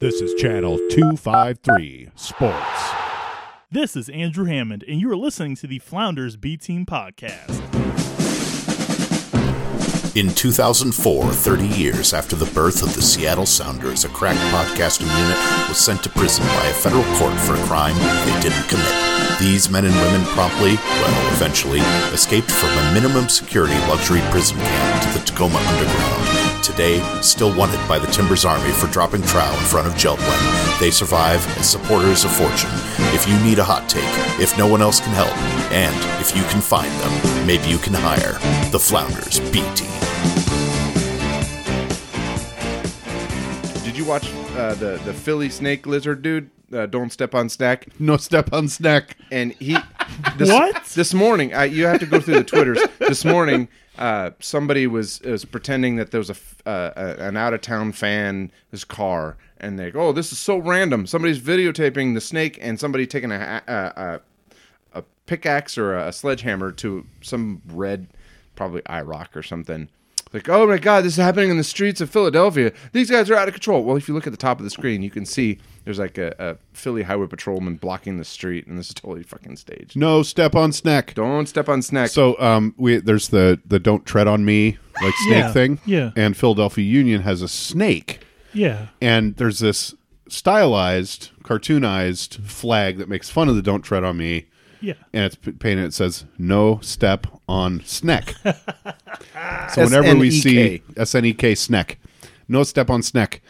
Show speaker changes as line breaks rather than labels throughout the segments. This is Channel 253 Sports.
This is Andrew Hammond, and you are listening to the Flounders B Team Podcast.
In 2004, 30 years after the birth of the Seattle Sounders, a crack podcasting unit was sent to prison by a federal court for a crime they didn't commit. These men and women promptly, well, eventually, escaped from a minimum security luxury prison camp to the Tacoma Underground. Today, still wanted by the Timbers Army for dropping trial in front of Jeltwin, they survive as supporters of fortune. If you need a hot take, if no one else can help, and if you can find them, maybe you can hire the Flounders B Team.
Did you watch uh, the the Philly snake lizard dude? Uh, don't step on snack.
No step on snack.
And he, this,
What?
This morning, I, you have to go through the twitters. this morning, uh, somebody was was pretending that there was a f- uh, a- an out of town fan this car, and they go, "Oh, this is so random." Somebody's videotaping the snake, and somebody taking a ha- a, a, a pickaxe or a sledgehammer to some red, probably IROC or something. Like, oh my God, this is happening in the streets of Philadelphia. These guys are out of control. Well, if you look at the top of the screen, you can see there's like a, a Philly highway patrolman blocking the street, and this is totally fucking staged.
No Oh, step on snack.
Don't step on snack.
So um, we there's the the don't tread on me like snake
Yeah,
thing.
yeah.
And Philadelphia Union has a snake,
Yeah.
and there's this stylized, cartoonized flag that makes fun of the don't tread on me.
Yeah.
And it's p- painted. It says "No step on snack." so whenever we see
S-N-E-K.
SNEK snack, no step on snack,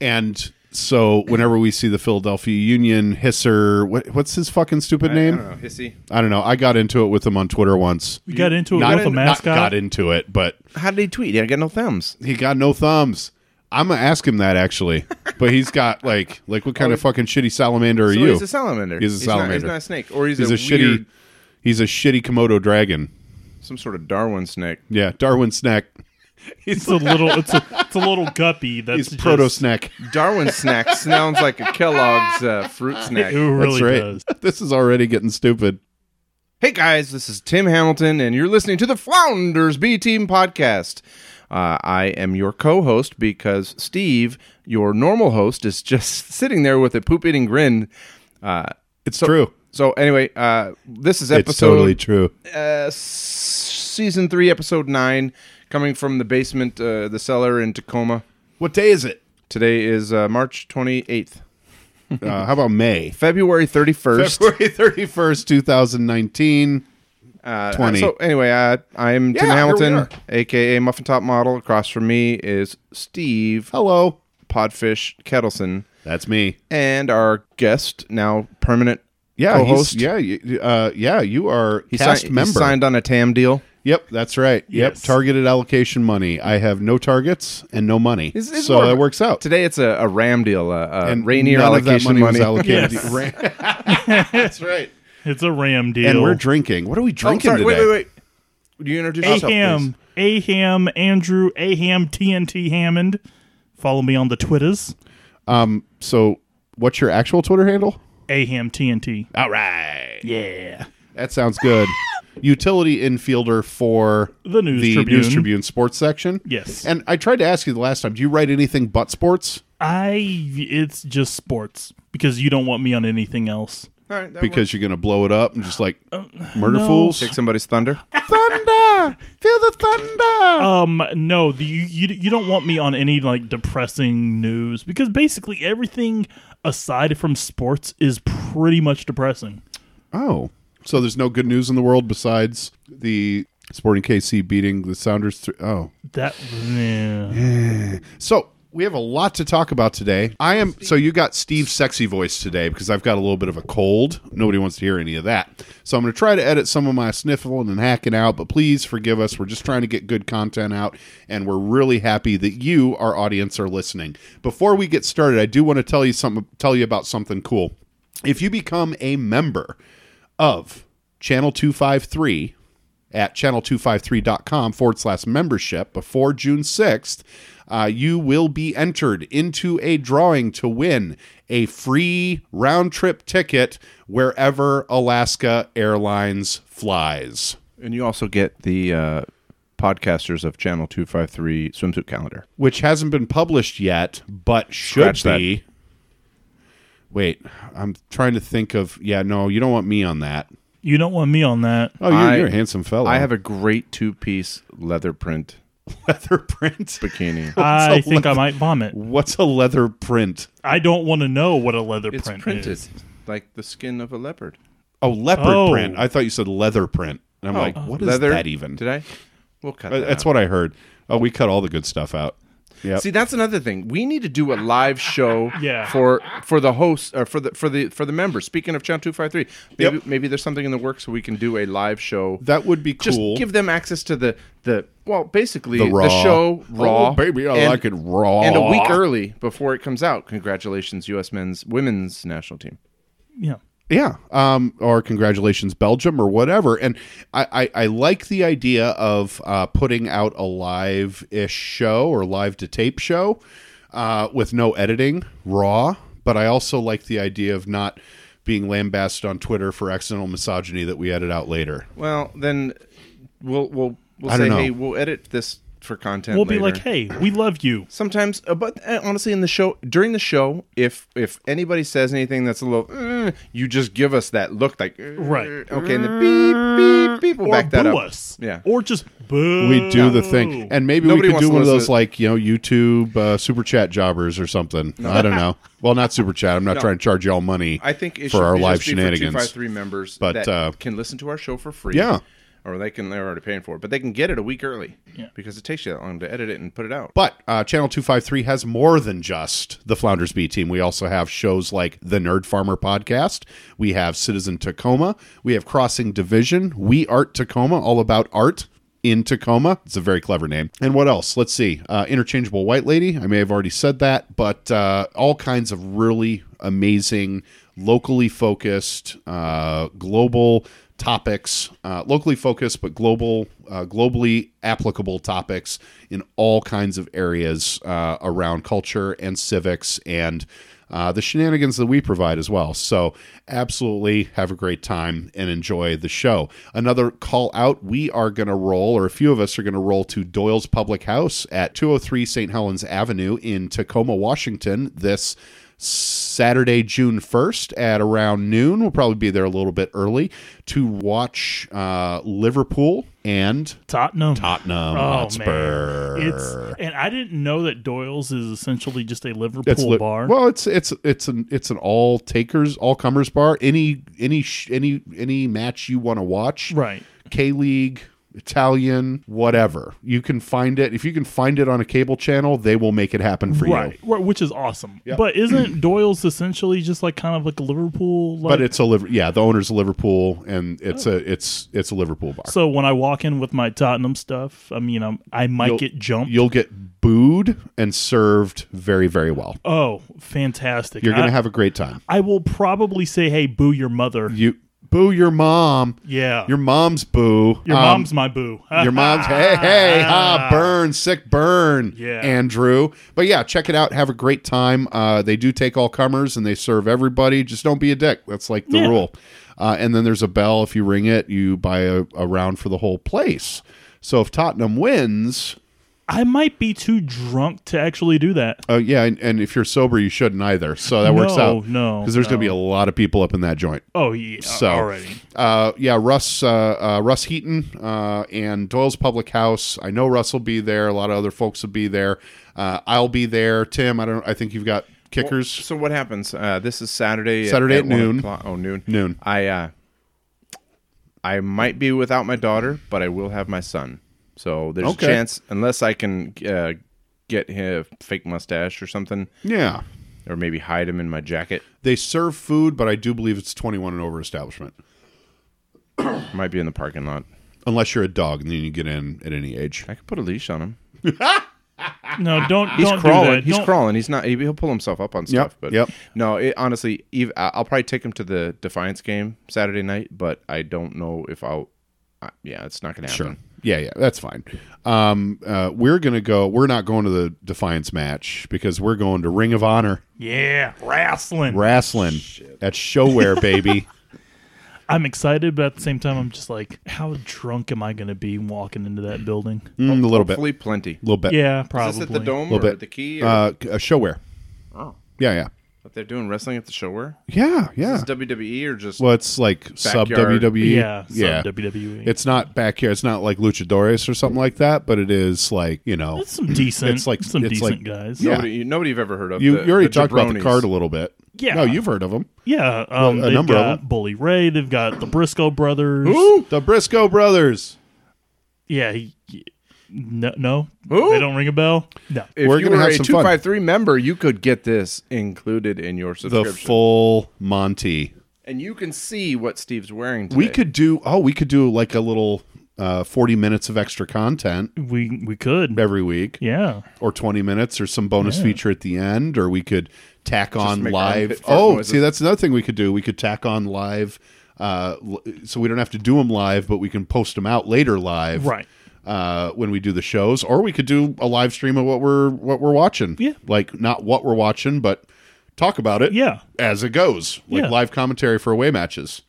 and so whenever we see the Philadelphia Union hisser, what, what's his fucking stupid
I
name?
don't know, hissy.
I don't know. I got into it with him on Twitter once.
We got into it
Not,
with a
not
mascot.
got into it, but
How did he tweet? He got no thumbs.
he got no thumbs. I'm gonna ask him that actually, but he's got like like what kind of fucking shitty salamander are
Oh, So
you?
he's a salamander.
He's a
Not, he's
salamander.
not a snake, or he's,
He's a,
weird-
shitty. He's a shitty Komodo dragon.
some sort of Darwin snake.
Yeah, Darwin snack.
It's a little it's a, it's a little guppy that's
He's proto
just-
snack.
Darwin snack sounds like a Kellogg's uh, fruit snack.
It really
That's right.
does.
This is already getting stupid.
Hey guys, this is Tim Hamilton, and you're listening to the Flounders B Team podcast. Uh, I am your co host because Steve, your normal host, is just sitting there with a poop eating grin. Uh,
It's true.
so, anyway, uh, this is
It's
episode
totally true.
uh, s- season three, episode nine, coming from the basement, uh, the cellar in Tacoma.
What day is it?
Today is uh, March 28th,
Uh, how about May?
February 31st.
February thirty first, two thousand nineteen.
Uh,
20.
So anyway, uh, I'm Tim
Yeah, here we
Hamilton,
are.
aka Muffin Top Model. Across from me is Steve
Hello,
Podfish Kettleson,
that's me.
and our guest now permanent
Yeah,
co-host.
he's, yeah, you- uh, yeah. You are
he
cast
signed,
member.
He signed on a TAM deal.
Yep, that's right.
Yes.
Yep, targeted allocation money. I have no targets and no money,
It's- it's
so
more of
that
a-
works out.
Today it's a, a RAM deal, a, a
and
Rainier
none of that
allocation
money, was
money.
allocated.
Yes.
Ra- that's right.
It's a ram deal.
And we're drinking. What are we
oh,
drinking
sorry, wait,
today?
wait, wait. Would you introduce yourself,
Aham, Aham, Andrew, Aham, TNT Hammond. Follow me on the Twitters.
So, what's your actual Twitter handle?
Aham TNT.
All right,
Yeah.
that sounds good. Utility infielder for
The News Tribune.
News Tribune sports section.
Yes.
and I tried to ask you the last time. Do you write anything but sports?
I it's just sports because you don't want me on anything else.
please? All right, that works.
Because you're going to blow it up and just like
Uh,
murder fools.
take somebody's thunder.
Thunder, feel the thunder.
Um, no, the, you, you you don't want me on any like depressing news because basically everything aside from sports is pretty much depressing.
Oh, so there's no good news in the world besides the Sporting KC beating the Sounders. Th- oh,
That yeah.
so we have a lot to talk about today. I am so you got Steve's sexy voice today because I've got a little bit of a cold. Nobody wants to hear any of that. So I'm going to try to edit some of my sniffling and hacking out, but please forgive us. We're just trying to get good content out, and we're really happy that you, our audience, are listening. Before we get started, I do want to tell you something. Tell you about something cool. If you become a member of Channel 253 at channel253.com forward slash membership before June 6th, uh, you will be entered into a drawing to win a free round trip ticket wherever Alaska Airlines flies.
And you also get the uh, podcasters of Channel Two Five Three swimsuit calendar.
Which hasn't been published yet, but should
Scratch that.
be Wait, I'm trying to think of. Yeah, no, you don't want me on that.
You don't want me on that.
Oh, you're,
I-
you're a handsome fellow.
I have a great two piece leather print
leather print.
bikini.
I
It's a
think I
leather-
might vomit.
What's a leather print?
I don't want to know what a leather
it's
print
printed
is.
like the skin of a leopard.
Oh, leopard
Oh.
print. I thought you said leather print. And I'm like, what is
leather?
that even?
Did I? We'll cut.
Uh,
that
That's
out.
what I heard. Oh, we cut all the good stuff out. Yeah.
See, that's another thing. We need to do a live show
Yeah.
for for the hosts or for the for the for the members. Speaking of Channel Two Five Three, maybe maybe there's something in the works so we can do a live show.
That would be
Just
cool.
give them access to the the well, basically
the
the,
raw
show raw.
Oh, baby, I
and-
like it raw.
And a week early before it comes out. Congratulations, U.S. men's women's national team.
Yeah.
Yeah. Um, or congratulations, Belgium, or whatever. And I, I, I like the idea of uh, putting out a live ish show or live to tape show uh, with no editing, raw. But I also like the idea of not being lambasted on Twitter for accidental misogyny that we edit out later.
Well, then we'll we'll we'll
I
say
don't know.
hey, we'll edit this for content.
We'll be
later."
like, hey, we love you.
Sometimes, uh, but uh, honestly, in the show, during the show, if if anybody says anything that's a little, "Mm," you just give us that look, like "Mm,"
Right.
okay, and then beep beep beep, we'll
Or
back that
boo
up.
us.
Yeah,
Or just boo.
We do the thing, and maybe
Mm, Nobody
we could
wants
do
to
one of
listen
those
to-
like you know YouTube uh, super chat jobbers or something. I don't know. Well, not super chat. I'm not
No.
trying to charge y'all money.
I think it
for
should
our
be
live
just be for
shenanigans.
two five three members
But,
that
uh,
can listen to our show for free.
Yeah.
or they can they're already paying for it, but they can get it a week early
Yeah.
because it takes you that long to edit it and put it out.
But uh, Channel 253 has more than just the Flounders B team. We also have shows like the Nerd Farmer podcast. We have Citizen Tacoma. We have Crossing Division. We Art Tacoma, all about art in Tacoma. It's a very clever name. And what else? Let's see. Uh, Interchangeable White Lady. I may have already said that, but uh, all kinds of really amazing, locally focused, uh, global topics, uh, locally focused but global, uh, globally applicable topics in all kinds of areas uh, around culture and civics and uh, the shenanigans that we provide as well. So, absolutely have a great time and enjoy the show. Another call out we are going to roll, or a few of us are going to roll to Doyle's Public House at 203 St. Helens Avenue in Tacoma, Washington. This Saturday, June 1st at around noon. We'll probably be there a little bit early to watch uh, Liverpool and
Tottenham.
Tottenham
Oh,
Hotspur.
man. It's, and I didn't know that Doyle's is essentially just a Liverpool
It's li-
bar.
Well, it's it's it's an it's an all takers, all comers bar. Any any sh- any any match you want to watch,
Right.
K League, Italian, whatever. You can find it if you can find it on a cable channel. They will make it happen for you.
right, right, which is awesome. But isn't Doyle's essentially just like kind of like a Liverpool? Like,
But it's a liver. Yeah, the owner's a Liverpool, and it's a it's it's a Liverpool bar.
so when I walk in with my Tottenham stuff, I mean, I'm, I might
You'll-
get jumped.
You'll get booed and served very very well.
Oh, fantastic!
You're gonna
I,
have a great time.
I will probably say, "Hey, boo your mother."
You boo your mom.
Yeah,
Your mom's boo.
Your
Um,
mom's my boo.
Your mom's hey hey ha burn sick burn
Yeah.
Andrew but yeah check it out have a great time uh, they do take all comers and they serve everybody just don't be a dick that's like the
Yeah.
rule uh, and then there's a bell if you ring it you buy a, a round for the whole place so if Tottenham wins
I might be too drunk to actually do that.
uh, yeah and, and if you're sober you shouldn't either so that works
No,
out
no,
because there's gonna be a lot of people up in that joint
Oh yeah,
So
already.
uh, yeah, Russ, uh, uh, Russ Heaton, uh, and Doyle's Public House. I know Russ will be there. A lot of other folks will be there. Uh, I'll be there. Tim, I don't. I think you've got kickers.
So what happens? Uh, this is Saturday.
Saturday at
one
noon.
o'clock- Oh, noon.
Noon.
I uh, I might be without my daughter, but I will have my son. So there's
Okay.
a chance, unless I can uh, get him a fake mustache or something,
yeah,
or maybe hide him in my jacket.
they serve food, but I do believe it's twenty-one and over establishment.
Might be in the parking lot.
Unless you're a dog, and then you get in at any age.
I could put a leash on him.
No, don't
He's
don't do
crawling.
that.
He's
Don't-
crawling. He's not. He'll pull himself up on stuff. But
yep.
no, it, honestly, ev I- I'll probably take him to the Defiance game Saturday night, but I don't know if I'll. I, yeah, it's not gonna happen.
Sure. Yeah, yeah, that's fine. Um, uh, we're gonna go. We're not going to the Defiance match because we're going to Ring of Honor
Yeah, wrestling.
wrestling at Showware, baby.
I'm excited, but at the same time, I'm just like, how drunk am I going to be walking into that building?
Mm, a little bit, a
Hopefully, plenty.
little bit.
Yeah, probably.
Is this at the dome
little
or
bit.
the key? Or
Uh, c- uh, showware.
Oh.
uh, Yeah, yeah.
I think They're doing wrestling at the Showware.
Yeah, yeah.
Is WWE E or just
Well, it's like sub
Backyard.
WWE.
Yeah, sub
yeah.
E.
WWE.
It's not back here. It's not like Luchadores or something like that, but it is like you know.
It's some decent.
It's like-
some
it's
decent
like-
guys.
yeah.
nobody, nobody you've ever heard of?
You,
the-
you already
the
talked about the
jabronis.
card a little bit.
Yeah.
No, you've heard of them.
yeah. Um,
a
they've
number of
got
them.
Bully Ray. They've got the Briscoe brothers.
The Briscoe brothers.
Yeah. He, he- no, no,
Who?
they don't ring a bell. No,
If
We're
you
gonna
were
have
a
some fun.
253 member, you could get this included in your
The
subscription.
full Monty.
and you can see what Steve's wearing today.
We could do. Oh, we could do like a little uh, forty minutes of extra content
we we could.
every week,
Yeah,
or twenty minutes, or some bonus feature at the end, or we could tack on
make our own
live.
pit fart
Oh,
noises.
see, that's another thing we could do. We could tack on live, uh, l- so we don't have to do them live, but we can post them out later live,
Right.
Uh, when we do the shows, or we could do a live stream of what we're what we're watching.
Yeah.
like not what we're watching, but talk about it.
Yeah.
as it goes, like
Yeah.
live commentary for away matches.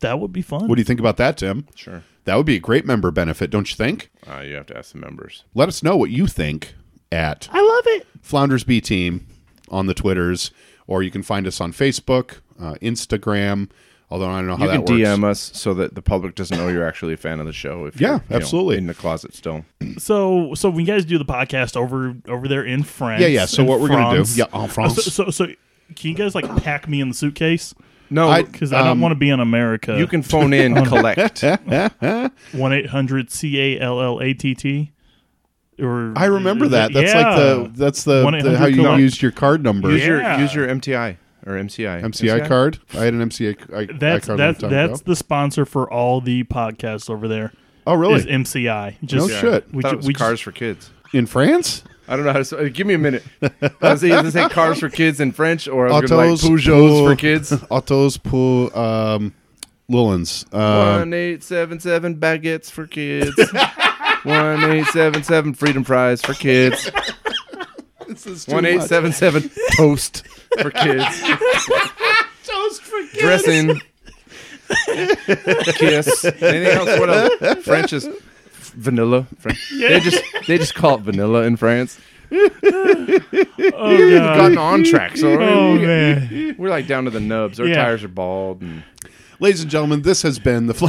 that would be fun.
What do you think about that, Tim?
Sure.
That would be a great member benefit, don't you think?
Uh, you have to ask the members.
Let us know what you think at
I love it.
Flounders B Team on the Twitters, or you can find us on Facebook, uh, Instagram. Although I don't know how
you
that
can
works.
DM us so that the public doesn't know you're actually a fan of the show. If
Yeah,
you're, you know,
absolutely.
in the closet still.
So, so when you guys do the podcast over over there in France,
Yeah, yeah. So
in
what we're gonna do-
France-
Yeah, en France.
So, so, so can you guys like pack me in the suitcase?
No,
I-
Because I don't want to be in America.
you can phone in collect.
one eight hundred C A L L A T T. Or
I remember that. That's like the that's the, the how you
1-800-COMET.
used your card number,
Use your
Yeah.
use your MTI or MCI.
MCI card. I had an MCI c- I-
That's
card.
that's
a long time ago.
that's the sponsor for all the podcasts over there.
oh really?
Is MCI
no
just
shit.
We,
We ju-
it was
we just-
cars for kids.
In France,
I don't know how to. say- Give me a minute. I was either gonna say cars for kids in French or I was gonna like
autos
Peugeots for kids.
Autos pour um, Lulens. Um,
One eight seven seven baguettes for kids. One eight seven seven freedom fries for kids. One eight seven seven toast for kids. toast for kids. Dressing. Kiss. Anything else? What else? French is vanilla. French. They just they just call it vanilla in France.
Oh,
We've
God.
gotten on track, so
Oh,
we-
man.
we're like down to the nubs. Our
Yeah.
tires are bald and
Ladies and gentlemen, this has been the. Fl-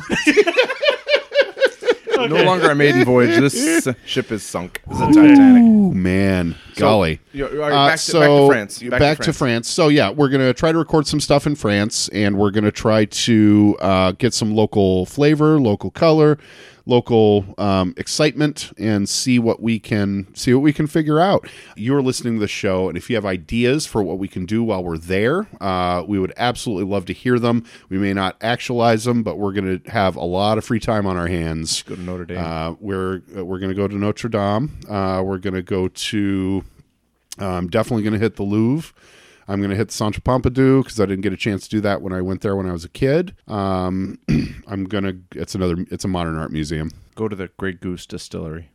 no longer a maiden voyage. This s- ship is sunk. It's a Titanic.
Ooh man, golly.
You're- you're
Uh,
back, to,
so
back to France. You're
back, to, France. So yeah, we're gonna try to record some stuff in France, and we're gonna try to uh, get some local flavor, local color, local um, excitement, and see what we can see what we can figure out. You're listening to the show, and if you have ideas for what we can do while we're there, uh, we would absolutely love to hear them. We may not actualize them, but we're gonna have a lot of free time on our hands.
Go to Notre Dame.
Uh, we're we're gonna go to Notre Dame. Uh, we're gonna go to. I'm definitely gonna hit the Louvre. I'm gonna hit Centre Pompidou because I didn't get a chance to do that when I went there when I was a kid. Um, I'm gonna. It's another. It's a modern art museum.
Go to the Great Goose Distillery.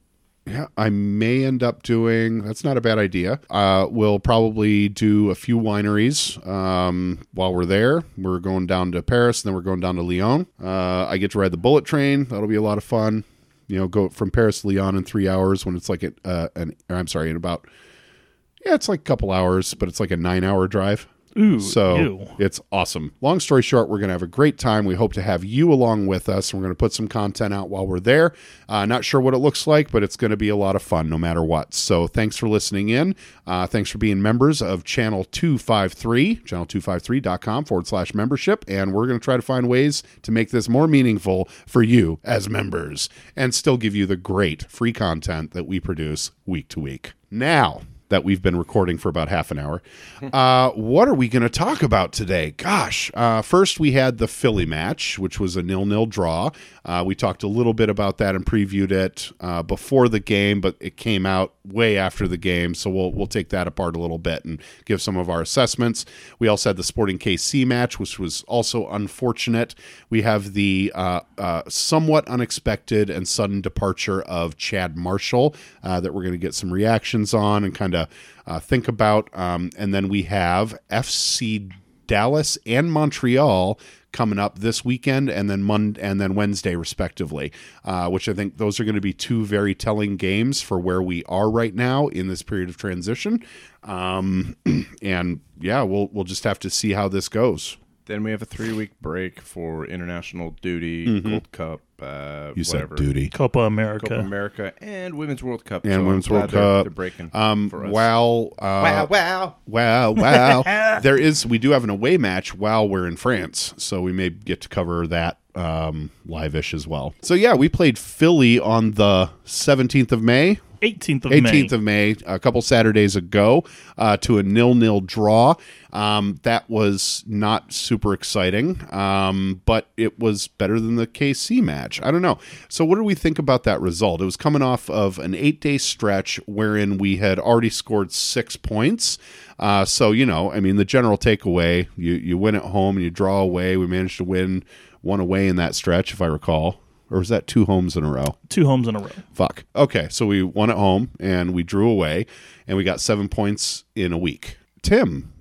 Yeah, I may end up doing. That's not a bad idea. Uh, we'll probably do a few wineries um, while we're there. We're going down to Paris, then we're going down to Lyon. Uh, I get to ride the bullet train. That'll be a lot of fun. You know, go from Paris to Lyon in three hours when it's like at, uh, an. Or I'm sorry, in about. Yeah, it's like a couple hours, but it's like a nine-hour drive.
Ooh,
So
ew.
it's awesome. Long story short, we're going to have a great time. We hope to have you along with us. We're going to put some content out while we're there. Uh, not sure what it looks like, but it's going to be a lot of fun no matter what. So thanks for listening in. Uh, thanks for being members of Channel 253, channel253.com forward slash membership. And we're going to try to find ways to make this more meaningful for you as members and still give you the great free content that we produce week to week. Now, that we've been recording for about half an hour. Uh, what are we going to talk about today? Gosh, uh, first we had the Philly match, which was a nil-nil draw. Uh, we talked a little bit about that and previewed it uh, before the game, but it came out way after the game, so we'll we'll take that apart a little bit and give some of our assessments. We also had the Sporting KC match, which was also unfortunate. We have the uh, uh, somewhat unexpected and sudden departure of Chad Marshall uh, that we're going to get some reactions on and kind of uh, think about. Um, and then we have FCW Dallas and Montreal coming up this weekend and then Mon- and then Wednesday respectively, uh, which I think those are going to be two very telling games for where we are right now in this period of transition. Um, and yeah, we'll we'll just have to see how this goes.
Then we have a three week break for international duty, Gold Cup, uh,
Mm-hmm. You said
whatever.
duty.
Copa America.
Copa America and Women's World Cup.
And
I'm
Women's
glad
World
they're-
Cup.
They're breaking.
Um,
for us.
wow, uh,
wow.
Wow, wow. there is we do have an away match while we're in France, so we may get to cover that um live-ish as well. So yeah, we played Philly on the 17th of May,
18th of
18th
May.
of May, a couple Saturdays ago, uh, to a nil-nil draw. Um, that was not super exciting, um, but it was better than the KC match. I don't know. So, what do we think about that result? It was coming off of an eight-day stretch wherein we had already scored six points. Uh, so, you know, I mean, the general takeaway: you you win at home and you draw away. We managed to win one away in that stretch, if I recall. Or was that two homes in a row?
two homes in a row.
Fuck. Okay, so we won at home and we drew away and we got seven points in a week. Tim,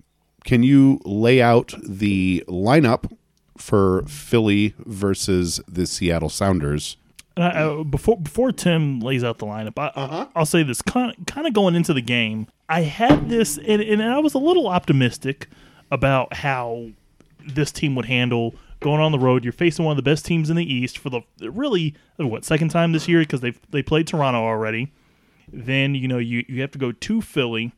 can you lay out the lineup for Philly versus the Seattle Sounders?
And I, I, before before Tim lays out the lineup, I, I'll say this kind kind of going into the game. I had this, and, and I was a little optimistic about how this team would handle going on the road. You're facing one of the best teams in the East for the really uh, what second time this year because they they played Toronto already. Then you know you you have to go to Philly.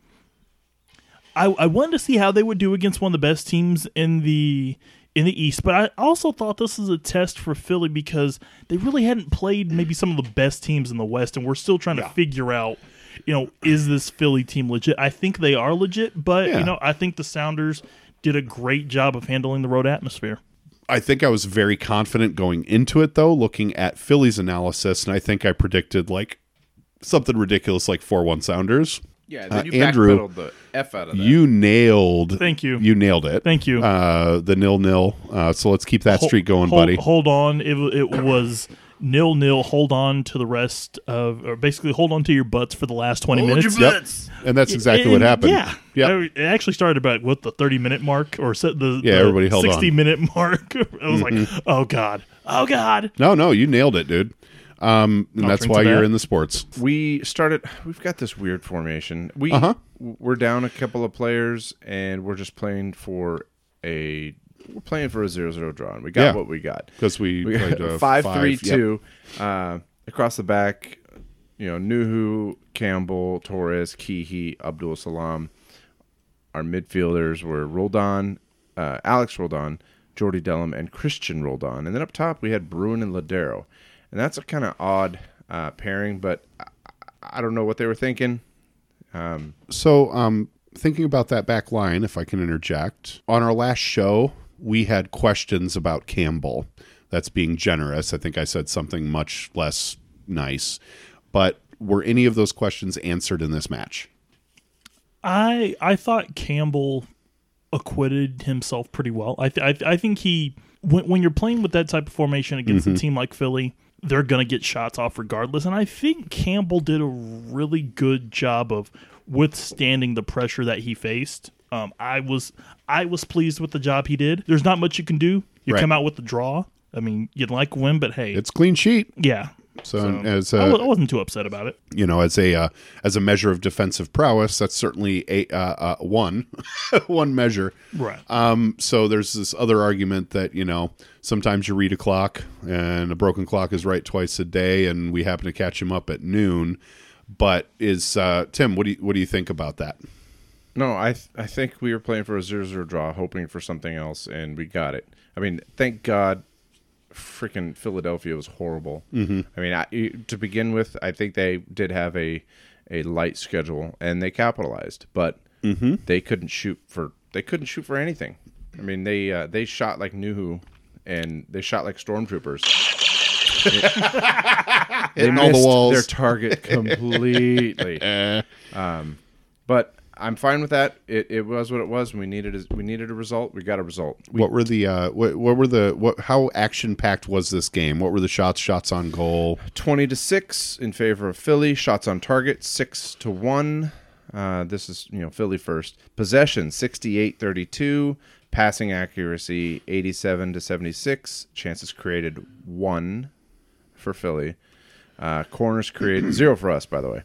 I, I wanted to see how they would do against one of the best teams in the in the East, but I also thought this is a test for Philly because they really hadn't played maybe some of the best teams in the West, and we're still trying to figure out, you know, is this Philly team legit? I think they are legit, but
Yeah.
you know, I think the Sounders did a great job of handling the road atmosphere.
I think I was very confident going into it, though, looking at Philly's analysis, and I think I predicted like something ridiculous like 4 1 Sounders.
Yeah,
Uh,
then you
Andrew,
backpedaled the F out of that.
You nailed.
Thank you.
You nailed it.
Thank you.
Uh, the nil nil. Uh, so let's keep that streak going,
Hold-
buddy.
Hold on, it w- it was nil nil. Hold on to the rest of, or basically hold on to your butts for the last twenty minutes.
And that's exactly what
And-
happened.
Yeah.
Yep.
I- It actually started about what the 30 minute mark or se- the,
Yeah,
the
everybody held
60
on. Mm-hmm.
minute mark. I was like, oh God. Oh God.
No, no, you nailed it, dude. Um, and that's
drink
why
to
you're
that.
in the sports.
we started we've got this weird formation we
Uh-huh.
we're down a couple of players and we're just playing for a we're playing for a zero zero draw and we got
Yeah.
what we got
'Cause we played, uh,
five
five,
three
yep.
two uh, across the back you know nuhu campbell torres kihi abdul salam our midfielders were roldan uh, alex roldan jordy Dellum, and christian roldan and then up top we had bruin and ladero and that's a kind of odd uh, pairing but I, I don't know what they were thinking
So, um, thinking about that back line, if I can interject, on our last show, we had questions about Campbell. That's being generous. I think I said something much less nice. But were any of those questions answered in this match?
I I thought Campbell acquitted himself pretty well. I th- I, I think he when when you're playing with that type of formation against a team like Philly, they're gonna get shots off regardless. And I think Campbell did a really good job of withstanding the pressure that he faced. Um, I was I was pleased with the job he did. There's not much you can do. You
Right.
come out with the draw. I mean, you'd like a win, but hey,
It's clean sheet.
yeah.
So, as uh,
I
a,
w- I wasn't too upset about it.
you know, as a uh, as a measure of defensive prowess, that's certainly a uh, uh, one one measure.
Right.
Um, so there's this other argument that you know sometimes you read a clock and a broken clock is right twice a day, and we happen to catch him up at noon. But is uh, Tim? What do you what do you think about that?
No, I th- I think we were playing for a zero-zero draw, hoping for something else, and we got it. I mean, thank God, freaking Philadelphia was horrible. Mm-hmm. I mean, I, you- to begin with, I think they did have a a light schedule, and they capitalized, but
Mm-hmm.
they couldn't shoot for they couldn't shoot for anything. I mean, they uh, they shot like Nuhu, and they shot like stormtroopers.
Hitting all the
missed
walls. Eh.
Their target completely. um, but I'm fine with that. It, it was what it was. We needed a, we needed a result. We got a result. We,
what were the uh, what, what were the what? How action packed was this game? What were the shots? Shots on goal.
Twenty to six in favor of Philly. Shots on target six to one. Uh, this is you know Philly first possession 68-32 Passing accuracy 87 to 76. Chances created one for Philly. Uh, corners created zero for us, by the way.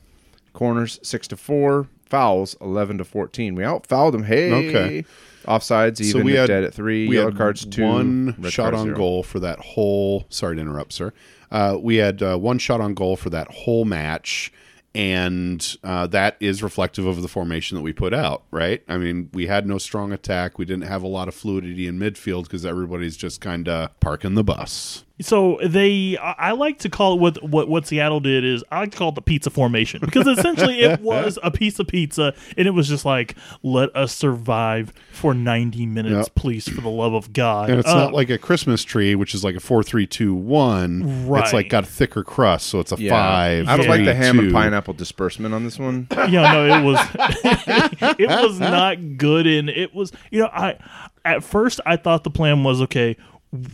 Corners six to four. Fouls 11 to 14. We out fouled them. Hey.
Okay.
Offsides even.
so we had
dead at three.
We
yellow
had
cards two.
One
red
shot
cards
on
zero.
goal for that whole. Sorry to interrupt, sir. Uh, we had uh, one shot on goal for that whole match, and uh, that is reflective of the formation that we put out. Right? I mean, we had no strong attack. We didn't have a lot of fluidity in midfield because everybody's just kind of parking the bus.
So they, I I like to call it what what what Seattle did is I like to call it the pizza formation because essentially it was a piece of pizza and it was just like let us survive for ninety minutes,
Yep.
please, for the love of God.
And it's
Uh,
not like a Christmas tree, which is like a four, three, two, one. It's like
Right.
got a thicker crust, so it's a
Yeah.
five.
I don't like
three,
the ham and
two.
pineapple disbursement on this one.
you know, no, it was it was not good, and it was you know, I at first I thought the plan was okay.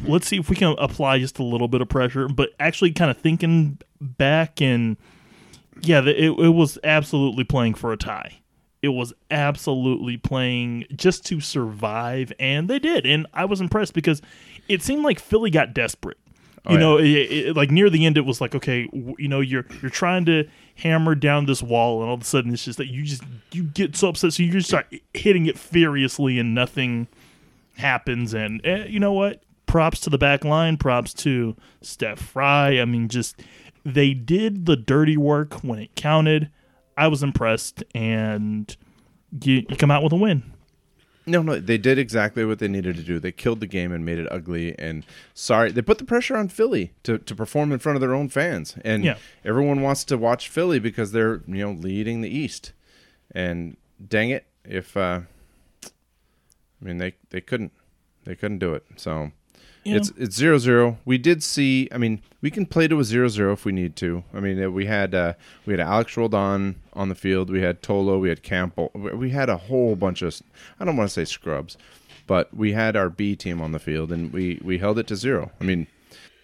Let's see if we can apply just a little bit of pressure, but actually, kind of thinking back and yeah, the- it it was absolutely playing for a tie. It was absolutely playing just to survive, and they did, and I was impressed because it seemed like Philly got desperate. You know, it, it, like near the end, it was like, okay, w- you know, you're you're trying to hammer down this wall, and all of a sudden, it's just that you just you get so upset, so you just start hitting it furiously, and nothing happens. And eh, you know what? Props to the back line. Props to Steph Fry. I mean, just they did the dirty work when it counted. I was impressed, and you, you come out with a win.
No, no, they did exactly what they needed to do. They killed the game and made it ugly. And sorry, they put the pressure on Philly to, to perform in front of their own fans. And
Yeah.
everyone wants to watch Philly because they're you know leading the East. And dang it, if uh, I mean they they couldn't they couldn't do it. So
Yeah.
it's it's zero zero. We did see. I mean, we can play to a zero zero if we need to. I mean, uh, we had uh, we had Alex Roldan on the field. We had Tolo. We had Campbell. We we had a whole bunch of. I don't want to say scrubs, but we had our B team on the field, and we we held it to zero. I mean,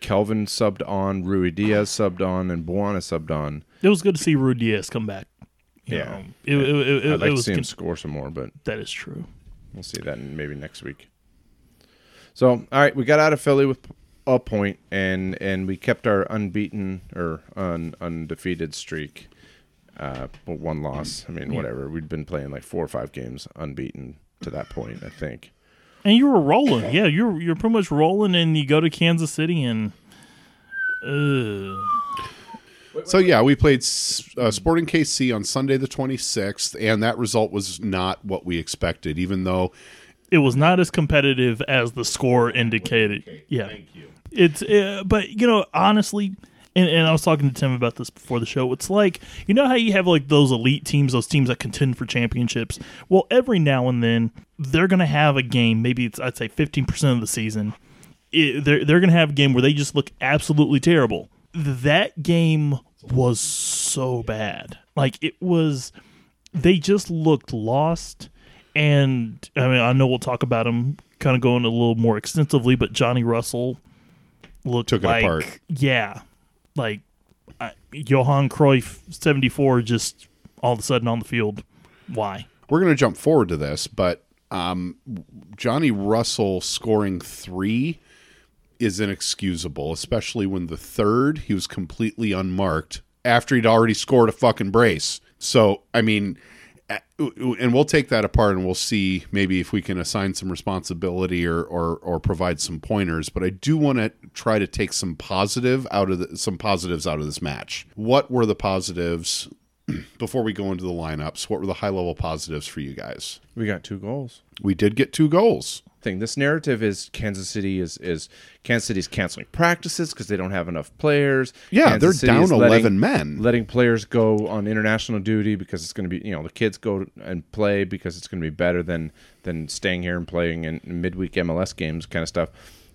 Kelvin subbed on, Rui Diaz subbed on, and Buana subbed on.
It was good to see Rude Diaz come back. You
Yeah.
know, it, it, it, it,
I'd like
it
to
was
see him
good.
score some more, but
that is true.
We'll see that in maybe next week. So, all right, we got out of Philly with a point, and and we kept our unbeaten or un, undefeated streak, uh, but one loss. I mean, whatever. We'd been playing like four or five games unbeaten to that point, I think.
And you were rolling, yeah. You're you're pretty much rolling, and you go to Kansas City, and uh,
So yeah, we played S- uh, Sporting KC on Sunday the 26th, and that result was not what we expected. Even though
it was not as competitive as the score indicated. Yeah, thank you. It's uh, but you know honestly, and, and I was talking to Tim about this before the show. It's like you know how you have like those elite teams, those teams that contend for championships. Well, every now and then they're gonna have a game. Maybe it's I'd say fifteen percent of the season. It, they're they're gonna have a game where they just look absolutely terrible. That game was so bad. Like it was they just looked lost. And I mean, I know we'll talk about him kind of going a little more extensively, but Johnny Russell looked
Took it
like,
apart.
Yeah, like I, Johan Cruyff seventy four just all of a sudden on the field. Why?
we're going to jump forward to this, but um, Johnny Russell scoring three is inexcusable, especially when the third he was completely unmarked after he'd already scored a fucking brace. So I mean, a- and we'll take that apart and we'll see maybe if we can assign some responsibility or or, or provide some pointers. But I do want to try to take some positive out of the, some positives out of this match. What were the positives? Before we go into the lineups, what were the high level positives for you guys?
We got two goals.
We did get two goals.
Thing. This narrative is Kansas City is is Kansas City's canceling practices because they don't have enough players.
Yeah,
Kansas
they're
City is
down
letting-
11 men.
letting players go on international duty because it's going to be you know the kids go and play because it's going to be better than than staying here and playing in midweek MLS games kind of stuff.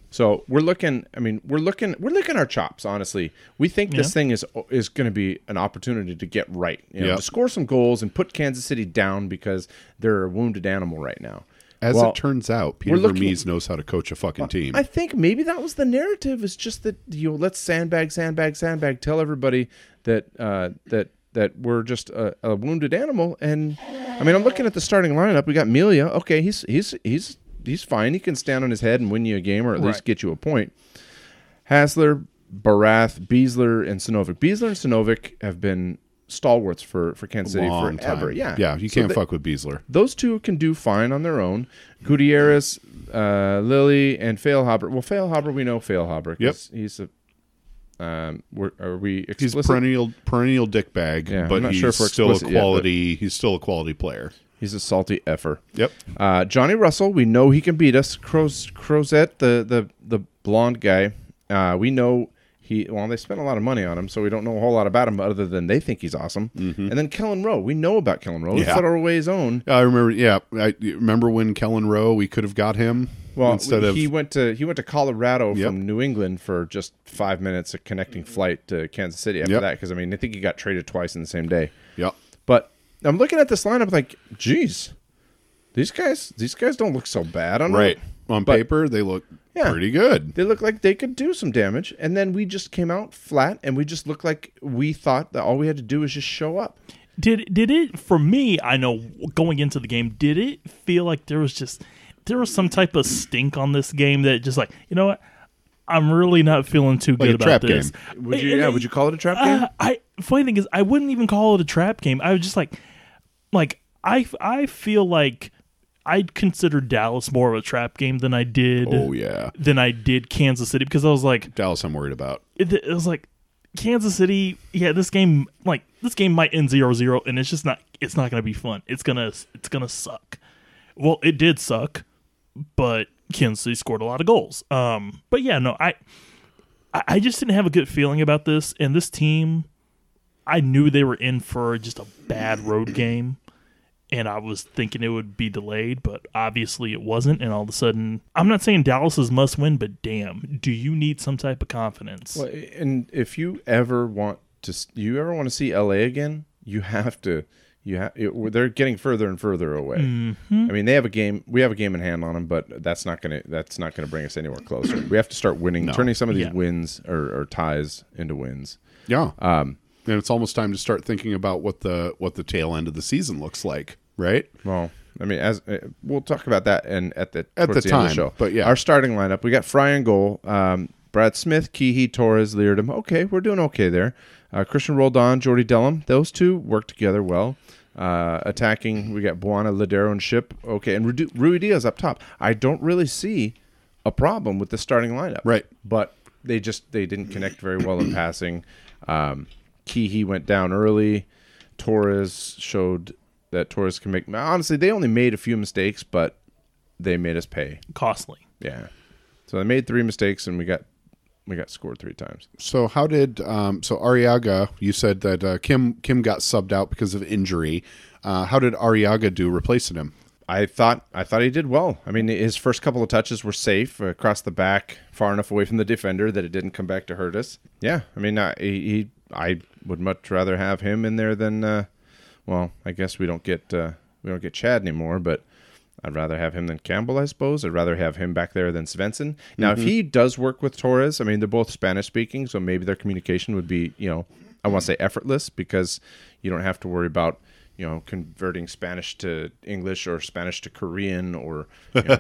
So we're looking. I mean, we're looking. We're looking our chops. Honestly, we think this thing is is going to be an opportunity to get right. You know,
Yep.
to score some goals and put Kansas City down because they're a wounded animal right now.
As
Well,
it turns out, Peter
looking-
Vermees knows how to coach a fucking team.
I think maybe that was the narrative. Is just that you know, let's sandbag, sandbag, sandbag. Tell everybody that uh, that that we're just a, a wounded animal. And I mean, I'm looking at the starting lineup. We got Melia. Okay, he's he's he's he's fine. He can stand on his head and win you a game, or at least
Right.
get you a point. Hasler, Barath, Beasler, and Sinovic. Beasler and Sinovic have been stalwarts for for Kansas City
Long time.
forever. Yeah,
yeah. You
So
can't
they-
fuck with Beasler.
those two can do fine on their own. Gutierrez, uh, Lilly, and Failhaber. Well, Failhaber, we know Failhaber. 'cause He's a. Um, we're, are we
He's
explicit?
perennial perennial dickbag,
Yeah, I'm
but
not
he's
sure if we're
still a
explicit yet, but-
quality. he's still a quality player.
He's a salty effer.
Yep.
Uh, Johnny Russell, we know he can beat us. Croz, Crozet, the, the the blonde guy, uh, we know he. Well, they spent a lot of money on him, so we don't know a whole lot about him other than they think he's awesome. And then Kellen Rowe, we know about Kellen Rowe,
Mm-hmm. Yeah.
Federal Way's own.
I remember. Yeah, I you remember when Kellen Rowe. We could have got him
Well,
instead of
he went to he went to Colorado
Yep.
from New England for just five minutes, a connecting flight to Kansas City after
Yep.
that, because I mean, I think he got traded twice in the same day.
Yep.
But I'm looking at this lineup, like, geez, these guys, these guys don't look so bad. I don't know.
Right on
But-
paper, they look
Yeah.
pretty good.
They look like they could do some damage, and then we just came out flat, and we just looked like we thought that all we had to do was just show up.
Did did it for me? I know going into the game, did it feel like there was just there was some type of stink on this game that just like you know what? I'm really not feeling too good
a
about
trap
this.
Would you? Yeah. Would you call it a trap game?
Uh, I funny thing is, I wouldn't even call it a trap game. I was just like, like I I feel like I'd consider Dallas more of a trap game than I did.
Oh yeah,
Than I did Kansas City because I was like,
Dallas. I'm worried about.
it, it was like Kansas City. Yeah, this game like this game might end 0-0, and it's just not. It's not gonna be fun. It's gonna it's gonna suck. Well, it did suck, but Kansas City scored a lot of goals. Um, but yeah, no, I I- I just didn't have a good feeling about this, and this team. I knew they were in for just a bad road game, and I was thinking it would be delayed, but obviously it wasn't. And all of a sudden, I'm not saying Dallas is must win, but damn, do you need some type of confidence?
Well, and if you ever want to, s- you ever want to see LA again, you have to. You have. They're getting further and further away.
Mm-hmm.
I mean, they have a game. We have a game in hand on them, but that's not gonna. That's not gonna bring us anywhere closer. we have to start winning, turning some of these
Yeah.
wins or, or ties into wins.
Yeah. Um, and it's almost time to start thinking about what the what the tail end of the season looks like, right?
Well, I mean, as uh, we'll talk about that, and at the
At
towards
the
end of
time,
show.
but yeah.
our starting lineup, we got Fry and goal. Um, Brad Smith, Keehee, Torres, Leardom. Okay, we're doing okay there. Uh, Christian Roldan, Jordy Dellum. Those two work together well. Uh, attacking, we got Buana, Ladero, and Ship. Okay, and Rudu- Rui Diaz up top. I don't really see a problem with the starting lineup.
Right.
But they just they didn't connect very well in passing. Um, Keehee went down early. Torres showed that Torres can make. Honestly, they only made a few mistakes, but they made us pay.
Costly.
Yeah. So they made three mistakes, and we got we got scored three times.
So how did um, so Ariaga? You said that uh, Kim Kim got subbed out because of injury. Uh, how did Ariaga do replacing him?
I thought I thought he did well. I mean, his first couple of touches were safe uh, across the back, far enough away from the defender that it didn't come back to hurt us. Yeah, I mean, I, he, he I would much rather have him in there than, uh, well, I guess we don't get uh, we don't get Chad anymore, but I'd rather have him than Campbell, I suppose. I'd rather have him back there than Svensson. Now, if he does work with Torres, I mean, they're both Spanish speaking, so maybe their communication would be, you know, I want to say effortless because you don't have to worry about you know, converting Spanish to English or Spanish to Korean or you know,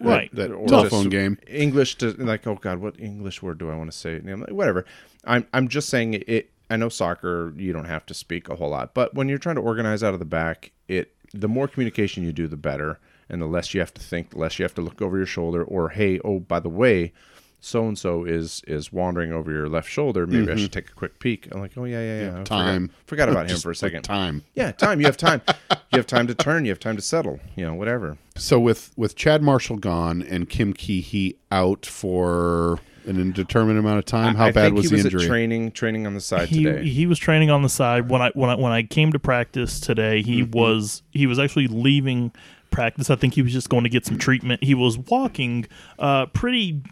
right.
That
or
telephone
just
game.
English to like, oh God, what English word do I want to say? And I'm like, whatever. I'm I'm just saying it, I know soccer, you don't have to speak a whole lot, but when you're trying to organize out of the back, it the more communication you do, the better, and the less you have to think, the less you have to look over your shoulder. Or hey, oh by the way, so and so is is wandering over your left shoulder. Maybe I should take a quick peek. I'm like, oh yeah, yeah, yeah. I forgot-
Mm-hmm. time.
Forgot, about him
Just
for a
put
second.
time.
Yeah, time. You have time. you have time to turn. You have time to settle. You know, whatever.
So with with Chad Marshall gone and Kim Keehee out for an indeterminate amount of time, how
I
bad
think
was,
he was
the injury?
At training, training on the side
he
today.
he was training on the side when I when I when I came to practice today. He
Mm-hmm.
was he was actually leaving practice. I think he was just going to get some treatment. He was walking, uh, pretty.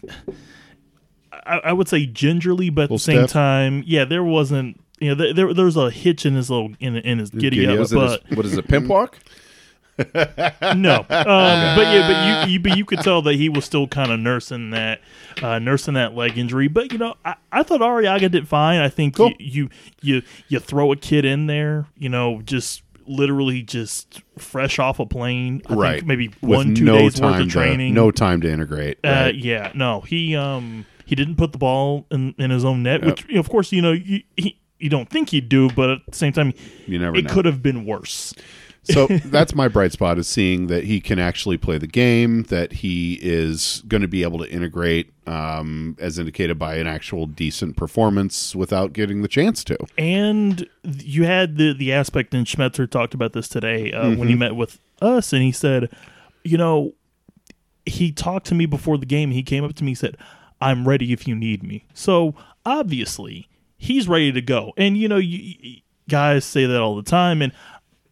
I, I would say gingerly, but at the same
step.
time, yeah, there wasn't. You know, there, there there was a hitch in his little in in his giddy,
giddy
up,
up.
was it
but
his- what is it, pimp walk?
no, um, but yeah, but you, you but you could tell that he was still kind of nursing that uh, nursing that leg injury. But you know, I, I thought Ariaga did fine. I think you, you you you throw a kid in there, you know, just literally just fresh off a plane. I
right.
Think maybe
With
one two
no
days
time
worth of training.
To, no time to integrate.
Uh,
right.
yeah, no, he um he didn't put the ball in, in his own net, which you know, of course you know you he, you don't think he'd do, but at the same time,
You never
it
know.
could have been worse.
so that's my bright spot is seeing that he can actually play the game that he is going to be able to integrate um, as indicated by an actual decent performance without getting the chance to
And you had the the aspect, and Schmetzer talked about this today uh, when he met with us, and he said, you know, he talked to me before the game. He came up to me, and said, "I'm ready if you need me." So obviously, he's ready to go. And you know, you, you guys say that all the time. And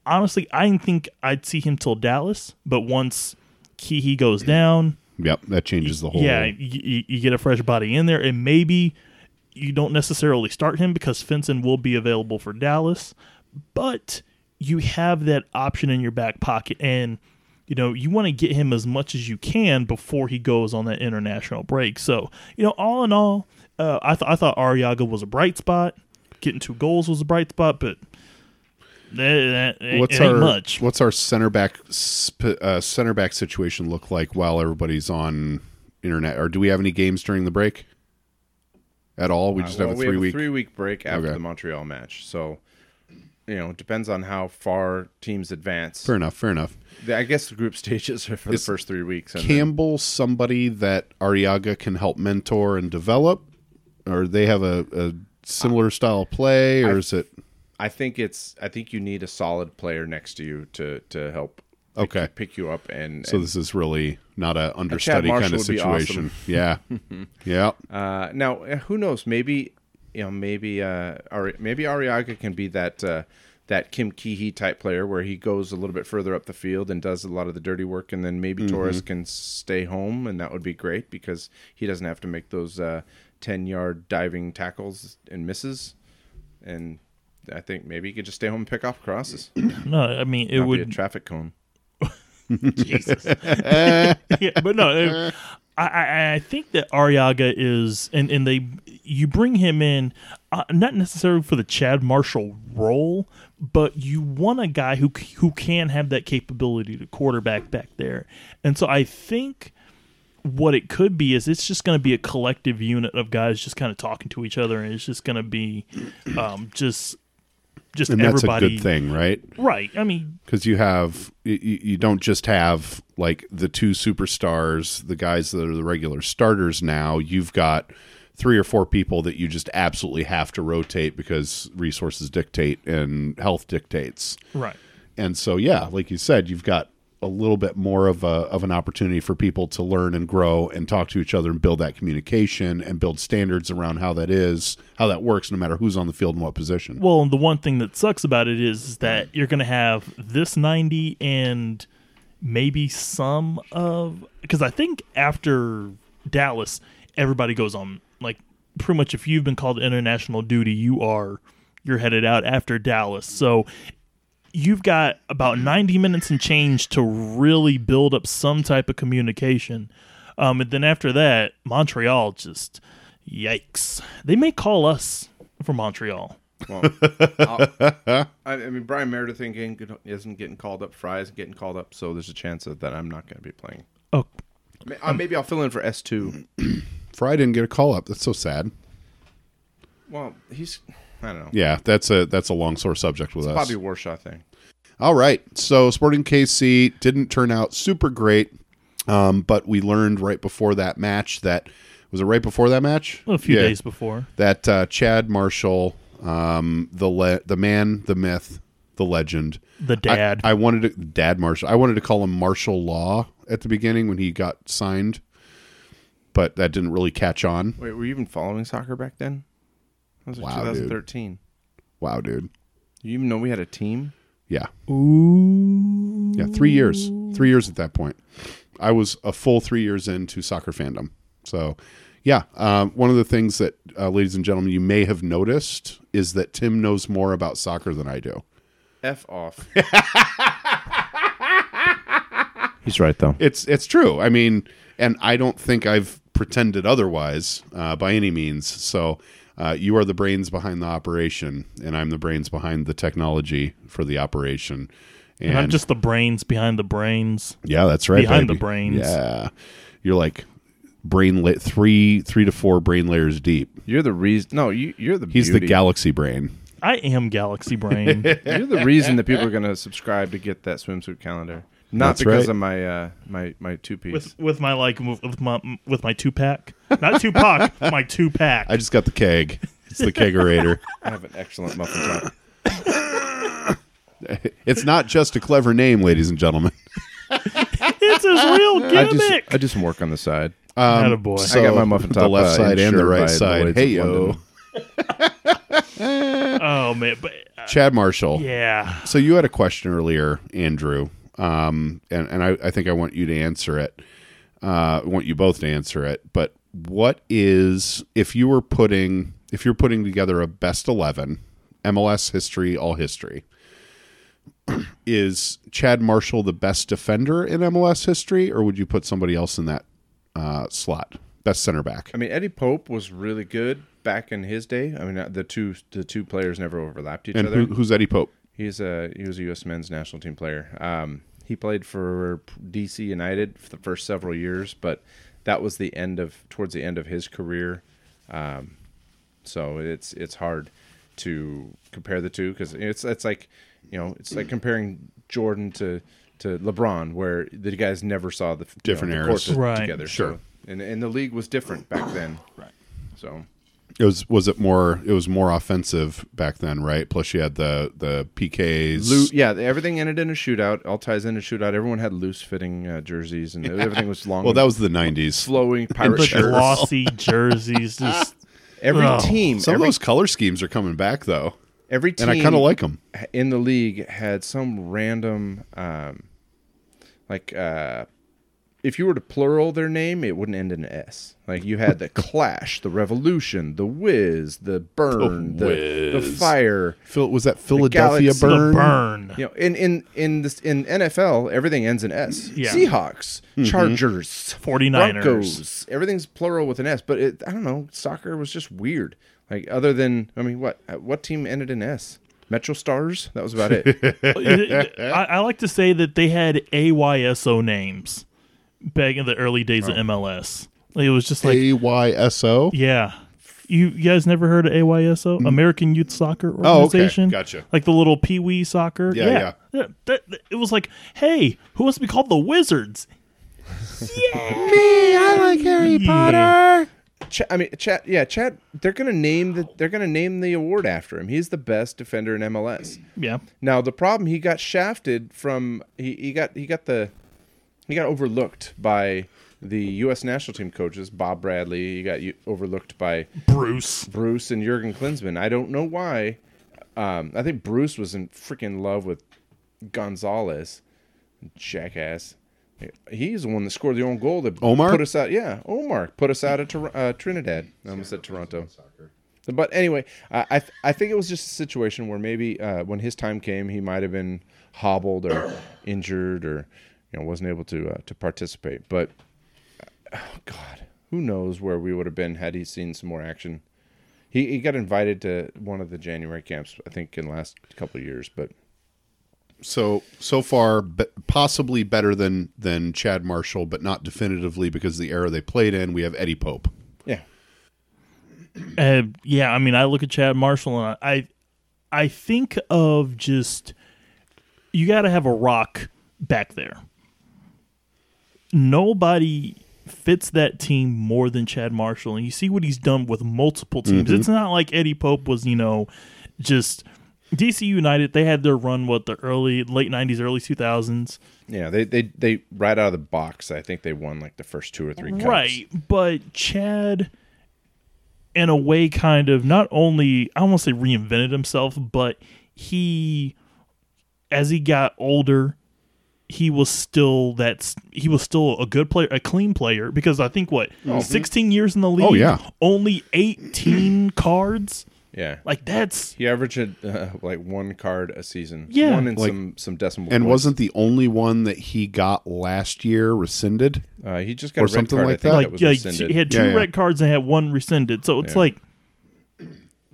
honestly, I didn't think I'd see him till Dallas, but once Kihi goes down,
yep that changes the whole
yeah, you, you get a fresh body in there, and maybe you don't necessarily start him because Fenson will be available for Dallas, but you have that option in your back pocket, and you know you want to get him as much as you can before he goes on that international break. So you know, all in all, uh, I th- I thought Ariaga was a bright spot. Getting two goals was a bright spot, but that, that ain't-
what's
it ain't
our
much.
what's our center back sp- uh, center back situation look like while everybody's on internet or do we have any games during the break at all we just
Uh, Well,
have a
we
three week
three week break after
Okay.
the Montreal match. So, you know, it depends on how far teams advance.
fair enough fair enough
The- I guess the group stages are for the first three weeks. And then-
Campbell somebody that Ariaga can help mentor and develop, or they have a, a
Uh,
similar style play, or is it
I think it's. I think you need a solid player next to you to to help. pick-
Okay.
Pick you up and.
so? This is really not a understudy
Marshall
kind of
would be
situation. Yeah, yeah.
uh, now eh, who knows? Maybe you know. Maybe uh, Ari, maybe Ariaga can be that. Uh, that Kim Keehee type player, where he goes a little bit further up the field and does a lot of the dirty work, and then maybe Torres can stay home, and that would be great because he doesn't have to make those uh, ten yard diving tackles and misses. And I think maybe he could just stay home and pick off crosses.
no, I mean it
Not be a
would
traffic cone.
Jesus. yeah, but no, it- I, I I think that Ariaga is, and, and they you bring him in, uh, not necessarily for the Chad Marshall role, but you want a guy who c- who can have that capability to quarterback back there, and so I think what it could be is it's just going to be a collective unit of guys just kind of talking to each other, and it's just going to be um, just just
And that's
everybody
a good thing, right?
right? I mean,
Because you have you, you don't just have like the two superstars, the guys that are the regular starters now. You've got three or four people that you just absolutely have to rotate because resources dictate and health dictates.
right.
And so, yeah, like you said, you've got a little bit more of a of an opportunity for people to learn and grow and talk to each other and build that communication and build standards around how that is, how that works, no matter who's on the field and what position.
Well, and the one thing that sucks about it is, is that you're going to have this 90 and maybe some of because I think after Dallas, everybody goes on like pretty much if you've been called to international duty, you are you're headed out after Dallas. So you've got about 90 minutes and change to really build up some type of communication. Um, and then after that, Montreal just yikes. They may call us for Montreal.
Well, I'll- I, I mean, Brian Meredith ain't getting, isn't getting called up. Fry's getting called up, so there's a chance that, that I'm not going to be playing.
Oh,
May-
Um,
uh, Maybe I'll fill in for S
mm-hmm.
two.
Fry didn't get a call up. That's so sad.
Well, he's I don't know.
Yeah, that's a that's a long sore subject with us.
Bobby Warshaw thing.
All right. So Sporting KC didn't turn out super great, um, but we learned right before that match that was it right before that match?
a few
Yeah.
days before.
that uh, Chad Marshall, um, the le- the man, the myth, the legend,
The
I-
dad.
I, wanted to, Dad Marshall. I wanted to call him Marshall Law at the beginning when he got signed, but that didn't really catch on.
Wait, were you even following soccer back then? That was
Wow, dude.
2013.
Wow, dude.
You even know we had a team?
Yeah. Yeah. Three years. Three years at that point. I was a full three years into soccer fandom. So, yeah. Um, one of the things that, uh, ladies and gentlemen, you may have noticed is that Tim knows more about soccer than I do.
F off.
He's right though.
It's it's true. I mean, and I don't think I've pretended otherwise uh, by any means. So Uh, you are the brains behind the operation, and I'm the brains behind the technology for the operation.
And I'm just the brains behind the brains.
Yeah, that's right.
Behind the
baby.
brains.
Yeah, you're like brain la- three, three to four brain layers deep.
You're the reason. No, you, you're the.
He's the
beauty.
galaxy brain.
I am Galaxy Brain.
You're the reason that people are going to subscribe to get that swimsuit calendar. Not
That's
because
right.
of my uh, my my two piece.
with with my like with my with my two pack, not two pack, my two pack.
I just got the keg. It's the kegerator.
I have an excellent muffin top.
it's not just a clever name, ladies and gentlemen.
it's his real
I just
gimmick.
I do some work on the side.
um,
Attaboy.
So
got my muffin
The
top,
left
uh,
side and the
insured by
right
the
side.
Lloyd's
Hey
of
yo,
London.
oh man, but uh,
Chad Marshall.
yeah,
So you had a question earlier, Andrew, um, and and I, I think I want you to answer it. Uh, I want you both to answer it. But what is if you were putting if you're putting together a best eleven MLS history all history? is Chad Marshall the best defender in MLS history, or would you put somebody else in that uh, slot? Best center back.
I mean, Eddie Pope was really good back in his day. I mean, uh, the two the two players never overlapped each
And
other.
who, who's Eddie Pope?
He's a he was a U.S. men's national team player. Um, he played for DC United for the first several years, but that was the end of towards the end of his career. Um, so it's it's hard to compare the two because it's it's like you know it's like comparing Jordan to to LeBron, where the guys never saw the you know,
Different
the
eras.
court
Right.
together. Sure, and and the league was different back then. right. So
It was was it more it was more offensive back then, right? Plus you had the the PKs.
Loo- yeah, everything ended in a shootout. All ties in a shootout. Everyone had loose fitting uh, jerseys, and everything was long.
Well, that was the nineties.
flowing pirate
the
shirts.
glossy jerseys. Just
Every
Ugh.
team,
Oh. Some
every,
of those color schemes are coming back though,
every team,
and I kind of like them.
in the league had some random, um, like uh, if you were to plural their name, it wouldn't end in s. Like you had the Clash, the Revolution, the Whiz, the Burn, the, the Fire.
Phil, was that Philadelphia
Galaxy- The
burn?
the burn.
You know, in in in this in NFL, everything ends in s.
Yeah.
Seahawks,
Mm-hmm.
Chargers,
49ers.
Broncos. Everything's plural with an S, but it, I don't know. Soccer was just weird. Like other than, I mean, what uh, what team ended in S? Metro Stars. That was about it.
I, I like to say that they had AYSO names back in the early days of MLS. It was just like,
A Y S O.
yeah. You, you guys never heard of AYSO, American Youth Soccer
okay.
Organization?
Gotcha.
Like the little Pee Wee soccer.
Yeah, yeah.
Oh, Yeah, that- that- it was like, hey, who wants to be called the Wizards? Me, I like Harry Potter.
Ch- I mean, Chad. Yeah, Chad. They're gonna name the. They're gonna name the award after him. He's the best defender in MLS.
Yeah.
Now the problem he got shafted from he, he got he got the he got overlooked by the U.S. national team coaches Bob Bradley. He got u- overlooked by
Bruce.
Bruce and Jurgen Klinsmann. I don't know why. Um, I think Bruce was in freaking love with Gonzalez, jackass. He's the one that scored the own goal that
Omar?
put us out. Yeah, Omar put us out of Tor- uh, Trinidad. I almost said Toronto. But anyway, I I, th- I think it was just a situation where maybe uh, when his time came, he might have been hobbled or injured or you know wasn't able to uh, to participate. But oh God, who knows where we would have been had he seen some more action. He he got invited to one of the January camps, I think, in the last couple of years. But
So so far, but possibly better than than Chad Marshall, but not definitively because the era they played in. We have Eddie Pope.
yeah,
Uh, yeah, I mean, I look at Chad Marshall and I, I think of just you got to have a rock back there. Nobody fits that team more than Chad Marshall, and you see what he's done with multiple teams. It's not like Eddie Pope was, you know, just DC United. They had their run what the early late '90s, early 2000s,
yeah, they they they right out of the box. I think they won like the first two or three. Cups.
right? But Chad. in a way kind of not only I won't say reinvented himself, but he as he got older, he was still that's he was still a good player, a clean player because I think what 16 years in the league,
Mhm. Oh, yeah.
only 18 cards.
Yeah.
Like that's
He averaged uh, like one card a season.
Yeah.
one and
Like-
some some decimal.
And
points.
wasn't the only one that he got last year rescinded?
uh, he just got
or
a red
something
card,
like
I think
that?
like
was
yeah,
rescinded.
he had two
Yeah, yeah.
red cards and had one rescinded. So it's like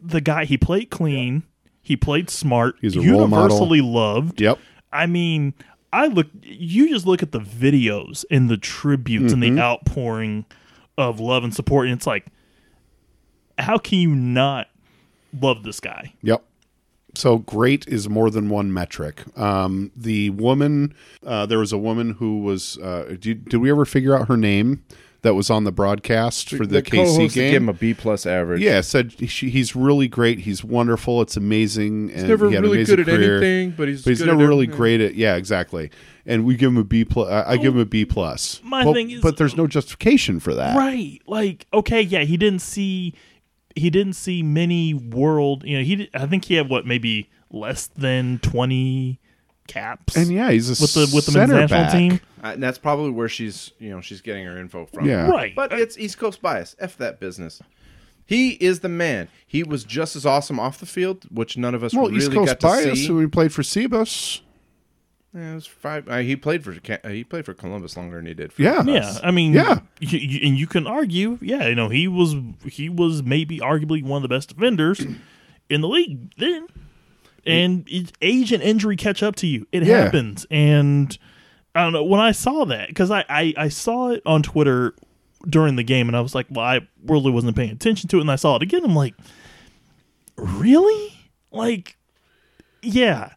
the guy he played clean, he played smart,
He's a role model.
universally loved.
Yep.
I mean, I look. You just look at the videos and the tributes
Mm-hmm.
and the outpouring of love and support, and it's like, how can you not love this guy?
Yep. So great is more than one metric. Um, the woman, uh, there was a woman who was. Uh, did, did we ever figure out her name? That was on the broadcast for the, KC
co-host that
game.
gave him a B plus average.
yeah, said she, he's really great. He's wonderful. It's amazing. And
never
he had an
really
amazing
good at
career.
anything, but he's good at
never really
everything.
great at. Yeah, exactly. And we give him a B plus. I, I give him a B plus.
My
but,
thing is-
but there's no justification for that.
Right. Like, okay, yeah, he didn't see he didn't see many world, you know, he did, I think he had what maybe less than 20 caps.
And yeah, he's a
with the with the men's
center
national
back.
team.
Uh, and that's probably where she's you know she's getting her info from.
Yeah.
Right.
But it's East Coast bias. F that business. He is the man. He was just as awesome off the field, which none of us
Well,
really
East Coast
got to
bias.
see.
who we played for Cebus.
Yeah, it was five. Uh, he played for Ca- uh, he played for Columbus longer than he did. for
Yeah.
yeah, I mean,
Yeah.
you, you, and you can argue, yeah, you know, he was he was maybe arguably one of the best defenders in the league then, and it- age and injury catch up to you. It
Yeah.
happens, and I don't know when I saw that because I, I I saw it on Twitter during the game, and I was like, well, I really wasn't paying attention to it, and I saw it again. I'm like, really? Like, yeah.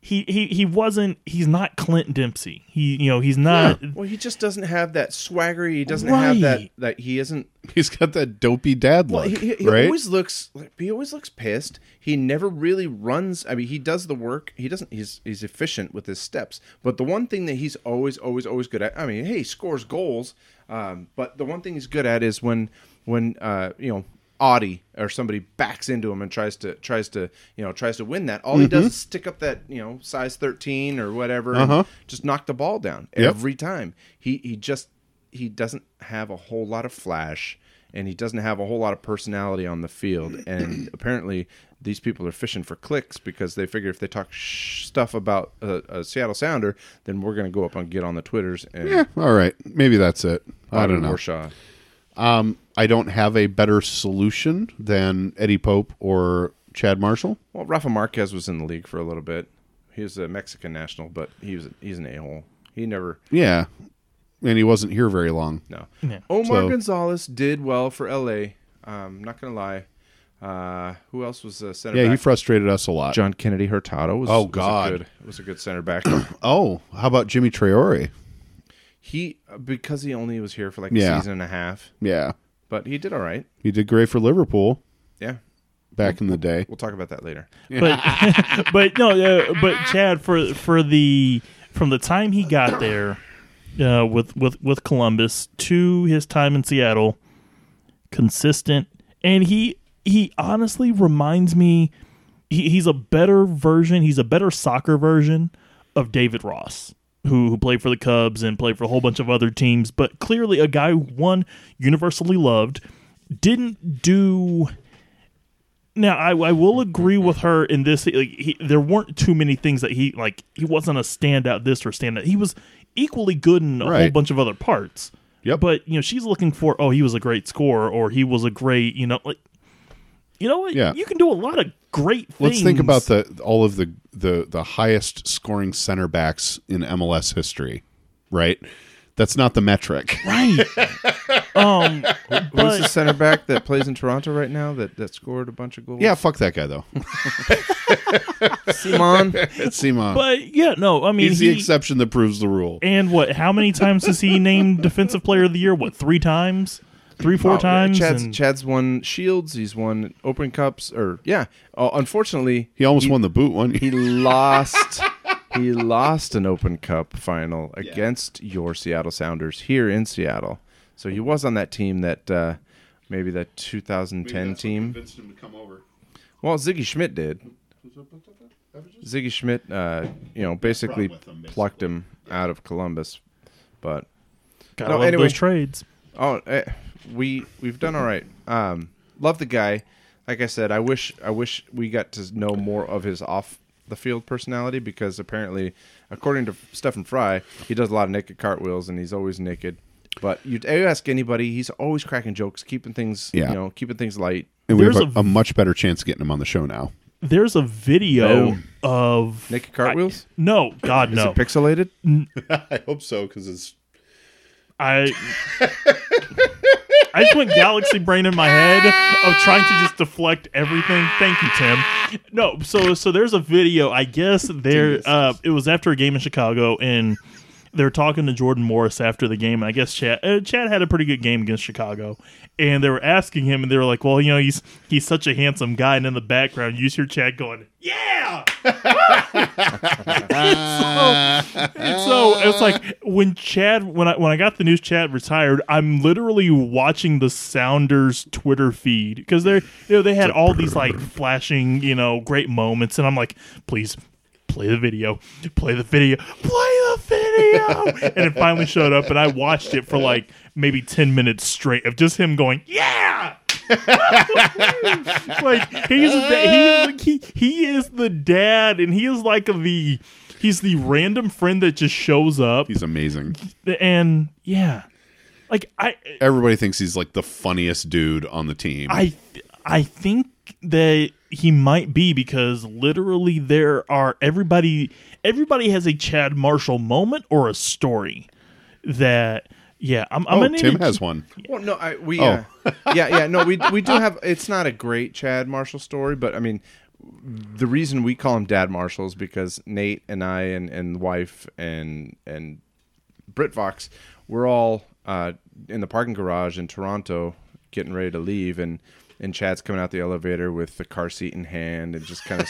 He, he, he wasn't he's not Clint Dempsey. He you know, he's not
Well, he just doesn't have that swagger. He doesn't
Right.
have that that he isn't.
He's got that dopey dad
Well,
look,
he, he, he
right?
always looks like, he always looks pissed. He never really runs. I mean, he does the work. He doesn't. He's he's efficient with his steps. But the one thing that he's always always always good at. I mean, hey, he scores goals. Um, but the one thing he's good at is when when uh, you know. Audi or somebody backs into him and tries to tries to you know tries to win that. All he
Mm-hmm.
does is stick up that you know size thirteen or whatever, and just knock the ball down
Uh-huh. Yep.
every time. He he just he doesn't have a whole lot of flash and he doesn't have a whole lot of personality on the field and apparently these people are fishing for clicks because they figure if they talk sh- stuff about a, a Seattle Sounder then we're going to go up and get on the twitters and
yeah, all right. Maybe that's it. I don't know.
Warshaw.
I don't have a better solution than Eddie Pope or Chad Marshall.
Well, Rafa Marquez was in the league for a little bit. He was a Mexican national, but he was he's an a-hole. He never
Yeah. And he wasn't here very long.
No.
Yeah.
Omar
So-
Gonzalez did well for LA. Um, not gonna lie. Uh, who else was uh, center?
Yeah, he
back?
frustrated us a lot.
John Kennedy Hurtado was
Oh,
was a
God.
good- was a good center back.
Oh, how about Jimmy Traore?
he because he only was here for like
Yeah.
a season and a half,
Yeah.
but he did all right.
He did great for Liverpool
Yeah,
back in the day.
we'll talk about that later.
but but no, uh, but Chad for for the from the time he got there uh, with with with Columbus to his time in Seattle, consistent, and he he honestly reminds me he, he's a better version. He's a better soccer version of David Ross. Who, who played for the Cubs and played for a whole bunch of other teams, but clearly a guy who one universally loved, didn't do now, I, I will agree with her in this. Like, he, there weren't too many things that he like. He wasn't a standout this or standout. He was equally good in a whole
Right.
bunch of other parts.
Yep.
But you know, she's looking for oh, he was a great scorer or he was a great you know like you know what
Yeah.
you can do a lot of great things.
Let's think about the all of the the the highest scoring center backs in MLS history, right? That's not the metric.
right. um,
Who's
but-
the center back that plays in Toronto right now that that scored a bunch of goals?
Yeah, fuck that guy though.
Simon.
It's Simon.
but yeah, no, I mean
He's the
he,
exception that proves the rule.
and what? How many times has he named Defensive Player of the Year? What three times? Three, four
Oh, yeah,
times.
Chad's,
and-
Chad's won shields. He's won Open Cups. Or yeah, uh, unfortunately,
He almost won the boot one.
he lost he lost an open cup final against your seattle sounders here in seattle so he was on that team that uh, maybe that 2010 team well ziggy schmidt did ziggy schmidt uh, you know basically, plucked him out of columbus but
Gotta
No,
love
anyway.
those trades.
Oh, eh, we we've done all right. Um, love the guy. Like I said, I wish I wish we got to know more of his off the field personality because apparently, according to Stephen Fry, he does a lot of naked cartwheels and he's always naked. But you you ask anybody, he's always cracking jokes, keeping things,
Yeah.
you know, keeping things light.
and we have
There's
a, a much better chance of getting him on the show now.
There's a video
Boom.
of
Naked cartwheels,
no, God no.
pixelated.
I hope so because it's
I I just went galaxy brain in my head of trying to just deflect everything. Thank you, Tim. No, so so there's a video. I guess there uh, it was after a game in Chicago, and they're talking to Jordan Morris after the game. And I guess Chad uh, Chad had a pretty good game against Chicago, and they were asking him, and they were like, "Well, you know, he's he's such a handsome guy," and in the background, you hear Chad going, "Yeah." And so it's like when Chad, when I when I got the news, Chad retired. I'm literally watching the Sounders Twitter feed because they you know they had all these like flashing you know great moments, and I'm like, please play the video, play the video, play the video, and it finally showed up, and I watched it for like maybe ten minutes straight of just him going, yeah. like he's the, he, he he is the dad, and he is like the he's the random friend that just shows up,
he's amazing.
and yeah, like I
Everybody thinks he's like the funniest dude on the team.
I I think that he might be because literally there are everybody everybody has a Chad Marshall moment or a story that yeah I'm, I'm
oh,
gonna need
Tim
to-
has one.
Well, no, I, we, uh, yeah, yeah, no, we we do have. It's not a great Chad Marshall story, but I mean, the reason we call him Dad Marshall is because Nate and I and and wife and and Brit Vox, we're all uh, in the parking garage in Toronto, getting ready to leave, and and Chad's coming out the elevator with the car seat in hand, and just kind of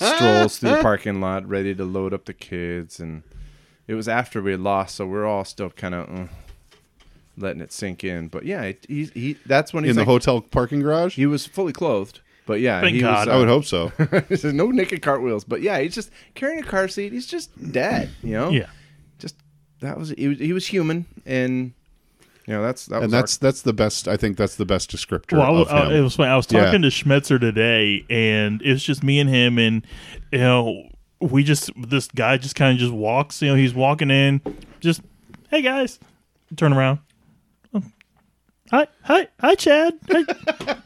strolls through the parking lot, ready to load up the kids, and it was after we had lost, so we're all still kind of. Uh, Letting it sink in, but yeah, it, he, he that's when he's
In the
like-
hotel parking garage?
He was fully clothed, but yeah,
Thank
he
God.
was. uh,
I would hope so.
There's no naked cartwheels, but yeah, he's just carrying a car seat. He's just dad, you know.
yeah
just that was he was, he was human, and you know that's that was
and
our-
that's that's the best. I think that's the best descriptor
Well, I was,
of him.
I, it was funny. I was
Yeah.
talking to Schmetzer today, and it's just me and him, and you know, we just this guy just kind of just walks. You know, he's walking in, just hey guys, turn around. Um, Hi, hi, hi, Chad. Hey.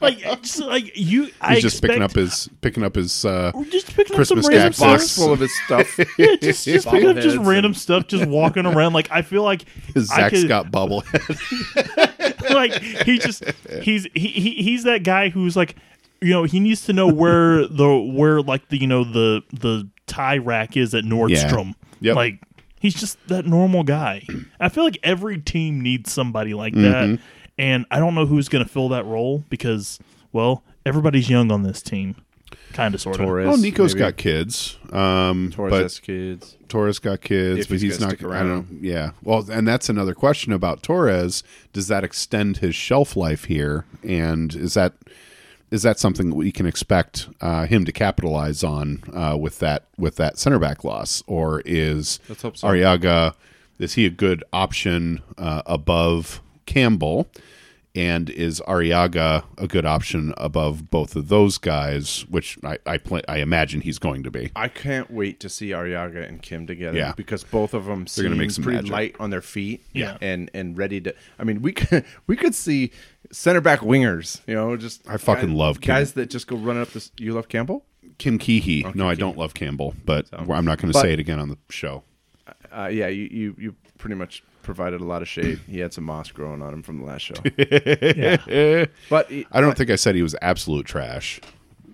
like, just like you, I
he's just picking up
expect-
his picking up his. Uh,
just picking up
Christmas
some random
taxes.
stuff.
box full of his stuff.
Yeah, just, just picking up just
Bobbleheads
random
and-
stuff, just walking around. Like I feel like
his
I
Zach
could-
Scott bobblehead.
like he just he's he, he he's that guy who's like you know he needs to know where the where like the you know the the tie rack is at Nordstrom.
Yep.
Like he's just that normal guy. I feel like every team needs somebody like
Mm-hmm.
that, and I don't know who's going to fill that role because well everybody's young on this team, kind of sort of.
Torres,
well, Nico's
maybe.
got kids, um,
Torres
but
has kids.
Torres got kids,
If
but
he's
he's,
gonna
not.
stick
I don't know. Yeah. Well, and that's another question about Torres. Does that extend his shelf life here? And is that is that something that we can expect uh, him to capitalize on uh, with that with that center back loss, or is
Let's hope so.
Ariaga is he a good option uh, above Campbell? And is Ariaga a good option above both of those guys? Which I I, pla I imagine he's going to be.
I can't wait to see Ariaga and Kim together
Yeah.
because both of them seem
gonna make some
pretty
magic.
light on their feet
Yeah.
and and ready to. I mean, we could we could see center back wingers, you know, just
I fucking
guys-
love Kim.
guys that just go running up this. You love Campbell?
Kim
Oh,
Keehee. no, I don't love Campbell, but I'm not going to
But-
say it again on the show.
Uh, yeah, you, you you pretty much provided a lot of shade. He had some moss growing on him from the last show,
Yeah.
but he,
I don't think I said he was absolute trash,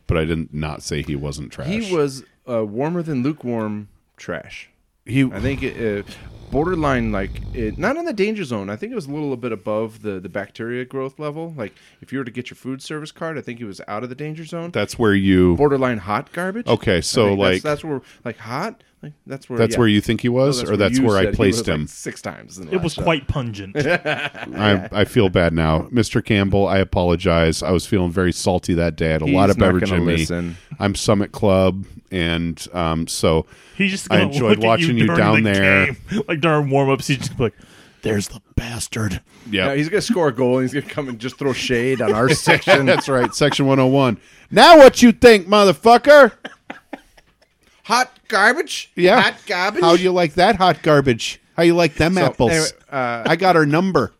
but I didn't not say he wasn't trash.
he was uh, warmer than lukewarm trash.
He,
I think it, uh, borderline like it, not in the danger zone. I think it was a little bit above the the bacteria growth level. Like if you were to get your food service card, I think he was out of the danger zone.
that's where you.
borderline hot garbage.
Okay,
I
so,
think that's-
like-
that's, where like hot. Like that's where
That's
yeah.
where you think he
No,
was, or that's
you
where
said
I
he
placed
was, like,
him.
six times. In the
It
last
was
show.
quite pungent.
I, I feel bad now, Mr. Campbell. I apologize. I was feeling very salty that day. I had a lot
He's
of
not
beverage
gonna
in me.
listen.
I'm Summit Club, and um, so
He's just.
I
gonna
enjoyed
look at
watching you
during
down
the
there.
game. like during warm ups. He's just like, "There's the bastard."
yeah,
Now, he's gonna score a goal and he's gonna come and just throw shade on our section.
that's right. Section 101. Now what you think, motherfucker?
hot garbage.
Yeah.
hot garbage.
How you like that hot garbage? How you like them
So,
apples?
anyway, uh,
I got her number.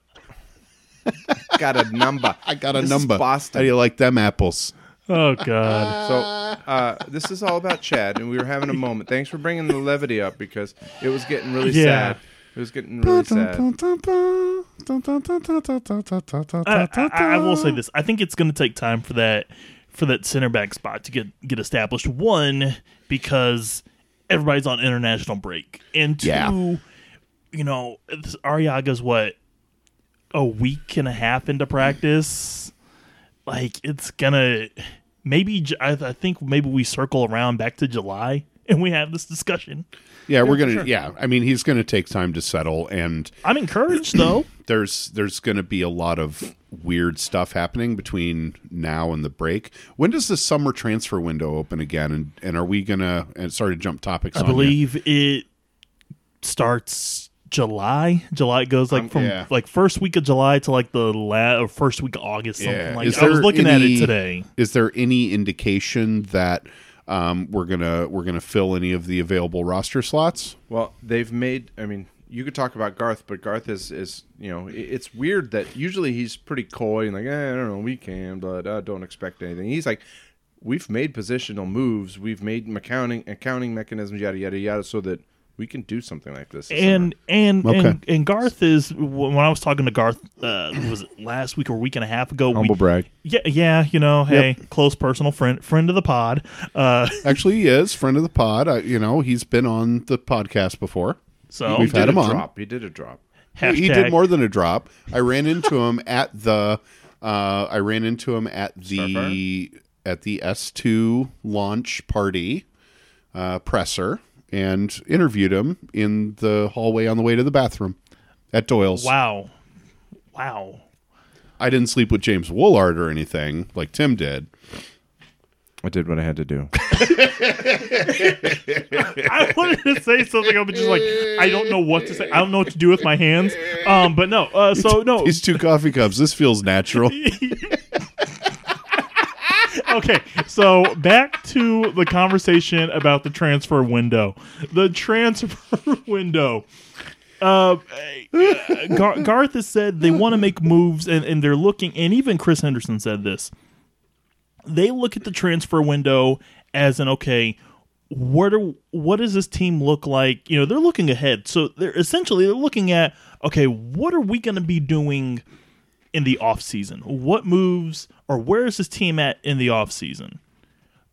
got a number.
I got a
This is
number. How do
Boston.
you like them apples?
Oh God.
So uh, this is all about Chad, and we were having a moment. Thanks for bringing the levity up because it was getting really
Yeah.
sad. It was getting really sad.
I,
Uh,
I, I will say this: I think it's going to take time for that for that center back spot to get get established. One, because everybody's on international break, and two,
Yeah.
you know, this Ariaga's what a week and a half into practice. Like it's gonna maybe Ju- I, I think maybe we circle around back to July and we have this discussion.
Yeah, we're gonna. Yeah, I mean, he's gonna take time to settle, and
I'm encouraged though.
there's there's gonna be a lot of weird stuff happening between now and the break. When does the summer transfer window open again? And and are we gonna? And sorry to jump topics.
I
on ya.
believe it starts July. July it goes like from
Um, yeah.
like first week of July to like the la- or first week of August. Something
Yeah.
like
Is
I was
there
looking at it
any-
today.
Is there any indication that um, we're gonna we're gonna fill any of the available roster slots?
Well, they've made. I mean, you could talk about Garth, but Garth is is you know i- it's weird that usually he's pretty coy and like eh, I don't know we can, but I don't expect anything. He's like. We've made positional moves. We've made accounting accounting mechanisms, yada yada yada, so that we can do something like this. this
And and, and
Okay.
and Garth is when I was talking to Garth uh, was it last week or week and a half ago. we-
Humble brag.
yeah, yeah, you know, hey, close personal friend, friend of the pod. Uh,
Actually, he is friend of the pod. I, you know, he's been on the podcast before.
so
We've had
summer. He did
him
a
on.
drop. He did a drop.
hashtag,
He did more than a drop. I ran into him at the. Uh, I ran into him at the at the S two launch party uh, presser and interviewed him in the hallway on the way to the bathroom at Doyle's.
Wow, wow.
I didn't sleep with James Woolard or anything like Tim did.
I did what I had to do.
I wanted to say something. I'm just like, I don't know what to say. I don't know what to do with my hands. Um, but no. Uh, so no.
These two coffee cups. This feels natural.
Okay. So back to the conversation about the transfer window. The transfer window. Uh, Gar- Garth has said they want to make moves, and, and they're looking. And even Chris Henderson said this. They look at the transfer window as an okay. where do what does this team look like? You know, they're looking ahead. So they're essentially they're looking at okay, what are we going to be doing in the off season? What moves or where is this team at in the off season?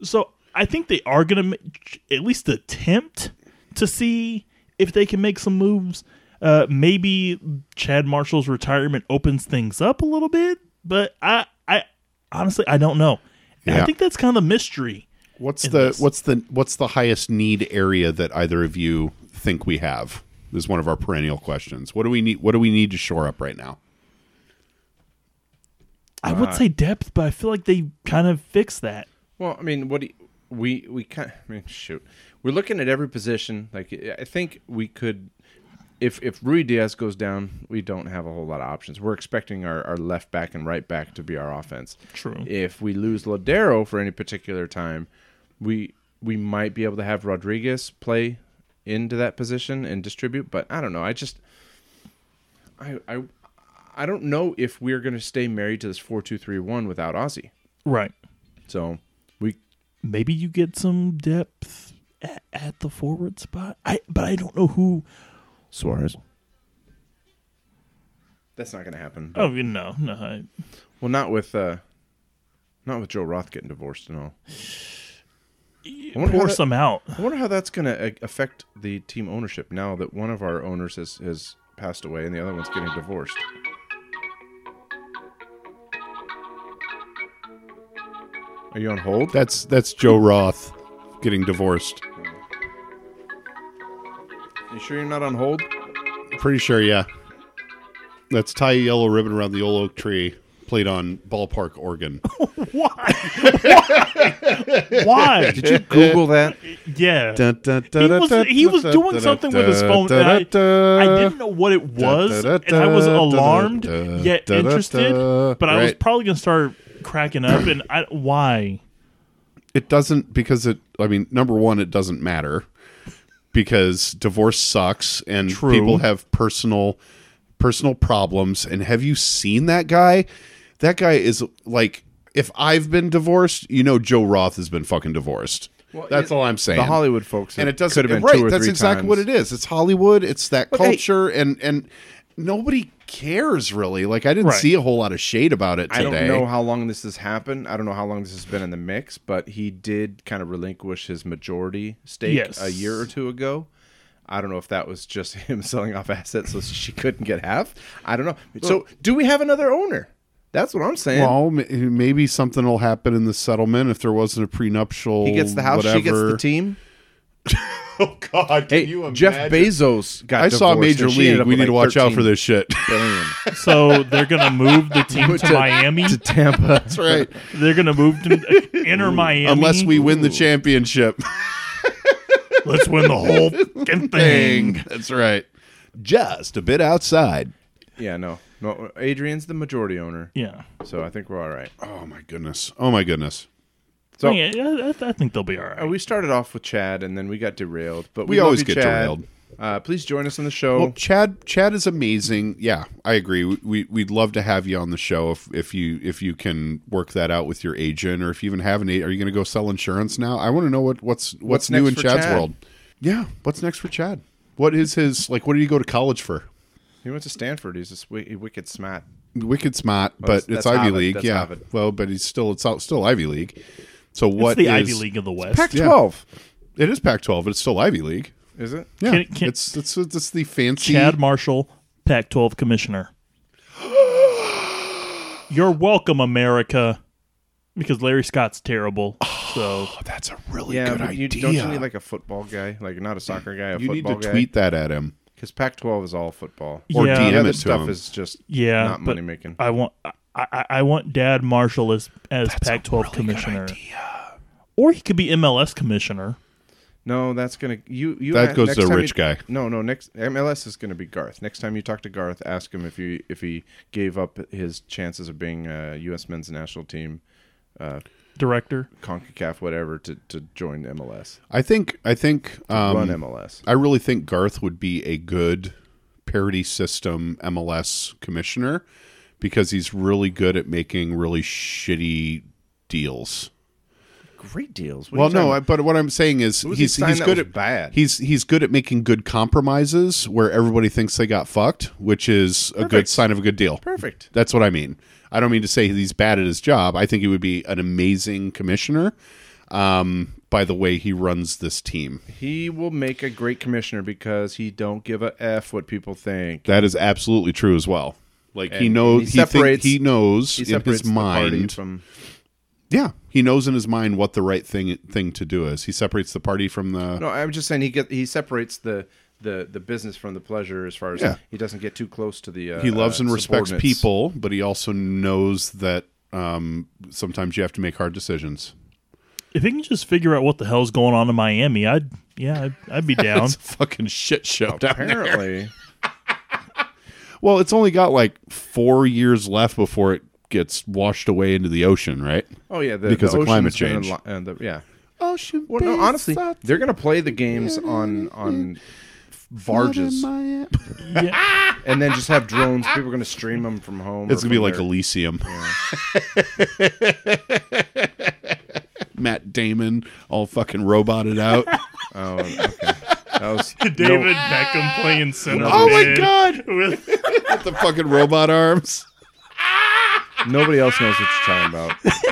So I think they are going to at least attempt to see if they can make some moves. Uh, maybe Chad Marshall's retirement opens things up a little bit, but I, I honestly I don't know. And I
Yeah.
think that's kind of the mystery.
What's
in
the
this.
what's the what's the highest need area that either of you think we have? This is one of our perennial questions. What do we need? What do we need to shore up right now?
I would say depth, but I feel like they kind of fixed that.
Well, I mean, what do you, we we kind I mean, shoot, we're looking at every position. Like, I think we could, if if Rui Diaz goes down, we don't have a whole lot of options. We're expecting our, our left back and right back to be our offense.
True.
If we lose Ladero for any particular time, we we might be able to have Rodriguez play into that position and distribute. But I don't know. I just I I I don't know if we're going to stay married to this four two three one without Ozzy.
Right.
So we
Maybe you get some depth at, at the forward spot. I but I don't know who.
Suarez.
That's not going to happen.
Oh you know, no. I,
Well, not with uh, not with Joe Roth getting divorced and all. I wonder, how
pour
that-
some out.
I wonder how that's going to affect the team ownership now that one of our owners has has passed away and the other one's getting divorced. Are you on hold?
That's that's Joe Roth getting divorced.
You sure you're not on hold?
Pretty sure, yeah. That's tie a yellow ribbon around the old oak tree, played on ballpark organ.
Why? Why? Why?
you Google that?
Yeah. He was, he was doing something with his phone. And I, I didn't know what it was, and I was alarmed yet interested. But I was
Right.
probably gonna start cracking up. And I, why?
It doesn't because it. I mean, number one, it doesn't matter because divorce sucks and people have personal personal problems. And have you seen that guy? That guy is like, if I've been divorced, you know, Joe Roth has been fucking divorced. that's all I'm saying.
The Hollywood folks,
and it doesn't
could have been
right.
Two or
that's
three
exactly
times.
what it is. It's Hollywood. It's that
hey-
culture, and and nobody cares really. Like I didn't
Right.
see a whole lot of shade about it
I
today.
don't know how long this has happened. I don't know how long this has been in the mix, but he did kind of relinquish his majority stake
Yes.
a year or two ago. I don't know if that was just him selling off assets so she couldn't get half. I don't know. So, do we have another owner? That's what I'm saying.
Well, ma- maybe something will happen in the settlement if there wasn't a prenuptial.
he gets the house, she gets the
whatever.
team.
Oh God!
Hey, Jeff Bezos got.
I saw
divorced,
Major
and she ended
League.
up
We
with
need to
like
watch out for
13
this shit.
billion.
So they're gonna move the team to Miami.
Tampa.
That's right.
They're gonna move to enter Miami
Unless we win the championship
Let's win the whole fucking thing.
thing. That's right. Just a bit outside.
yeah, no, no. Adrian's the majority owner,
Yeah.
so I think we're all right.
Oh my goodness. Oh my goodness.
So-
yeah, I, I- I think they'll be all right.
Uh, we started off with Chad, and then we got derailed. But we,
We
love
always
you,
get
Chad.
derailed.
Uh, please join us on the show.
Well, Chad, Chad is amazing. Yeah, I agree. We, we we'd love to have you on the show if if you if you can work that out with your agent, or if you even have an agent. Are you going to go sell insurance now? I want to know what what's what's,
What's
new
next
in
for
Chad's
Chad?
world. Yeah, what's next for Chad? What is his like? What did he go to college for?
he went to Stanford. He's a swi- wicked smart.
Wicked smart, but
that's-
it's
that's
Ivy
Harvard.
League.
That's
yeah,
Harvard.
well, but he's still it's out- still Ivy League. So
it's
what
the
is-
Ivy League of the West.
Pac-12. It is Pac-12, but it's still Ivy League.
Is it?
Yeah,
Can- can-
it's, it's it's the fancy.
Chad Marshall, Pac 12 commissioner. You're welcome, America, because Larry Scott's terrible. So
that's a really
Yeah,
good
but you,
idea.
don't you need like a football guy? Like not a soccer guy, a
You need
football
to
guy?
tweet that at him.
Because Pac-12 is all football.
Or
yeah,
DM
The other
it to
stuff
him.
is just
yeah,
not
but
money making.
I want I, I, I want Dad Marshall as as Pac 12 commissioner, or he could be MLS commissioner.
No, that's gonna you you.
That
a-
goes
next
to a
time
rich
you-
guy.
No, no. Next MLS is gonna be Garth. Next time you talk to Garth, ask him if he if he gave up his chances of being uh, U.S. men's national team,
Director,
Concacaf, whatever, to to join MLS,
I think I think
run
um,
MLS.
I really think Garth would be a good parody system MLS commissioner because he's really good at making really shitty deals.
Great deals. What are
Well,
you talking
no, I, but what I'm saying is
was
he's
he signed
he's
that
good
was
at
bad?
He's he's good at making good compromises where everybody thinks they got fucked, which is a good
Perfect.
sign of a good deal.
Perfect.
That's what I mean. I don't mean to say he's bad at his job. I think he would be an amazing commissioner. Um, by the way, he runs this team.
He will make a great commissioner because he don't give a f what people think.
That is absolutely true as well. Like he
And
knows,
he
he, think-
separates-
he knows
He
in
separates
his
the party
mind.
from
yeah, he knows in his mind what the right thing thing to do is. He separates the party from the.
no. I'm just saying he get he separates the. The, the business from the pleasure as far as
Yeah.
he doesn't get too close to the uh,
he loves
uh,
and respects
subordinates.
people, but he also knows that um, sometimes you have to make hard decisions.
if he can just figure out what the hell's going on in Miami, I'd yeah, I'd, I'd be down.
It's a fucking shit show down there.
apparently
Well, it's only got like four years left before it gets washed away into the ocean, right?
Oh yeah, the,
Because
the
of climate
ocean's gonna
change.
li- and the- yeah.
Ocean.
Well, no, honestly, they're gonna play the games on on barges and then just have drones. People are gonna stream them from home.
It's gonna
or
be
from
like
their-
Elysium. Matt Damon all fucking roboted out.
Oh, okay. That was
David Beckham playing center.
oh my
mid
god!
With
With the fucking robot arms.
nobody else knows what you're talking about.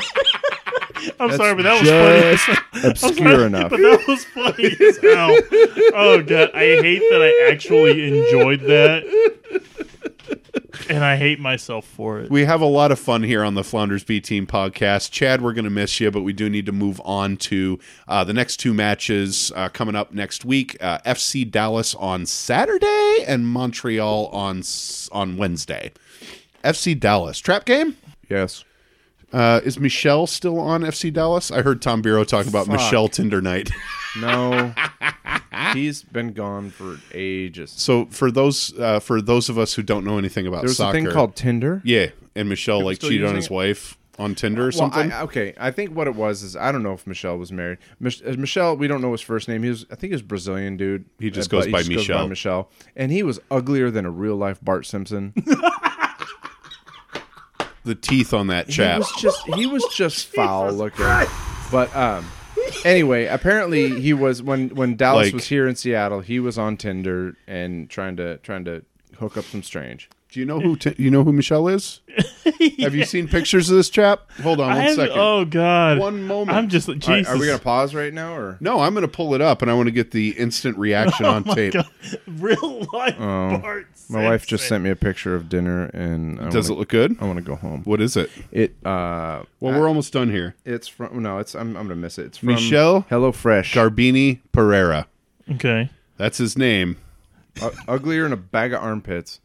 I'm sorry, but that was funny.
Just obscure enough.
But that was funny as hell. Oh god, I hate that I actually enjoyed that, and I hate myself for it.
We have a lot of fun here on the Flounders B Team podcast. Chad, we're going to miss you, but we do need to move on to uh, the next two matches uh, coming up next week: uh, FC Dallas on Saturday and Montreal on s- on Wednesday. FC Dallas trap game.
Yes.
Uh, is Michelle still on FC Dallas? I heard Tom Biro talk about Michelle Tinder night.
No. He's been gone for ages.
so for those uh, for those of us who don't know anything about
There's
soccer,
a thing called Tinder.
yeah, and Michelle like
still
cheated on
using
his
it?
wife. on Tinder or
Well,
something?
I, uh, okay, I think what it was is I don't know if Michelle was married. Mich- uh, Michelle, we don't know his first name. He was, I think, he was Brazilian dude. Uh,
He just
but
goes by Michelle.
Michelle, and he was uglier than a real life Bart Simpson.
the teeth on that
He
chap.
was just he was just foul looking. But um anyway, apparently he was when when Dallas
Like-
was here in Seattle, he was on Tinder and trying to trying to hook up some strange.
Do you know who Ti- you know who Michelle is? Have you seen pictures of this chap? Hold on
I
one
have-
second.
Oh God!
One moment.
I'm just
All right,
Jesus.
are we gonna pause right now or
No, I'm going to pull it up and I want to get the instant
Oh
reaction on tape.
Real life Bart.
my wife just sent me a picture of dinner and I
Does it
wanna,
look good?
I want to go home.
What is it?
It Oh. uh
Well, we're almost done here.
it's from no, it's I'm I'm gonna miss it. It's from
Michelle
Hello Fresh.
Garbini Pereira.
Okay.
That's his name.
uglier than a bag of armpits.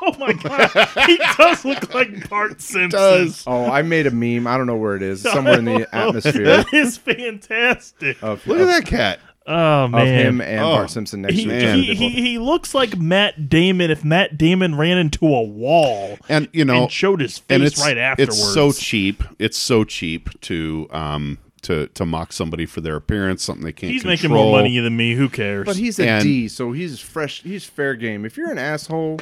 Oh my God! he does look like Bart Simpson.
Does.
Oh, I made a meme. I don't know where it is. Somewhere in the atmosphere
That is fantastic.
of,
Look
of,
at that cat.
oh
of
man.
him and
Oh.
Bart Simpson next
he,
to each
Man.
other.
he, he, he looks like Matt Damon if Matt Damon ran into a wall
And you know,
and showed his face
and it's
right afterwards.
It's so cheap. It's so cheap to um to to mock somebody for their appearance, something they can't
He's
control.
making more money than me. Who cares?
But he's a D,
And-
so he's fresh. He's fair game. If you're an asshole,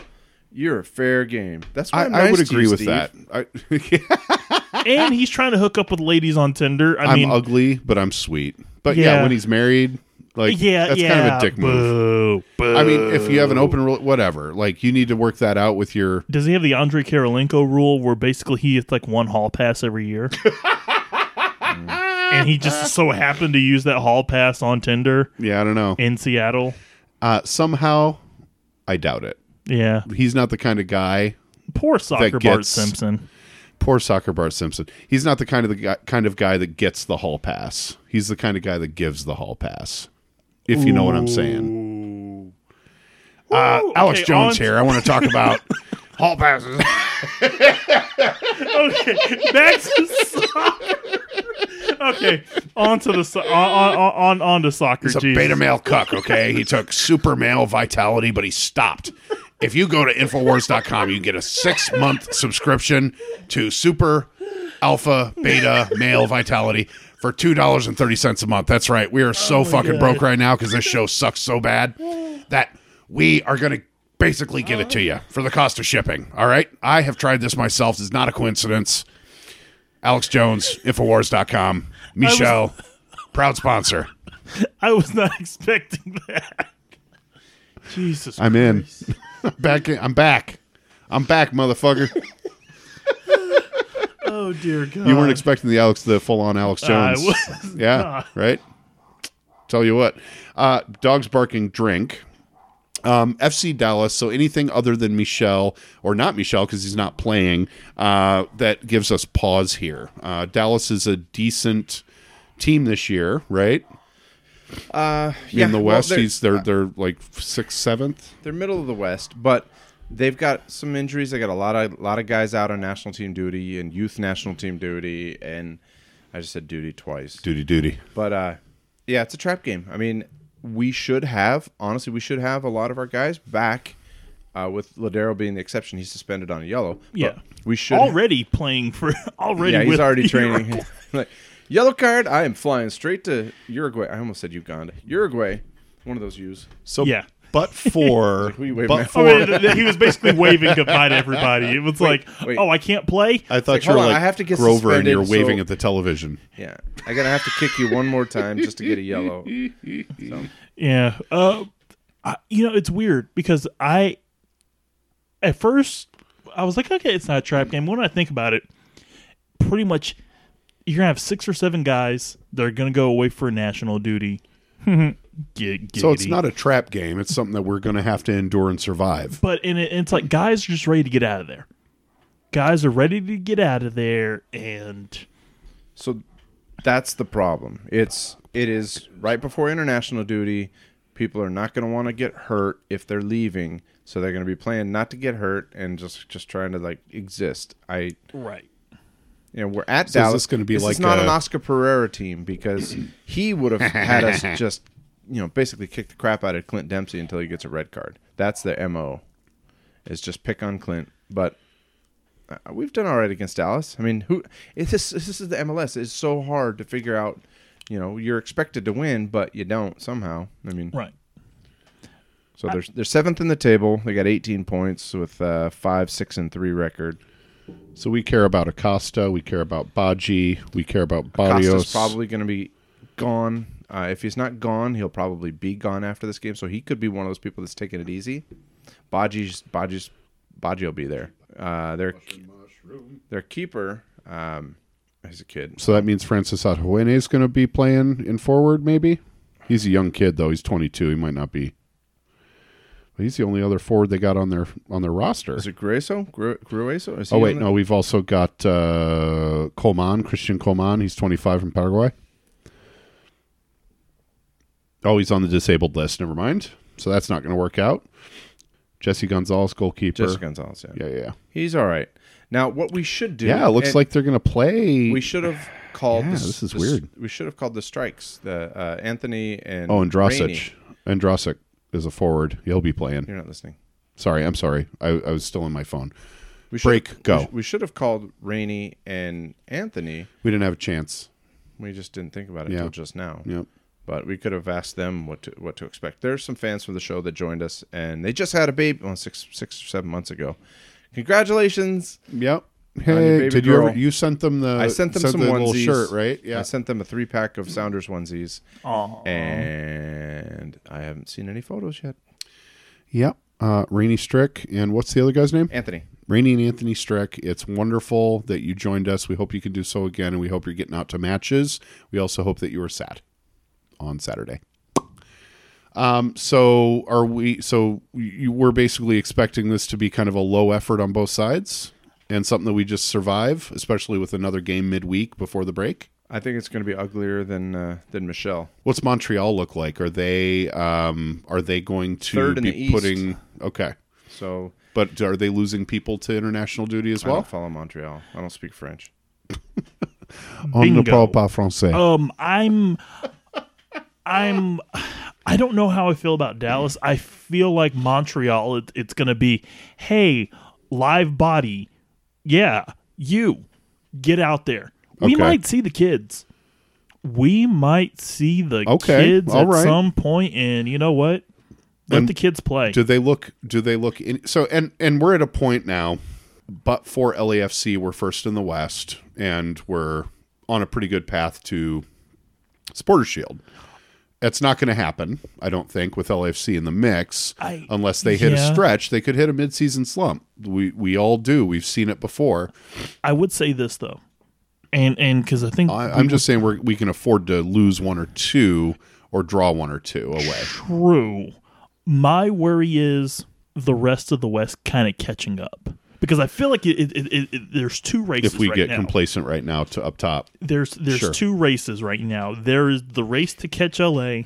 you're a fair game. That's why
I,
I'm
I
nice
would
to you,
agree with
Steve.
that. I, yeah,
and he's trying to hook up with ladies on Tinder. I
I'm
mean,
ugly, but I'm sweet. But yeah,
Yeah.
when he's married, like
yeah,
that's
yeah,
kind of a dick move.
Boo, boo.
I mean, if you have an open rela- whatever, like you need to work that out with your.
does he have the Andre Karolinko rule where basically he gets like one hall pass every year? and he just so happened to use that hall pass on Tinder
Yeah, I don't know.
in Seattle.
Uh, somehow, I doubt it.
Yeah.
He's not the kind of guy.
Poor soccer Bart
gets-
Simpson.
Poor soccer Bart Simpson. He's not the kind of the guy, kind of guy that gets the hall pass. He's the kind of guy that gives the hall pass. If you know what I'm saying. Uh, Alex
okay,
Jones
on-
here. I want to talk about hall passes.
Okay, back to soccer. Okay, on to the so- on on on, on to soccer.
He's a
Jesus.
beta male cuck, okay? He took super male vitality, but he stopped. If you go to Infowars.com, you can get a six month subscription to super alpha beta male vitality for $2.30 a month. That's right. We are so fucking broke right now because this show sucks so bad that we are going to basically give it to you for the cost of shipping. All right? I have tried this myself. It's not a coincidence. Alex Jones, Infowars.com, Michelle, proud sponsor.
I was not expecting that. Jesus,
I'm in. back in. I'm back. I'm back, motherfucker.
oh dear God!
You weren't expecting the Alex, the full-on Alex
I
Jones.
was
yeah,
not.
right. Tell you what, uh, dogs barking drink. Um, FC Dallas. So anything other than Michelle or not Michelle because he's not playing. Uh, that gives us pause here. Uh, Dallas is a decent team this year, right?
Yeah,
In the
well,
West,
they're, uh,
he's they're they're like sixth, seventh.
they're middle of the West, but they've got some injuries. They got a lot of lot of guys out on national team duty and youth national team duty, and I just said duty twice.
Duty, duty.
But uh, yeah, it's a trap game. I mean, we should have honestly, we should have a lot of our guys back. Uh, with Ladero being the exception, he's suspended on a yellow. but
Yeah.
we should
already playing for already.
Yeah, he's
with
already
Uruguay.
training. Like, Yellow card. I am flying straight to Uruguay. I almost said Uganda. Uruguay. One of those U's.
So
Yeah. Oh,
but for
Who you waving
but
at?
I mean, th- th- he was basically waving goodbye to everybody. It was like,
wait.
oh, I can't play.
I thought
like,
you were
hold on,
like
I have to get
Grover and you're
suspended,
waving
so-
at the television.
Yeah, I gotta have to kick you one more time just to get a yellow.
Yeah. Uh, I, you know, it's weird because I, at first, I was like, okay, it's not a trap game. When I think about it, pretty much you're going to have six or seven guys that are going to go away for national duty. Gig-
So it's
giggity.
not a trap game. It's something that we're going to have to endure and survive.
But and it, it's like guys are just ready to get out of there. Guys are ready to get out of there, and
So that's the problem. It's it is right before international duty. People are not gonna want to get hurt if they're leaving, so they're gonna be playing not to get hurt and just just trying to like exist. I
right.
you know, we're at
So is
Dallas.
this gonna be
this
like
is not
a-
an Oscar Pereira team because he would have had us just, you know, basically kick the crap out of Clint Dempsey until he gets a red card. That's the mo. Is just pick on Clint, but uh, we've done all right against Dallas. I mean, who? It's just, this is the MLS. It's so hard to figure out. You know, you're expected to win, but you don't somehow. I mean,
Right.
so they're they're seventh in the table. They got 18 points with uh, five, six, and three record.
So we care about Acosta. We care about Baji. We care about Barrios.
Costa's probably going to be gone. Uh, if he's not gone, he'll probably be gone after this game. So he could be one of those people that's taking it easy. Baji's Baji's Baji will be there. Uh, their their keeper um, is a kid.
so that means Francis Atahuene is going to be playing in forward, maybe? He's a young kid, though. He's 22. He might not be. But he's the only other forward they got on their on their roster.
Is it Grueso? Gru- Grueso? Is he
Oh, wait.
on
No, we've also got uh, Coman, Christian Coman. He's 25 from Paraguay. Oh, he's on the disabled list. Never mind. So that's not going to work out. Jesse Gonzalez, goalkeeper.
Jesse Gonzalez. Yeah.
Yeah, yeah, yeah.
he's all right. Now, what we should do?
Yeah, it looks
and
like they're going to play.
we should have called.
Yeah,
s-
this is
s-
weird.
We should have called the strikes. The uh, Anthony and
oh, and
Rainey.
Drosic. And Drosic is a forward. He'll be playing.
You're not listening.
Sorry, I'm sorry. I, I was still in my phone.
We should-
Break,
we
go.
sh- We, should have called Rainey and Anthony.
We didn't have a chance.
We just didn't think about it
Yeah.
until just now.
Yep.
But we could have asked them what to what to expect. There's some fans from the show that joined us, and they just had a baby well, six six or seven months ago. Congratulations!
Yep.
your
Hey,
baby
did you ever,
girl.
you sent them the
I sent them some
the little
onesies.
shirt, right?
I
Yeah.
sent them a three pack of Sounders onesies,
Aw.
and I haven't seen any photos yet.
Yep. Uh, Rainey Strick and what's the other guy's name?
Anthony,
Rainey and Anthony Strick. It's wonderful that you joined us. We hope you can do so again, and we hope you're getting out to matches. We also hope that you were sad on Saturday. Um, so are we? So you we're basically expecting this to be kind of a low effort on both sides, and something that we just survive, especially with another game midweek before the break.
I think it's going to be uglier than uh, than Michelle.
What's Montreal look like? Are they um, are they going to
Third in
be
the East.
putting okay?
So
But are they losing people to international duty as
I don't
well?
follow Montreal. I don't speak French.
On
ne Bingo. parle
pas français.
Um, I'm, I'm, I don't know how I feel about Dallas. I feel like Montreal. It, it's going to be, hey, live body, yeah, you get out there. We
Okay.
might see the kids. We might see the
Okay,
kids
all
at
right.
some point, and you know what? Let the kids play.
do they look do they look in, so and and we're at a point now but for LAFC we're first in the west and we're on a pretty good path to supporter shield that's not going to happen i don't think with LAFC in the mix
I-
unless they hit
yeah.
a stretch they could hit a midseason slump we we all do we've seen it before
I would say this though, and and because I think
I, i'm just saying we're, we can afford to lose one or two or draw one or two away
True. My worry is the rest of the West kind of catching up because I feel like it, it, it, it, there's two races.
if we
right
get
now.
complacent right now to up top
there's there's
Sure.
two races right now. There is the race to catch LA,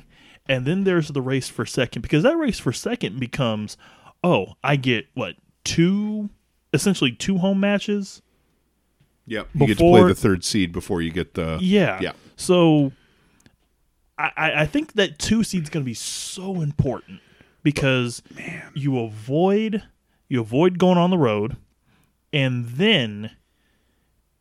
and then there's the race for second because that race for second becomes, oh, I get what two, essentially two home matches.
Yep. You get to play
Before-
the third seed before you get the
Yeah.
Yeah.
So I, I I think that two seed's gonna be so important because you avoid you avoid going on the road and then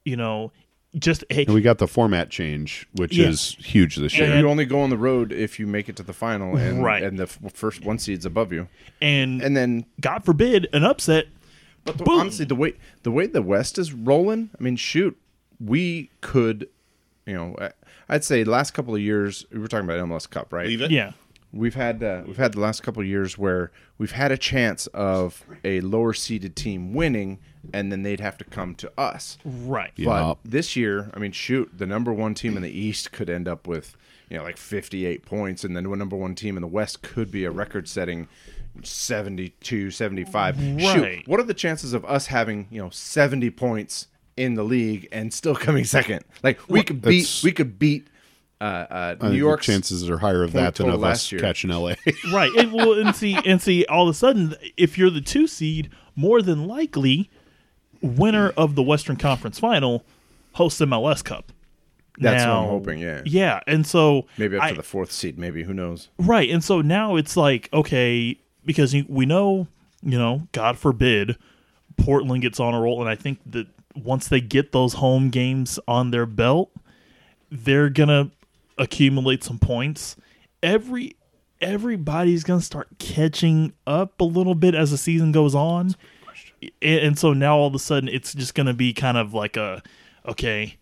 you know just hey
And we got the format change, which
Yeah.
is huge this year.
And-
You only go on the road if you make it to the final, and
Right.
and the f- first one seed's above you,
and,
and then
God forbid an upset.
But the,
Boom.
honestly, the way the way the West is rolling, I mean, shoot, we could, you know, I- I'd say last couple of years we were talking about MLS Cup, right?
Yeah.
We've had uh, we've had the last couple of years where we've had a chance of a lower seeded team winning, and then they'd have to come to us.
Right.
Yeah.
But this year, I mean, shoot, the number one team in the East could end up with, you know, like 58 points, and then the number one team in the West could be a record setting 72, 75. Shoot,
Right.
what are the chances of us having, you know, 70 points in the league and still coming second? Like, we could beat,
That's-
we could beat uh, uh,
I
New
think the
York's.
chances are higher of that than
total
of us
last year.
catching LA.
Right. And, well, and see and see all of a sudden if you're the two seed, more than likely winner of the Western Conference final hosts MLS Cup.
That's
now,
what I'm hoping, yeah.
Yeah, and so
Maybe up to
I-
the fourth seed, maybe. Who knows?
right, and so now it's like okay, because you- we know, you know, God forbid, Portland gets on a roll, and I think that once they get those home games on their belt, they're gonna accumulate some points. Every everybody's gonna start catching up a little bit as the season goes on, and, and so now all of a sudden it's just gonna be kind of like a okay.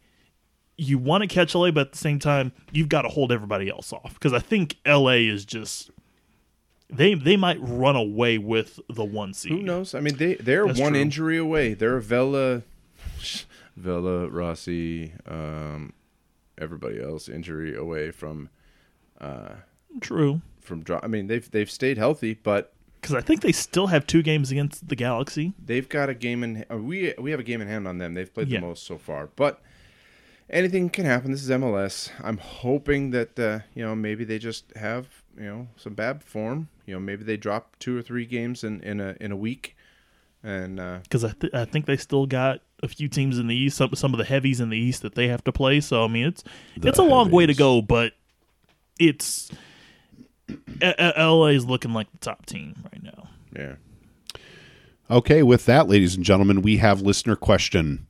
You want to catch LA, but at the same time, you've got to hold everybody else off because I think LA is just they they might run away with the one seed.
Who knows? I mean, they they're
That's
one
true.
injury away. They're Vela, Vela Rossi, um, everybody else injury away from
True,
from drop. I mean, they've they've stayed healthy, but
because I think they still have two games against the Galaxy.
they've got a game in. uh, We we have a game in hand on them. They've played
Yeah.
the most so far, but anything can happen. This is MLS. I'm hoping that uh, you know maybe they just have you know some bad form. You know, maybe they drop two or three games in in a in a week, and uh,
Because I th- I think they still got a few teams in the East, some some of the heavies in the East that they have to play. So I mean, it's it's a long way to go, but it's A- A- LA is looking like the top team right now.
yeah.
Okay, with that, ladies and gentlemen, we have listener question,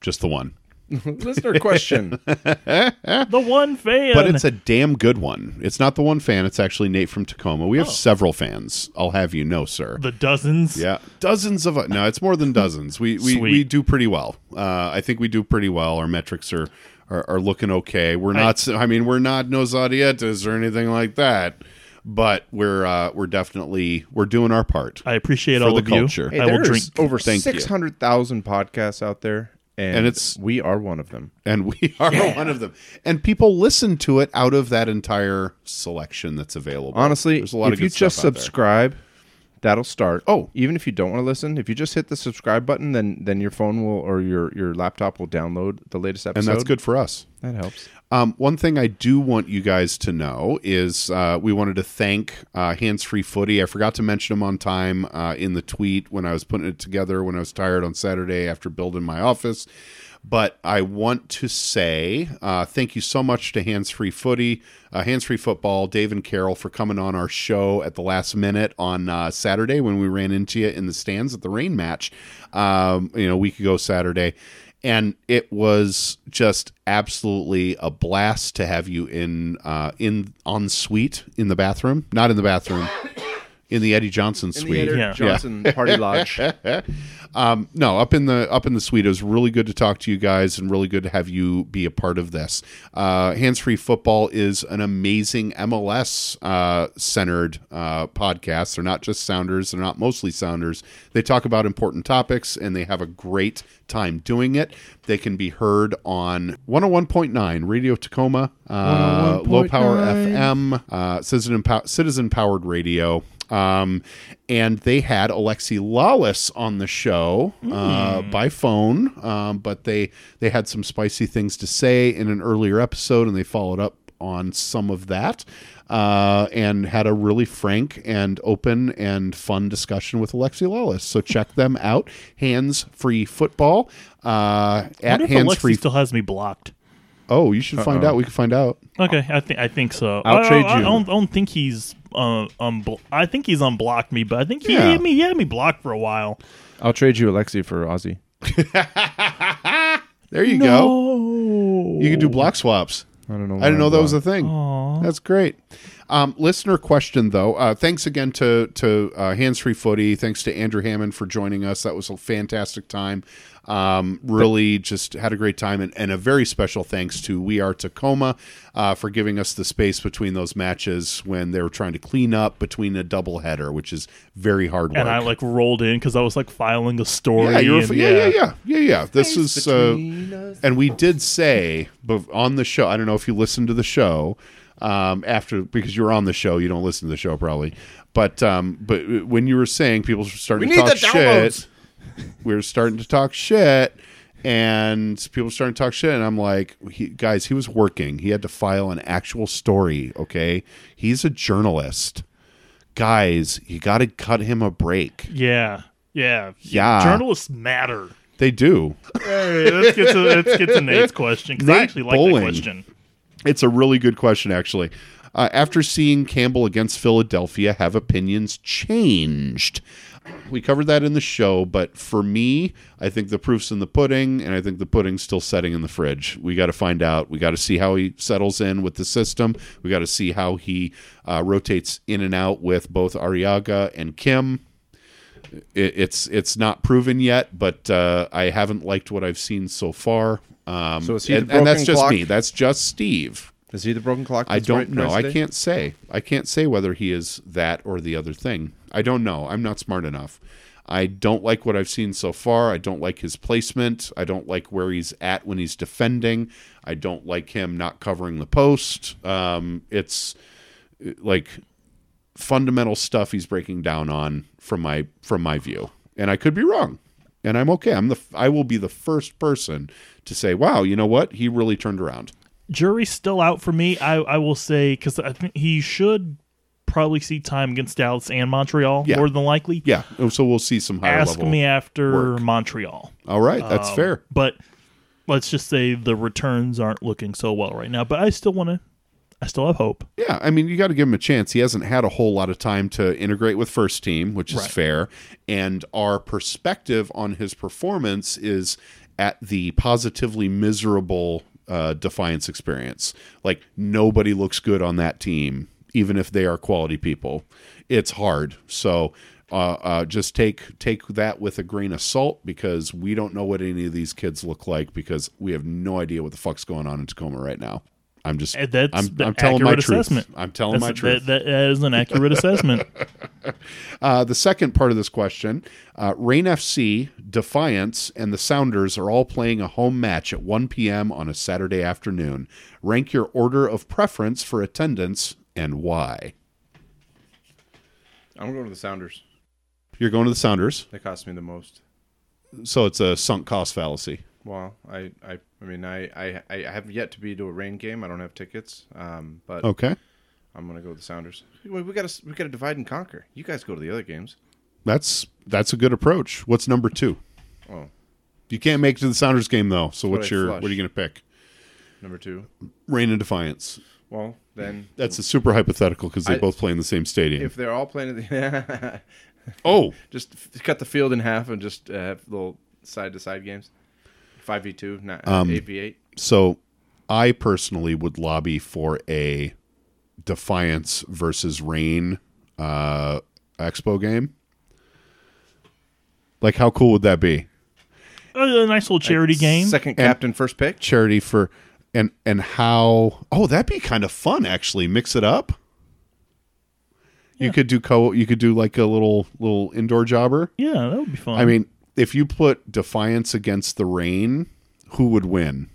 just the one,
Listener question.
The one fan,
but it's a damn good one. It's not the one fan; it's actually Nate from Tacoma.
Oh.
We have several fans. I'll have you know, sir.
the dozens.
Yeah, dozens of no, it's more than dozens. We we,
Sweet.
we do pretty well. Uh, I think we do pretty well. Our metrics are are, are looking okay. We're not. I, mean, we're not Nosadiatas or anything like that. But we're uh, we're definitely we're doing our part.
I appreciate
For
all
the
of you.
culture. Hey,
I will
There's
drink.
over
Thank you.
six hundred thousand podcasts out there, and,
And it's-
it's we are one of them.
and we are one of them. And people listen to it out of that entire selection that's available.
Honestly,
there's a lot
if
of
you
good
just
stuff out there.
subscribe, that'll start.
Oh.
even if you don't want to listen, if you just hit the subscribe button, then then your phone will or your your laptop will download the latest episode,
and that's good for us.
That helps.
Um, one thing I do want you guys to know is uh, we wanted to thank uh, Hands Free Footy. I forgot to mention him on time uh, in the tweet when I was putting it together when I was tired on Saturday after building my office. But I want to say uh, thank you so much to Hands Free Footy, uh, Hands Free Football, Dave and Carol for coming on our show at the last minute on uh, Saturday when we ran into you in the stands at the rain match, um, you know, a week ago Saturday and it was just absolutely a blast to have you in uh, in en suite in the bathroom, not in the bathroom, in the Eddie Johnson suite.
Yeah.
Johnson Party Lodge.
Um, no, up in the up in the suite. It was really good to talk to you guys, and really good to have you be a part of this. Uh, Hands Free Football is an amazing MLS uh, centered uh, podcast. They're not just Sounders; they're not mostly Sounders. They talk about important topics, and they have a great time doing it. They can be heard on 101.9 Radio Tacoma, uh, Low Power FM, uh, Citizen Pow- Citizen Powered Radio. Um, and they had Alexi Lawless on the show uh,
Hmm.
by phone, um, but they they had some spicy things to say in an earlier episode, and they followed up on some of that, uh, and had a really frank and open and fun discussion with Alexi Lawless. So check them out. Hands Free Football uh,
I
at
wonder if
Hands
Alexi
Free.
still has me blocked.
oh, you should find out. We can find out.
Okay, I think I think so.
I'll
I, I-
trade
I,
you.
don't, I don't think he's uh, unblo- I think he's unblocked me, but I think he
Yeah.
had me he had me blocked for a while.
I'll trade you Alexi for Ozzy.
There you go.
Oh,
You can do block swaps.
I don't know.
I didn't know that was a thing. That's great. Um, listener question though. Uh, thanks again to to uh, Hands Free Footy. Thanks to Andrew Hammond for joining us. That was a fantastic time. Um, really, just had a great time, and, and a very special thanks to We Are Tacoma uh, for giving us the space between those matches when they were trying to clean up between a doubleheader, which is very hard work.
and I like rolled in because I was like filing a story.
Yeah, you were,
and,
yeah, yeah, yeah, yeah, yeah. This is, uh, and we did say bef- on the show. I don't know if you listened to the show um, after because you were on the show. You don't listen to the show probably, but um, but when you were saying people were starting
We
to
need
talk
the downloads.
shit, we were starting to talk shit. And people were starting to talk shit, and I'm like, he, guys, he was working. He had to file an actual story. Okay, he's a journalist. Guys, you got to cut him a break.
yeah, yeah,
Yeah.
Journalists matter.
They do.
Hey, let's get to let's get to Nate's question because I
Nate
actually like
Bowling.
that question.
It's a really good question, actually. Uh, after seeing Campbell against Philadelphia, have opinions changed? we covered that in the show, but for me, I think the proof's in the pudding, and I think the pudding's still setting in the fridge. We got to find out. We got to see how he settles in with the system. We got to see how he uh, rotates in and out with both Ariaga and Kim. It, it's it's not proven yet, but uh, I haven't liked what I've seen so far. Um,
So is he the
and, and that's
broken
just
clock?
me. That's just Steve.
Is he the broken clock?
I
that's
don't
right
know. I
today?
can't say. I can't say whether he is that or the other thing. I don't know. I'm not smart enough. I don't like what I've seen so far. I don't like his placement. I don't like where he's at when he's defending. I don't like him not covering the post. Um, it's uh, like fundamental stuff he's breaking down on from my from my view, and I could be wrong. And I'm okay. I'm the. I will be the first person to say, "Wow, you know what? He really turned around."
Jury's still out for me. I, I will say because I think he should probably see time against Dallas and Montreal
Yeah.
more than likely.
Yeah. So we'll see some higher
Ask
level.
me after
work.
Montreal.
All right, that's
Um,
fair.
But let's just say the returns aren't looking so well right now. But I still want to. I still have hope.
Yeah, I mean, you got to give him a chance. He hasn't had a whole lot of time to integrate with first team, which is
Right.
fair. And our perspective on his performance is at the positively miserable uh, Defiance experience. Like nobody looks good on that team, even if they are quality people. It's hard. So. Uh, uh, just take take that with a grain of salt because we don't know what any of these kids look like because we have no idea what the fuck's going on in Tacoma right now. I'm just
And That's
I'm,
the
I'm telling my
accurate
truth.
assessment.
I'm telling
That's-
my truth.
That, that is an accurate assessment.
Uh, the second part of this question uh, Rain FC, Defiance, and the Sounders are all playing a home match at 1 p.m. on a Saturday afternoon. Rank your order of preference for attendance and why.
I'm going to the Sounders.
You're going to the Sounders,
They cost me the most.
so it's a sunk cost fallacy.
Well, I, I, I mean, I, I, I have yet to be to a rain game. I don't have tickets. Um, but
Okay.
I'm gonna go with the Sounders. We, we gotta, we gotta divide and conquer. You guys go to the other games.
That's that's a good approach. What's number two?
Oh,
You can't make it to the Sounders game though. So
what
what's
I
your
flushed.
what are you going to pick?
number two.
Rain and Defiance.
Well, then
That's a super hypothetical because they
I-
both play in the same stadium.
if they're all playing, at the,
oh,
just f- cut the field in half and just uh, have little side to side games. Five v two, not uh,
Um,
eight v eight.
so I personally would lobby for a Defiance versus Rain uh, Expo game. Like, how cool would that be?
Oh, a, a nice little charity game.
Second captain, first pick.
Charity for and and how? Oh, that'd be kind of fun. Actually, mix it up. You could do co. You could do like a little little indoor jobber.
yeah, that would be fun.
I mean, if you put Defiance against the Rain, who would win?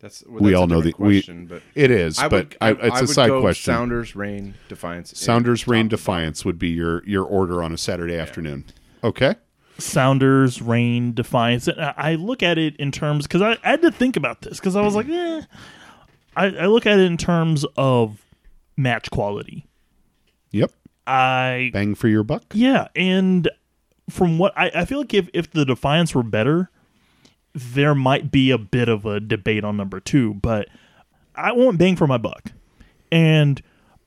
That's well,
We
that's a
all know the-
different
we-
question, but
It is,
I
but
would,
I,
I,
it's
I
a
would
side
go
question.
Sounders, rain, defiance. in
Sounders Rain
top.
Defiance would be your your order on a Saturday afternoon. Okay.
Sounders, Rain, Defiance. And I I look at it in terms because I, I had to think about this because I was like, eh. I, I look at it in terms of match quality.
Yep.
I
Bang for your buck.
yeah, and from what I, I feel like if if the Defiance were better, there might be a bit of a debate on number two, but I want bang for my buck. And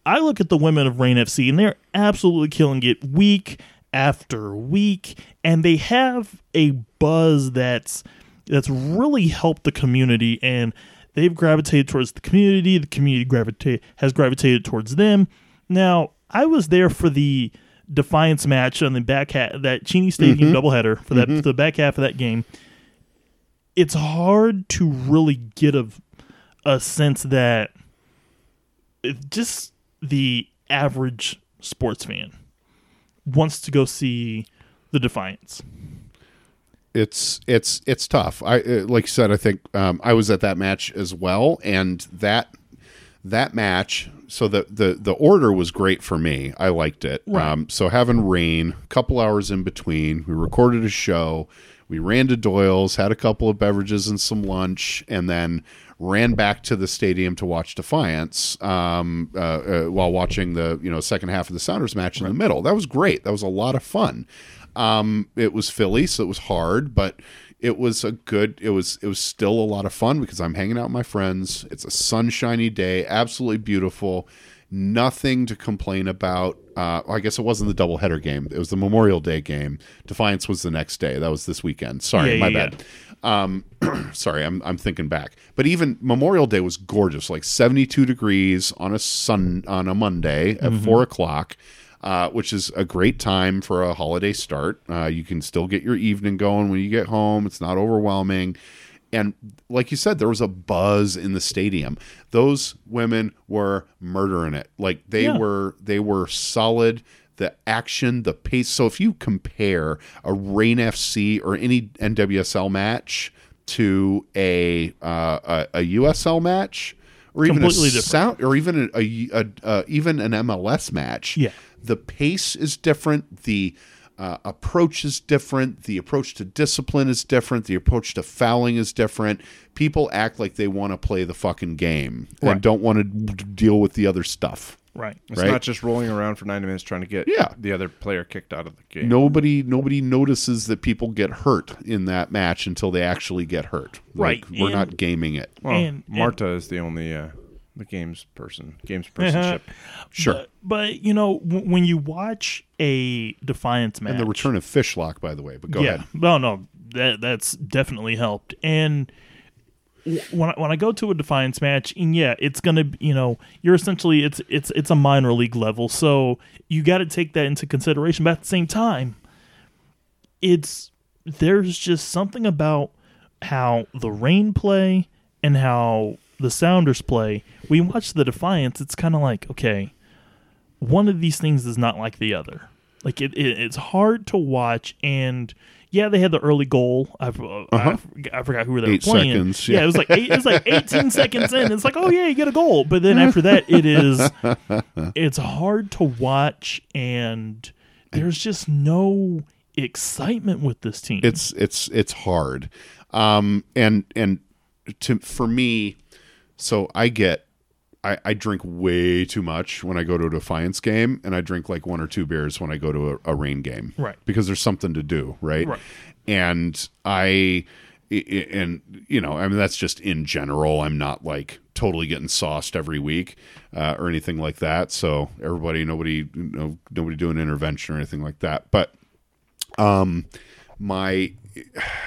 I look at the women of Rain FC and they're absolutely killing it week after week and they have a buzz that's that's really helped the community and they've gravitated towards the community, the community gravitate has gravitated towards them. Now, I was there for the Defiance match on the back half that Cheney Stadium doubleheader for that the back half of that game it's hard to really get a a sense that it- just the average sports fan wants to go see the Defiance.
It's it's it's tough. I uh, like you said. I think um, I was at that match as well, and that that match. So the the the order was great for me. I liked it. Um, so having rain, a couple hours in between, we recorded a show. We ran to Doyle's, had a couple of beverages and some lunch, and then ran back to the stadium to watch Defiance um, uh, uh, while watching the you know second half of the Sounders match in the middle. That was great. That was a lot of fun. Um, it was Philly, so it was hard, but it was a good it was it was still a lot of fun because i'm hanging out with my friends it's a sunshiny day absolutely beautiful nothing to complain about. Uh, I guess it wasn't the doubleheader game. It was the Memorial Day game. Defiance was the next day. That was this weekend. Sorry,
Yeah,
my
yeah, yeah.
bad. Um, sorry, I'm, I'm thinking back. But even Memorial Day was gorgeous, like 72 degrees on a sun on a Monday at four o'clock, uh, which is a great time for a holiday start. Uh, you can still get your evening going when you get home. It's not overwhelming. And like you said, there was a buzz in the stadium. Those women were murdering it. Like they
Yeah.
were, they were solid. The action, the pace. So if you compare a Rain FC or any NWSL match to a uh, a, a USL match, or even
Completely
a
different.
sound, or even a, a, a, uh, even an MLS match,
Yeah.
the pace is different the uh, approach is different the approach to discipline is different the approach to fouling is different people act like they want to play the fucking game and don't want to deal with the other stuff
Right.
It's
Right.
not just rolling around for 90 minutes trying to get
Yeah.
the other player kicked out of the game.
nobody nobody notices that people get hurt in that match until they actually get hurt
Right,
like, we're
and-
not gaming it
Well,
And- and-
Marta is the only uh, the games person, games personship.
sure
But, but, you know, w- when you watch a Defiance match,
and the return of fishlock by the way but go
yeah,
ahead
no, no, that that's definitely helped. And w- when I, when I go to a Defiance match, and yeah, it's gonna, be- you know, you're essentially it's it's it's a minor league level, so you got to take that into consideration. But at the same time, it's there's just something about how the rain play and how the sounders play we watch the defiance it's kind of like okay one of these things is not like the other like it, it it's hard to watch and yeah they had the early goal i, uh, I forg- I, forgot who they
Uh-huh. Eight
were playing
seconds,
yeah.
yeah.
it was like eight, it was like 18 seconds in it's like oh yeah you get a goal but then after that it is it's hard to watch and there's just no excitement with this team
it's it's it's hard um and and to for me so i get I, I drink way too much when I go to a Defiance game, and I drink like one or two beers when I go to a, a Rain game,
Right.
Because there's something to do, right? right. And I, i- i- and you know, I mean, that's just in general. I'm not like totally getting sauced every week uh, or anything like that. So everybody, nobody, you know, nobody doing intervention or anything like that. But um, my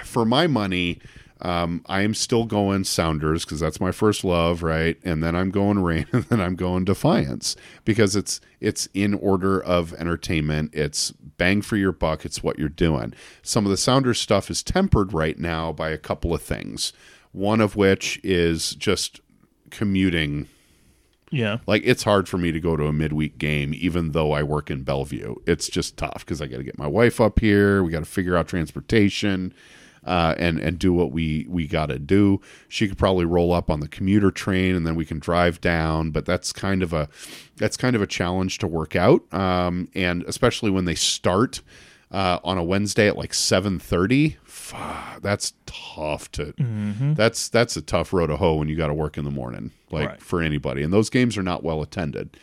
for my money um, I am still going Sounders because that's my first love, right? And then I'm going Rain, and then I'm going Defiance because it's it's in order of entertainment. It's bang for your buck. It's what you're doing. Some of the Sounders stuff is tempered right now by a couple of things. One of which is just commuting
yeah
like it's hard for me to go to a midweek game even though i work in bellevue it's just tough because i got to get my wife up here we got to figure out transportation uh, and and do what we we got to do she could probably roll up on the commuter train and then we can drive down but that's kind of a that's kind of a challenge to work out um, and especially when they start uh, on a Wednesday at like seven thirty. That's tough to. That's that's a tough road to hoe when you got to work in the morning, like
Right.
for anybody. And those games are not well attended.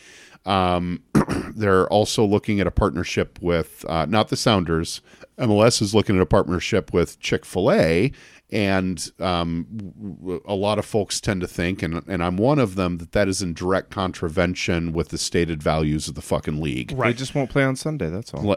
Um, they're also looking at a partnership with uh, not the Sounders. MLS is looking at a partnership with Chick Fil A, and um, w- w- a lot of folks tend to think, and and I'm one of them, that that is in direct contravention with the stated values of the fucking league.
They just won't play on Sunday. That's all.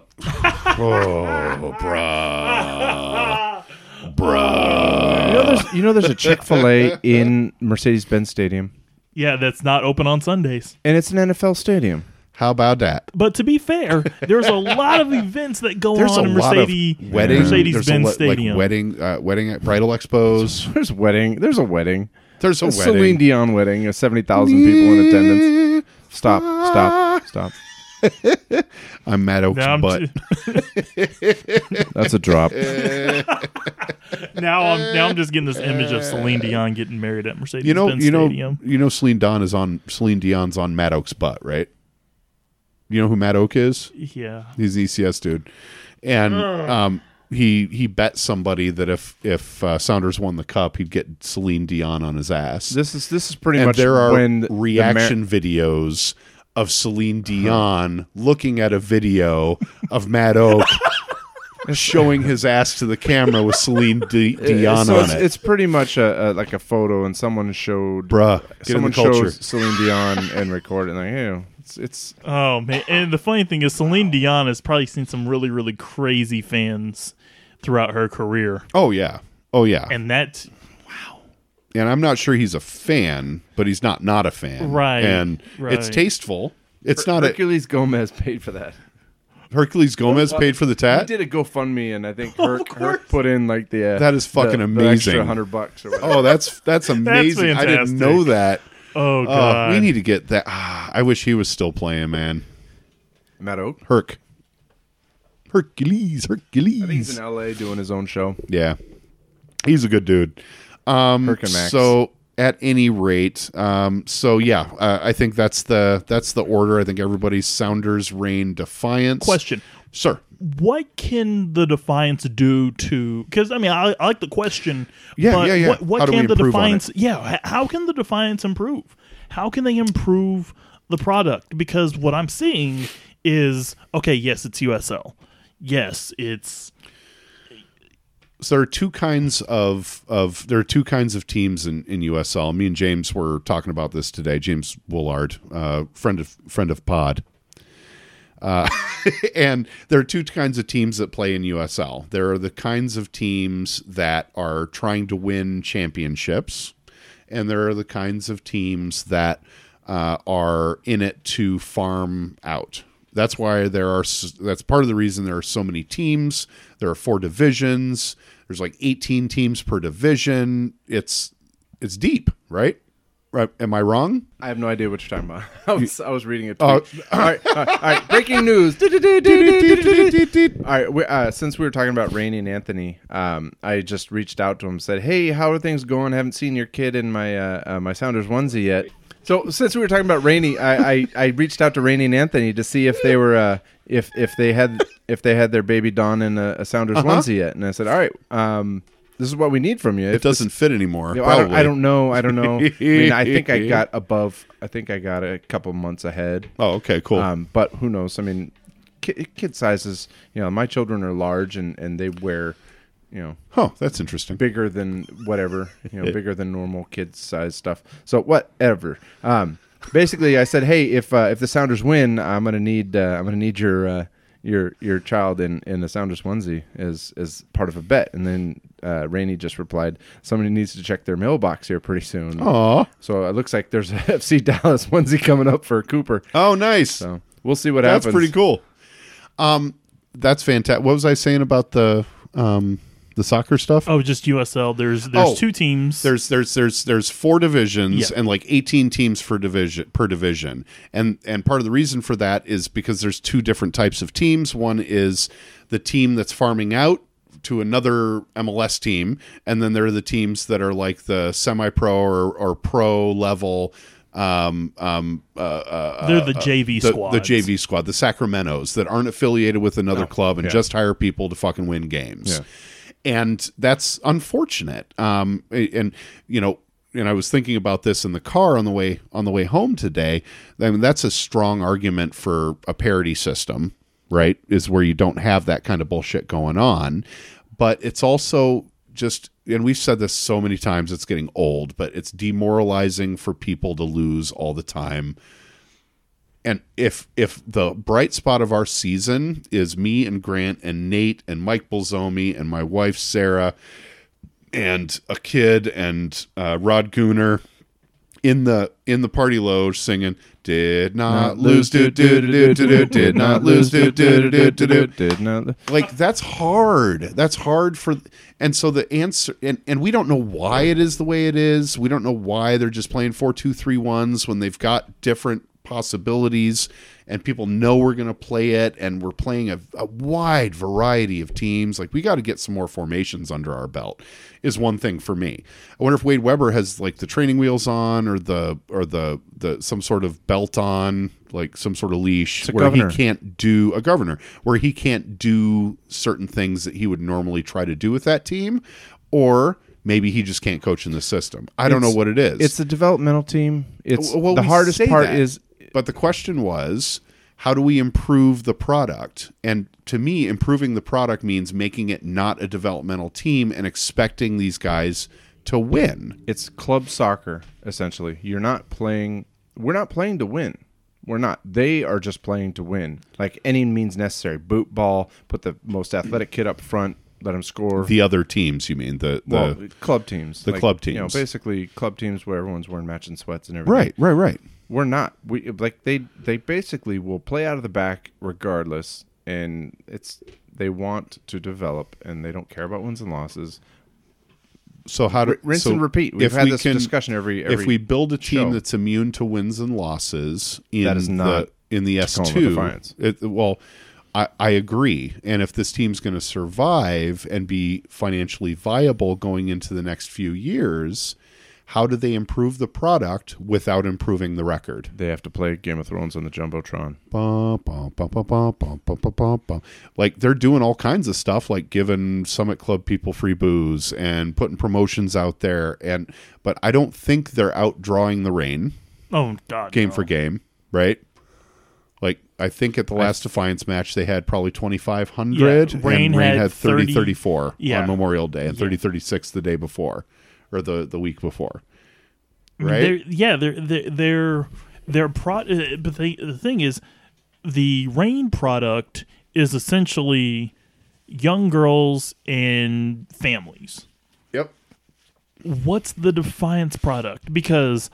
What? oh, bruh. Bruh.
You know, there's, you know, there's a Chick Fil A in Mercedes-Benz Stadium,
yeah that's not open on sundays
and it's an NFL stadium.
How about that?
But to be fair, there's a lot of events that go
There's
on
a
in
lot
Mercedes
of wedding,
Mercedes
there's a
Benz
lot-
Stadium.
Like wedding, uh, wedding at bridal expos.
There's wedding. There's a wedding.
There's a
A
wedding.
Celine Dion wedding. There's seventy thousand people in attendance. Stop. Stop. Stop.
I'm Matt Oakes'
now, I'm
butt.
That's a drop.
now I'm now I'm just getting this image of Celine Dion getting married at Mercedes
you know,
Benz
you know,
Stadium.
you know. Celine Dion is on Celine Dion's on Matt Oakes' butt, right? You know who Matt Oak is?
Yeah.
He's an ECS dude, and um, he he bet somebody that if if uh, Sounders won the cup, he'd get Celine Dion on his ass.
This is this is pretty
and
much
there are
when the
reaction videos of Celine Dion looking at a video of Matt Oak showing his ass to the camera with Celine Di- Dion
so
on
it's,
it.
it's pretty much a, a like a photo, and someone showed
Bruh, get in
someone
the culture.
shows Celine Dion and recorded, like, hey, It's it's
Oh man! And the funny thing is, Celine Dion has probably seen some really, really crazy fans throughout her career,
Oh yeah. Oh yeah. And,
and that
I'm not sure he's a fan, but he's not not a fan.
Right,
And it's
right.
tasteful. It's not a
Hercules Gomez paid for that.
Hercules Gomez paid for the
He
tat.
did a GoFundMe, and I think Herc, Herc put in like the uh,
That is fucking
the- the
amazing.
extra hundred bucks or whatever.
Oh, that's that's amazing. I didn't
fantastic.
know that.
oh
Uh,
god,
we need to get that. Ah, I wish he was still playing, man.
Matt Oak.
Herc. Hercules, Hercules.
I think he's in L.A. doing his own show.
Yeah. He's a good dude. Um
Herc and Max.
so at any rate, um so yeah, uh, I think that's the that's the order. I think everybody's Sounders Reign Defiance.
question.
Sir.
What can the Defiance do to? Because I mean, I, I like the question.
Yeah,
but
yeah, yeah.
What, what
How do we
can the
improve on it?
Defiance? Yeah, h- how can the Defiance improve? How can they improve the product? Because what I'm seeing is okay. Yes, it's USL. Yes, it's
So there are two kinds of of there are two kinds of teams in, in USL. Me and James were talking about this today. James Woolard, uh, friend of friend of Pod, and there are two kinds of teams that play in USL. There are the kinds of teams that are trying to win championships, and there are the kinds of teams that uh, are in it to farm out. That's why there are. s- That's part of the reason there are so many teams. There are four divisions. There's like 18 teams per division. It's it's deep, right? Right? Am I wrong?
I have no idea what you're talking about. I was, I was reading it. all, right, all right, all right. Breaking news. all right. We, uh, since we were talking about Rainey and Anthony, um, I just reached out to him, and said, "Hey, how are things going? haven't seen your kid in my uh, uh, my Sounders onesie yet." So since we were talking about Rainey, I, I, I reached out to Rainey and Anthony to see if they were uh, if if they had if they had their baby Dawn in a, a Sounders onesie yet, and I said, "All right, um, this is what we need from you."
Uh-huh. It doesn't fit anymore.
Yeah, I, don't, I
probably.
don't know. I don't know. I mean, I think I got above. I think I got a couple months ahead.
Oh, okay, cool.
Um, but who knows? I mean, kid, kid sizes. You know, my children are large, and and they wear, you know,
oh, that's interesting.
bigger than whatever. You know, bigger than normal kid size stuff. So whatever. Um, basically, I said, hey, if uh, if the Sounders win, I'm gonna need uh, I'm gonna need your. Uh, your your child in in a Sounders onesie as as part of a bet, and then uh, Rainey just replied, "Somebody needs to check their mailbox here pretty soon."
Aw.
So it looks like there's a FC Dallas onesie coming up for Cooper.
Oh, nice.
So we'll see what
That's
happens.
pretty cool. Um, that's fantastic. What was I saying about the um the soccer stuff?
oh, just USL. There's there's
Oh,
two teams.
There's there's there's there's four divisions
Yeah.
and like 18 teams per division per division. And and part of the reason for that is because there's two different types of teams. One is the team that's farming out to another MLS team, and then there are the teams that are like the semi-pro or, or pro level um um uh, uh
they're the
the,
JV squad.
the JV squad, the Sacramentos that aren't affiliated with another club and just hire people to fucking win games. And that's unfortunate. Um, a- and you know, and I was thinking about this in the car on the way on the way home today. I mean, that's a strong argument for a parity system, right? Is where you don't have that kind of bullshit going on, but it's also just and we've said this so many times it's getting old but it's demoralizing for people to lose all the time and if if the bright spot of our season is me and Grant and Nate and Mike Bolzomi and my wife Sarah and a kid and uh, Rod Gooner in the in the party loge singing did not lose do do do do do did not lose do do do do do
Did not.
like that's hard that's hard for and so the answer and, and we don't know why it is the way it is we don't know why they're just playing four two three ones when they've got different possibilities and people know we're going to play it and we're playing a, a wide variety of teams like we got to get some more formations under our belt is one thing for me i wonder if wade weber has like the training wheels on or the or the the some sort of belt on like some sort of leash where
governor.
he can't do a governor where he can't do certain things that he would normally try to do with that team or maybe he just can't coach in the system i don't know
It's-
what it is
It's a developmental team. It's
well,
the
we
hardest
say
part
that,
is
but the question was how do we improve the product and to me improving the product means making it not a developmental team and expecting these guys to win
it's club soccer essentially. You're not playing. We're not playing to win. We're not. They are just playing to win. Like any means necessary. Boot ball. Put the most athletic kid up front. Let him score.
The other teams, you mean the, the
well, club teams.
the club
You know,
teams.
basically club teams where everyone's wearing matching sweats and everything.
right, right, right.
We're not. We like they they basically will play out of the back regardless, and it's they want to develop and they don't care about wins and losses.
So how do
R- rinse
so
and repeat. We've
if
had
we
this discussion every- every
if we build a team
show.
that's immune to wins and losses in
That is not
the, in the S
Tacoma
two.
Defiance.
Well, I, I agree. And if this team's going to survive and be financially viable going into the next few years, how do they improve the product without improving the record?
They have to play Game of Thrones on the jumbotron.
Bum, bum, bum, bum, bum, bum, bum, bum, bum, bum. Like they're doing all kinds of stuff, like giving Summit Club people free booze and putting promotions out there. And but I don't think they're out drawing the rain
Oh God,
game
no.
for game, right? Like I think at the last Defiance match they had probably twenty five hundred,
Yeah,
and
Rain
Rain
had
had 30,
30
34
Yeah.
on Memorial Day and thirty thirty six the day before, or the the week before, right?
They're, yeah, they're they're they're, they're pro- uh, but they, the thing is, the rain product is essentially young girls and families.
yep.
What's the defiance product? Because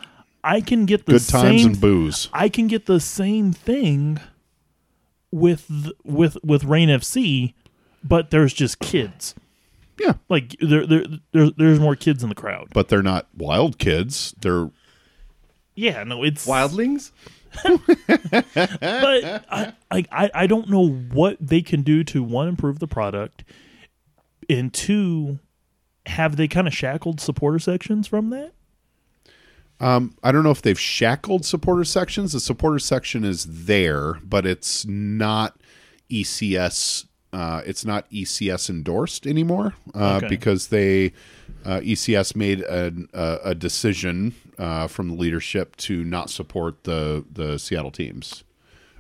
I can get the
Good
same
times and booze.
I can get the same thing with th- with with Rain FC, but there's just kids.
Yeah.
Like there there there's, there's more kids in the crowd.
But they're not wild kids. They're
Yeah, no, it's
Wildlings.
but I, I, I- I don't know what they can do to one improve the product, and two, have they kind of shackled supporter sections from that?
I don't know if they've shackled supporter sections. The supporter section is there, but it's not ECS. Uh, it's not ECS endorsed anymore uh,
Okay.
because they uh, ECS made an, uh, a decision uh, from the leadership to not support the the Seattle teams.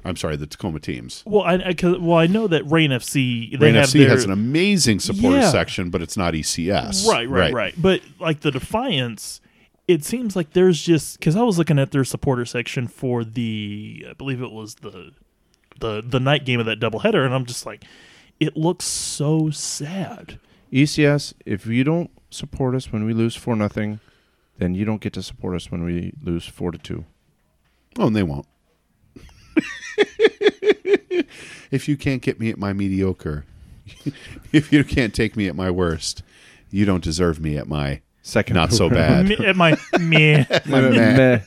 I'm sorry, the Tacoma teams.
Well, I, I 'cause- well I know that Rain FC they
Rain
have
FC
their,
has an amazing supporter
Yeah.
section, but it's not E ECS.
right, right, right, But like the Defiance, it seems like there's just because I was looking at their supporter section for the I believe it was the the the night game of that doubleheader, and I'm just like, it looks so sad.
ECS, E if you don't support us when we lose four nothing, then you don't get to support us when we lose four to two.
Oh, and they won't. if you can't get me at my mediocre, if you can't take me at my worst, you don't deserve me at my
Second,
not so
Me-
bad.
At my meh.
Meh.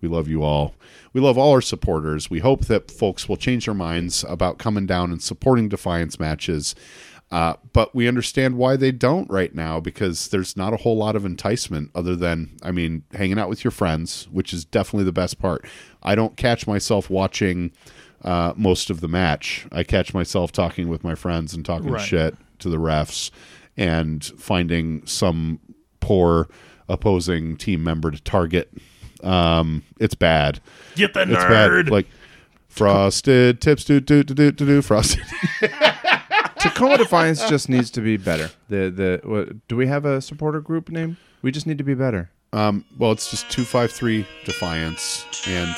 We love you all. We love all our supporters. We hope that folks will change their minds about coming down and supporting Defiance matches. Uh, but we understand why they don't right now because there's not a whole lot of enticement other than, I mean, hanging out with your friends, which is definitely the best part. I don't catch myself watching uh, most of the match. I catch myself talking with my friends and talking
Right.
shit to the refs and finding some poor opposing team member to target. Um, it's bad.
Get the
It's
nerd.
bad. Like frosted tips, do do do do do do frosted.
Tacoma Defiance just needs to be better. The the what, do we have a supporter group name? We just need to be better.
Um, well, it's just two five three defiance and.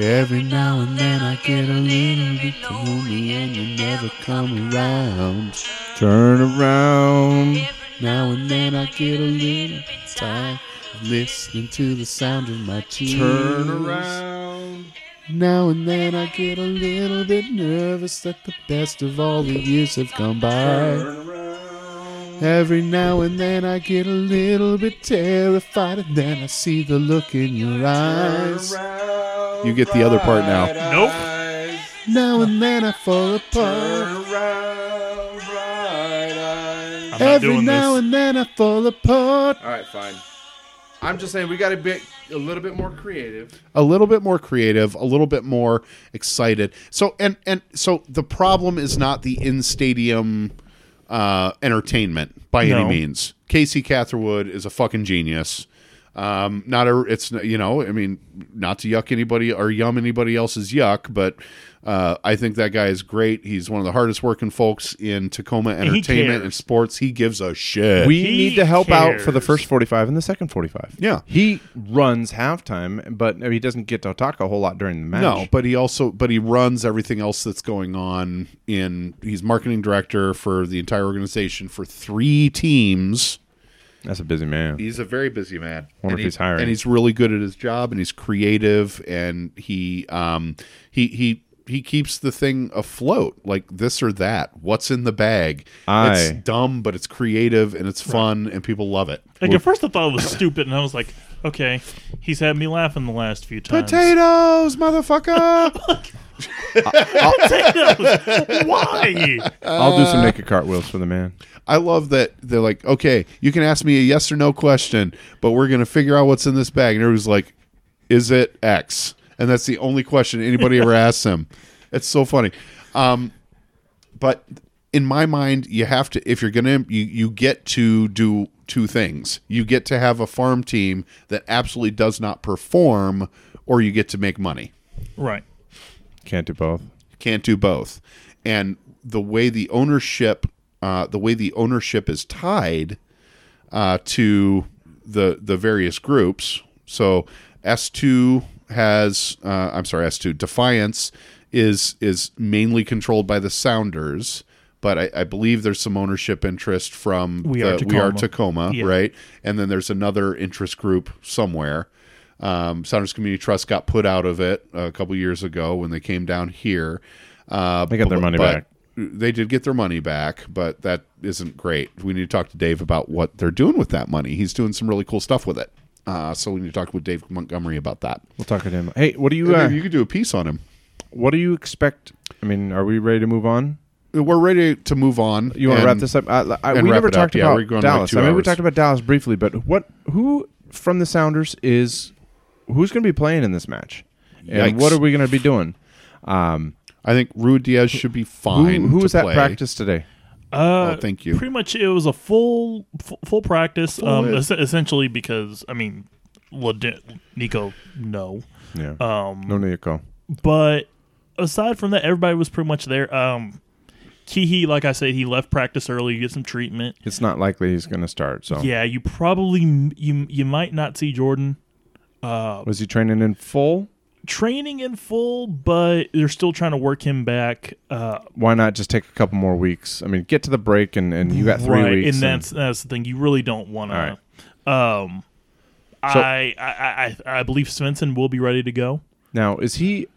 Every now and then I get a little bit lonely and you never come around.
Turn around.
Now and then I get a little bit tired of listening to the sound of my tears.
Turn around.
Now and then I get a little bit nervous that the best of all the years have gone by. Every now and then I get a little bit terrified, and then I see the look in your eyes. You get the other part now.
nope.
Now and then I fall apart.
I'm not
Every
doing
now
this.
and then I fall apart.
All right, fine. I'm just saying we got to be a little bit more creative.
a little bit more creative, a little bit more excited. So and and so the problem is not the in stadium uh, entertainment by
No.
any means. Casey Catherwood is a fucking genius. Um, not a, it's you know, I mean, not to yuck anybody or yum anybody else's yuck, but uh, I think that guy is great. He's one of the hardest working folks in Tacoma
he
entertainment
cares.
and sports. He gives a shit.
We
He
Uh, need to help out for the
cares.
first 45 and the second 45.
Yeah.
He runs halftime, but he doesn't get to talk a whole lot during the match.
No, but he also but he runs everything else that's going on in he's marketing director for the entire organization for three teams.
That's a busy man.
He's a very busy man.
Wonder
and
if he's hiring.
And he's really good at his job and he's creative and he um he he he keeps the thing afloat like this or that. What's in the bag?
I-
It's dumb, but it's creative and it's fun and people love it.
Like at first, I thought it was stupid, and I was like, "Okay, he's had me laughing the last few times."
Potatoes, motherfucker.
Potatoes. Why?
I'll do some naked cartwheels for the man.
I love that they're like, okay, you can ask me a yes or no question, but we're gonna figure out what's in this bag. And everybody's like, is it X? And that's the only question anybody ever asks him. It's so funny. Um, but in my mind, you have to if you're gonna you you get to do two things. You get to have a farm team that absolutely does not perform, or you get to make money
Right.
Can't do both.
can't do both and the way the ownership uh, the way the ownership is tied uh, to the the various groups so s2 has uh, i'm sorry s2 defiance is is mainly controlled by the sounders but I, I believe there's some ownership interest from
We
the
Are
we are
Tacoma.
Tacoma,
Yeah.
right? And then there's another interest group somewhere. Um, Sounders Community Trust got put out of it a couple years ago when they came down here. Uh, they
got their money back.
They did get their money back, but that isn't great. We need to talk to Dave about what they're doing with that money. He's doing some really cool stuff with it. Uh, so we need to talk with Dave Montgomery about that.
We'll talk to him. Hey, what do you
Maybe
uh,
you could do a piece on him.
what do you expect? I mean, are we ready to move on?
We're ready to move on.
You want to
and-
wrap this up? I, I,
and
we
wrap
never
it up.
talked
Yeah, we're
about
going like
Dallas.
two
I mean, we
hours.
talked about Dallas briefly, but what? Who from the Sounders is who's going to be playing in this match? And
Yikes.
what are we going to be doing? Um,
I think Rui Diaz should be fine.
who who
to
was that
play.
practice today?
Uh,
Oh, thank you.
Pretty much, it was a full full, full practice. um, es- essentially, because I mean, Lade- Nico, no.
Yeah.
Um,
no, Nico.
but aside from that, everybody was pretty much there. Um, Kihi, like I said, he left practice early to get some treatment.
It's not likely he's going to start. So
Yeah, you probably you you might not see Jordan
was he training in full?
training in full, but they're still trying to work him back. Uh,
Why not just take a couple more weeks? I mean, get to the break, and, and you got three
right,
weeks.
and that's that's the thing. You really don't want
All right.
to. Um, I, I I I believe Svensson will be ready to go.
now is he?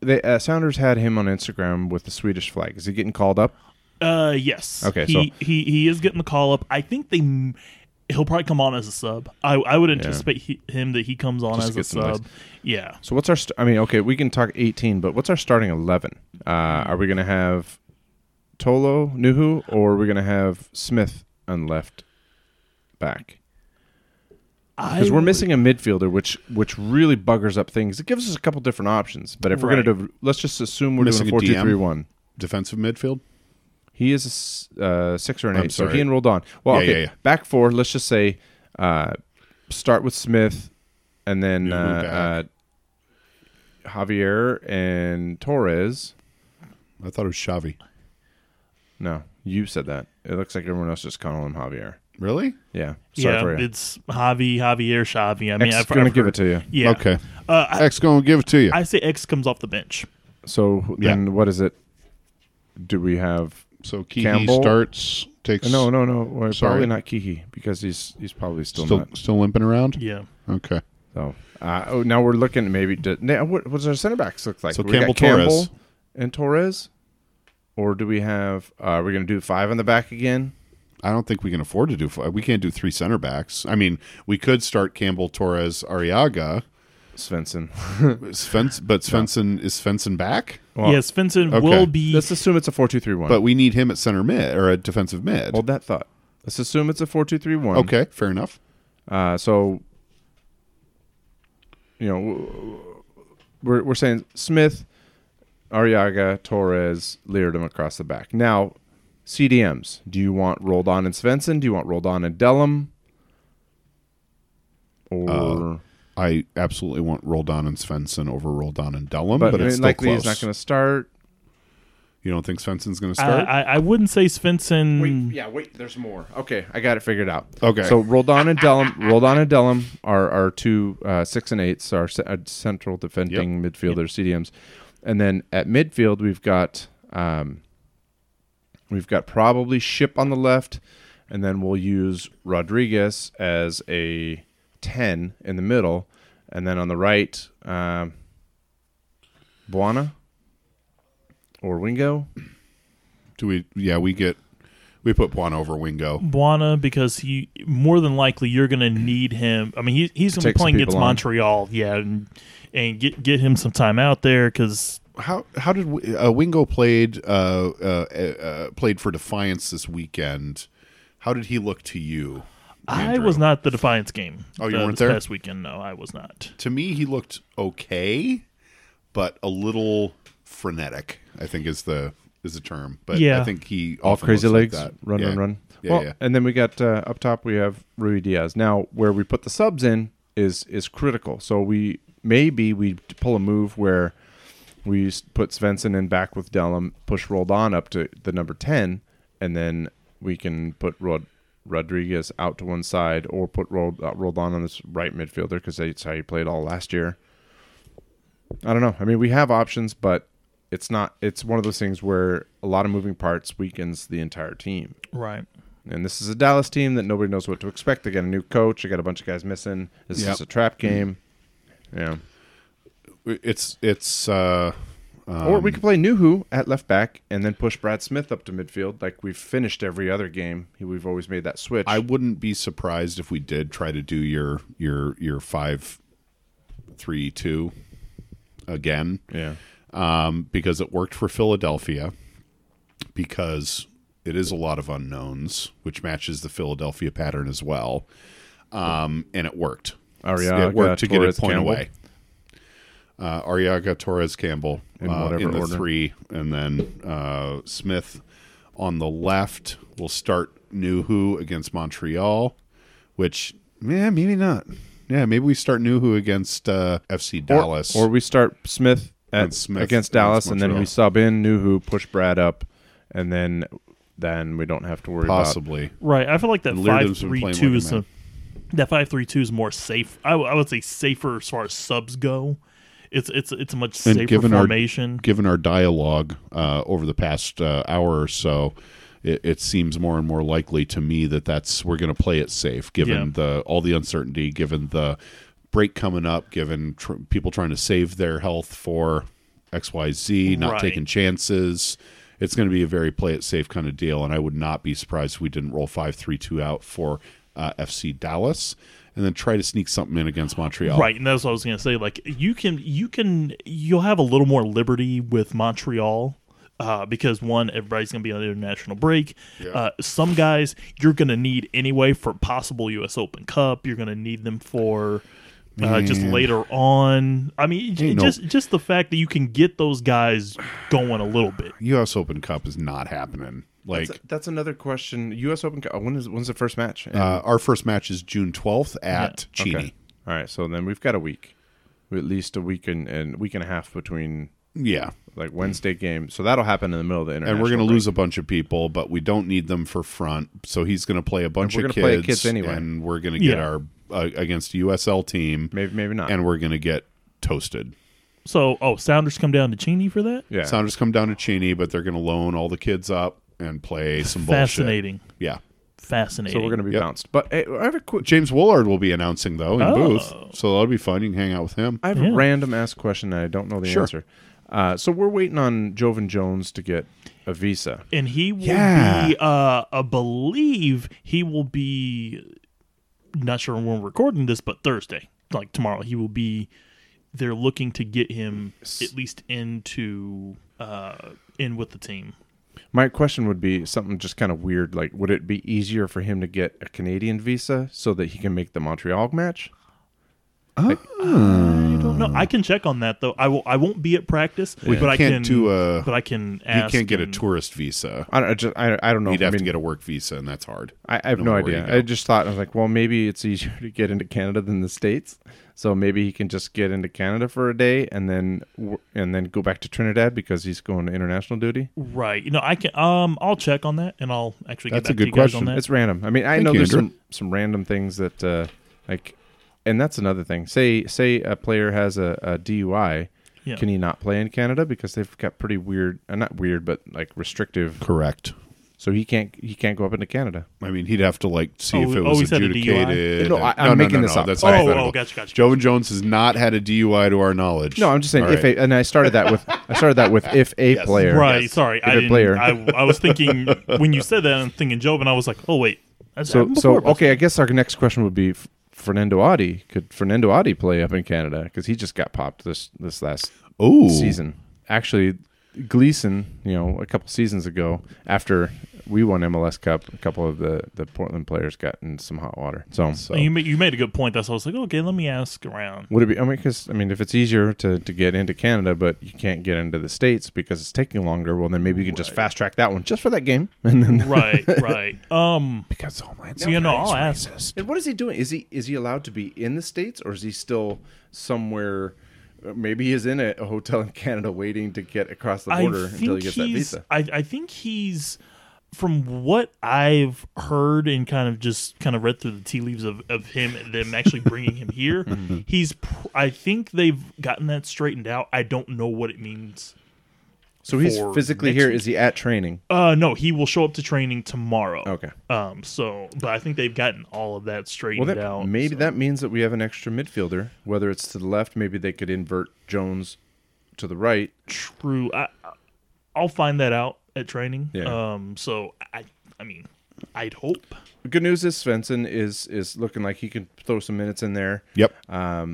The uh, Sounders had him on Instagram with the Swedish flag. Is he getting called up?
Uh, yes.
Okay,
He
so-
he he is getting the call up. I think they. m- He'll probably come on as a sub. I, I would anticipate he, him that he comes on
Just to
as a
get some ice.
sub. Yeah.
So what's our? St- I mean, okay, we can talk 18, but what's our starting 11? Uh, are we going to have Tolo Nuhu, or are we going to have Smith on left back?
I
Because we're missing a midfielder, which which really buggers up things. It gives us a couple different options, but if we're going
Right.
to, do, let's just assume we're
Missing a
doing a 4
DM?
3 one
Defensive midfield.
He is a s- uh, six or an
I'm
eight, so
sorry.
he enrolled on. Well,
Yeah,
okay,
yeah, yeah.
back four. Let's just say uh, start with Smith, and then
Newman
uh, uh, Javier and Torres.
I thought it was Xavi.
No, you said that. It looks like everyone else just calling him Javier.
Really?
Yeah. Sorry
yeah.
for you.
It's Javi Javier Xavi. I mean,
X
I've-
gonna
I've
give
heard-
it to you.
Yeah.
Okay.
Uh, I,
X gonna give it to you.
I say X comes off the bench.
So wh-
Yeah.
then, what is it? Do we have?
so Kihi
Campbell-
starts takes
No, no, no. Well,
Sorry.
Probably not Kiki because he's he's probably still,
still
not.
still limping around.
Yeah.
Okay.
So uh, oh, now we're looking at maybe to, now what what's our center backs look like?
So
We got
Campbell, Torres.
and Torres, or do we have? Uh, are we going to do five in the back again?
I don't think we can afford to do. fi- We can't do three center backs. I mean, we could start Campbell, Torres, Ariaga,
Svensson.
Svens, but Svensson is Svensson back.
Well,
yes, Vincent
okay.
will be.
Let's assume it's a four-two-three-one.
But we need him at center mid or at defensive mid.
hold that thought. Let's assume it's a four-two-three-one.
okay, fair enough.
Uh, so, you know, w- w- we're, we're saying Smith, Ariaga, Torres, Leardom across the back. Now, CDMs. Do you want Roldan and Svensson? Do you want Roldan and Dellum?
Uh,
Or
I absolutely want Roldan and Svensson over Roldan and Dellum, but,
but, I mean,
it's still
likely
close.
he's not going to start.
You don't think Svensson's going to
I,
start?
I, I wouldn't say Svensson.
Wait, yeah, wait. There's more. Okay, I got it figured out.
Okay.
So Roldan and Dellum, Roldan and Dellum are our two uh, six and eights, our, se- our central defending midfielders, CDMs, and then at midfield we've got um, we've got probably Ship on the left, and then we'll use Rodriguez as a ten in the middle, and then on the right, um, Buana or Wingo.
Do we? Yeah, we get we put Juan over Wingo.
Buana because he more than likely you're going to need him. I mean, he, he's going to be
Take some
playing against
people on.
Montreal, yeah, and, and get get him some time out there because
How how did we- uh, Wingo played uh, uh, uh, uh, played for Defiance this weekend? How did he look to you?
I
Andrew?
was not the Defiance game.
Oh, you
uh,
weren't
this
there?
past weekend. No, I was not.
To me, he looked okay, but a little frenetic. I think is the is the term. But I
Yeah.
think he
all
often
crazy
looks like
legs,
that.
run,
Yeah.
run, run.
Yeah,
well,
yeah.
and then we got uh, up top. We have Rui Diaz. Now, where we put the subs in is is critical. So we maybe we pull a move where we s- put Svensson in back with Dellum, push Roldan up to the number ten, and then we can put Rod- Rodriguez out to one side, or put Rod- uh, Roldan on this right midfielder because that's how he played all last year. I don't know. I mean, we have options, but it's not. It's one of those things where a lot of moving parts weakens the entire team.
Right.
And this is a Dallas team that nobody knows what to expect. They got a new coach. They got a bunch of guys missing. This
Yep.
is a trap game. Yeah.
It's it's uh,
or we could play Nuhu at left back and then push Brad Smith up to midfield, like we've finished every other game. We've always made that switch.
I wouldn't be surprised if we did try to do your your your five three two again.
yeah.
um, because it worked for Philadelphia, because it is a lot of unknowns, which matches the Philadelphia pattern as well. Um, and it worked.
Arriaga,
it worked to get
Torres,
a point
Campbell.
away. Uh, Ariaga, Torres, Campbell
In
uh,
whatever
in the
order.
three, and then uh, Smith on the left will start New Who against Montreal, which yeah, maybe not. Yeah, maybe we start New Who against uh, FC
Or-
Dallas.
Or, we start Smith, at,
And Smith
against
against
Dallas, and then
Montreal.
we sub in Nuhu, push Brad up, and then then we don't have to worry about
possibly.
Right. I feel like that five
Learden's been
three
playing
two
like a
is
man.
a, that five three two is more safe. I, w- I would say safer as far as subs go. It's it's it's a much safer formation.
Our, given our dialogue uh, over the past uh, hour or so, it, it seems more and more likely to me that that's we're going to play it safe, given
Yeah.
the all the uncertainty, given the break coming up, given tr- people trying to save their health for X, Y, Z, not
Right.
taking chances. It's going to be a very play it safe kind of deal, and I would not be surprised if we didn't roll five three two out for uh, FC Dallas, and then try to sneak something in against Montreal.
Right, and that's what I was gonna say. Like you can, you can, you'll have a little more liberty with Montreal uh, because one, everybody's gonna be on international break. Uh, some guys you're gonna need anyway for possible U.S. Open Cup. You're gonna need them for. Uh, just later on, I mean, j-
no-
just just the fact that you can get those guys going a little bit.
U.S. Open Cup is not happening. Like
That's, that's another question. U.S. Open. Cup- When is when's the first match? And-
Uh, our first match is June 12th at Cheney.
okay. All right. So then we've got a week, at least a week and, and week and a half between
Yeah.
like Wednesday game. So that'll happen in the middle of the international.
And we're going to
break.
lose a bunch of people, but we don't need them for front. So he's going to play a bunch
we're
of kids.
gonna play kids anyway.
And we're going to get
Yeah.
our uh, against a USL team.
Maybe maybe not.
And we're going to get toasted.
So, oh, Sounders come down to Cheney for that.
yeah.
Sounders come down to Cheney, but they're going to loan all the kids up and play some
fascinating,
bullshit. Yeah.
fascinating.
so we're going to be
Yep.
bounced. But hey, I have a quick.
James Woolard will be announcing, though, in
Oh.
booth. So that'll be fun. You can hang out with him.
I have
Yeah.
a random ass question. And I don't know the
Sure.
answer. Uh, so we're waiting on Jovan Jones to get a visa.
and he will
Yeah.
be uh I believe he will be not sure when we're recording this but Thursday like tomorrow he will be they're looking to get him at least into uh in with the team
My question would be something just kind of weird. Like, would it be easier for him to get a Canadian visa so that he can make the Montreal match? Like,
I don't know. I can check on that though. I will. I won't be at practice, but I
can't
can.
do a-
but I can.
You
Ask
can't get a
and-
tourist visa.
I don't. I, just, I, I don't know.
You'd
Oh, I
have
mean,
to get a work visa, and that's hard.
I, I have no,
No, where you
idea.
go.
I just thought I was like, well, maybe it's easier to get into Canada than the states, so maybe he can just get into Canada for a day and then w- and then go back to Trinidad because he's going to international duty.
Right. You know, I can. Um, I'll check on that, and I'll actually.
That's a good
get back to you guys
question.
On that.
It's random. I mean, I know
you,
there's
Andrew.
some some random things that uh, like, and that's another thing. Say say a player has a, a DUI.
Yeah.
Can he not play in Canada because they've got pretty weird, uh, not weird, but like restrictive.
Correct.
So he can't he can't go up into Canada.
I mean, he'd have to like see
Oh,
if it
oh,
was
he's had a DUI?
adjudicated.
No, I- I'm making this up.
That's
Oh,
not
oh,
hypothetical.
gotcha, gotcha,
Jovan Jones has not had a DUI to our knowledge.
No, I'm just saying
All
if
right.
a, and I started that with I started that with if a player.
right. Sorry,
Good
I didn't.
player.
I, I was thinking when you said that, I'm thinking Job, and I was like, oh wait. That's
So
happened
so
before, but-
okay, I guess our next question would be F- Fernando Adi. Could Fernando Adi play up in Canada because he just got popped this this last
Ooh.
season? Actually, Gleason, you know, a couple seasons ago, after we won MLS Cup, a couple of the the Portland players got in some hot water. So.
You made, you made a good point. That's why I was like, okay, let me ask around.
would it be? I mean, because I mean, if it's easier to, to get into Canada, but you can't get into the states because it's taking longer, well, then maybe you can just fast track that one just for that game, and then
right, right. Um,
Because Homeland
so you know, I'll ask.
And what is he doing? Is he is he allowed to be in the states, or is he still somewhere? Maybe he's in a, a hotel in Canada waiting to get across the border until he gets that
he's-
visa.
I, I think he's from what I've heard and kind of just kind of read through the tea leaves of, of him them actually bringing him here.
Mm-hmm.
He's pr- I think they've gotten that straightened out. I don't know what it means.
So he's
for
physically
next
here.
week.
Is he at training?
Uh no, he will show up to training tomorrow.
Okay.
Um so but I think they've gotten all of that
Well,
straightened
that,
out.
maybe
so-
that means that we have an extra midfielder. Whether it's to the left, maybe they could invert Jones to the right.
true. I I- I'll find that out at training.
Yeah.
Um so I I mean, I'd hope.
The good news is Svensson is is looking like he can throw some minutes in there.
Yep.
Uh,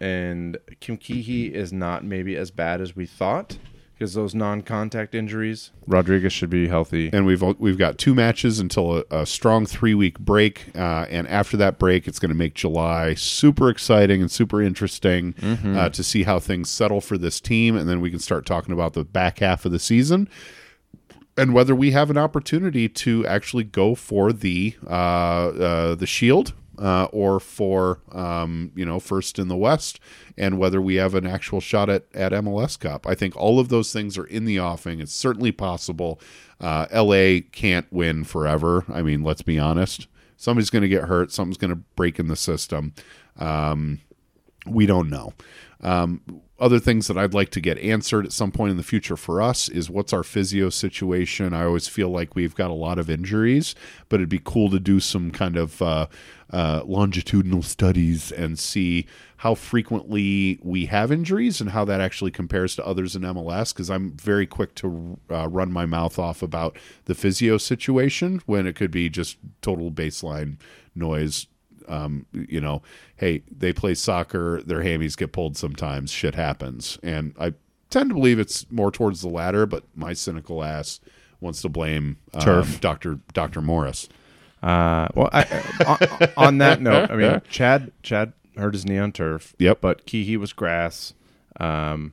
and Kim Kihi is not maybe as bad as we thought because those non-contact injuries. Rodriguez should be healthy.
and we've we've got two matches until a, a strong three week break, uh, and after that break, it's going to make July super exciting and super interesting
Mm-hmm.
uh, to see how things settle for this team, and then we can start talking about the back half of the season and whether we have an opportunity to actually go for the uh, uh, the shield. Uh, or for um, you know first in the West, and whether we have an actual shot at, at MLS Cup, I think all of those things are in the offing. It's certainly possible. Uh, LA can't win forever. I mean, let's be honest. Somebody's going to get hurt. Something's going to break in the system. Um, we don't know. Um, other things that I'd like to get answered at some point in the future for us is what's our physio situation. I always feel like we've got a lot of injuries, but it'd be cool to do some kind of uh, uh, longitudinal studies and see how frequently we have injuries and how that actually compares to others in MLS. Because I'm very quick to uh, run my mouth off about the physio situation when it could be just total baseline noise um, you know, hey, they play soccer, their hammies get pulled sometimes, shit happens. And I tend to believe it's more towards the latter, but my cynical ass wants to blame um, Dr. Dr. Morris.
Uh, well, I, on, on that note, I mean, Chad Chad hurt his knee on turf.
Yep.
But Kihi was grass. Um,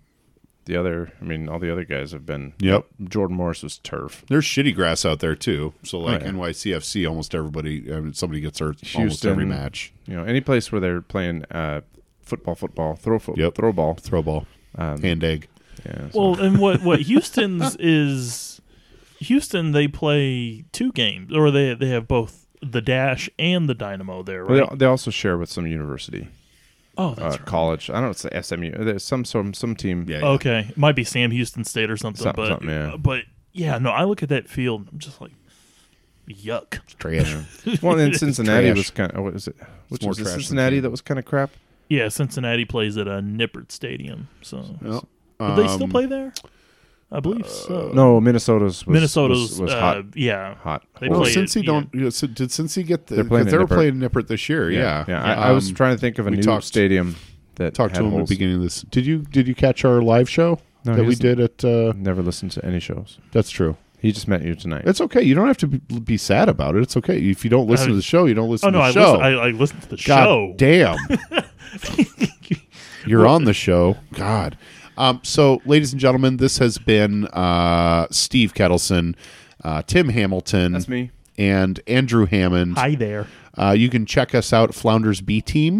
the other, I mean, all the other guys have been.
Yep.
Jordan Morris was turf.
There's shitty grass out there too. So like
Oh, yeah.
NYCFC, almost everybody, I mean, somebody gets hurt almost
Houston.
every match.
You know, any place where they're playing uh, football, football, throw foot,
Yep.
throw ball.
Throw ball, hand egg.
Yeah. so-
Well, and what what Houston's is Houston they play two games or they they have both the Dash and the Dynamo there,
Well,
right?
they, they also share with some university,
oh,
uh,
that's right.
college. I don't know. It's the SMU. There's some some some team.
Yeah.
Okay, it might be Sam Houston State or something,
Something-
but
something, yeah.
but yeah, no, I look at that field, and I'm just like, yuck.
Trash.
Well, and Cincinnati
Trash.
was kind of. What is it? Which
more
was it,
trash than
Cincinnati
food.
that was kind of crap.
Yeah, Cincinnati plays at a Nippert Stadium, so
Well,
do they
um,
still
uh,
play there? I believe so.
No, Minnesota's was,
Minnesota's
was, was
uh,
hot.
yeah,
Hot.
They
Well,
play
since
it,
he don't, you know, so did since he get the?
They're playing
if they
at
were
Nippert.
playing Nippert this year. Yeah,
yeah. I, I was
Um,
trying to think of a
we
new
talked-
stadium that
talked
had
to him at
holes.
the beginning of this. Did you did you catch our live show
No,
that
he
we
doesn't.
did at? Uh,
Never listened to any shows.
that's true.
He just met you tonight.
It's okay. You don't have to be, be sad about it. It's okay if you don't listen
I-
to the show. You don't listen
Oh no,
to
I
the show.
listen, I, I listened to the
God
show.
damn! You're on the show. God. Um, so, ladies and gentlemen, this has been uh, Steve Kettleson, uh, Tim Hamilton.
That's me.
And Andrew Hammond.
Hi there.
Uh, you can check us out at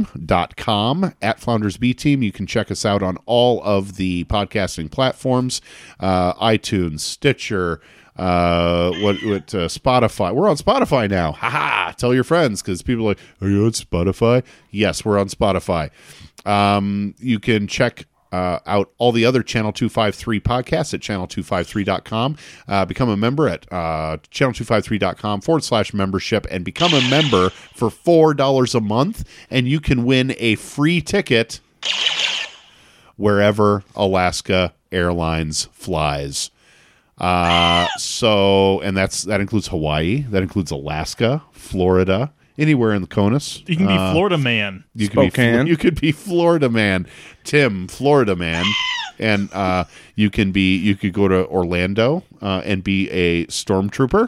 floundersbteam.com at floundersbteam. You can check us out on all of the podcasting platforms uh, iTunes, Stitcher, uh, what, what uh, Spotify. We're on Spotify now. Ha ha! Tell your friends because people are like, Are you on Spotify? Yes, we're on Spotify. Um, you can check uh, out all the other Channel 253 podcasts at channel253.com. Uh, become a member at uh, channel253.com forward slash membership and become a member for $4 a month. And you can win a free ticket wherever Alaska Airlines flies. Uh, so, and that's that includes Hawaii, that includes Alaska, Florida, anywhere in the CONUS.
You can be Florida man.
You could, be, Flo-
Spokane.
you could be Florida man, Tim, Florida man, and uh, you can be you could go to Orlando uh, and be a stormtrooper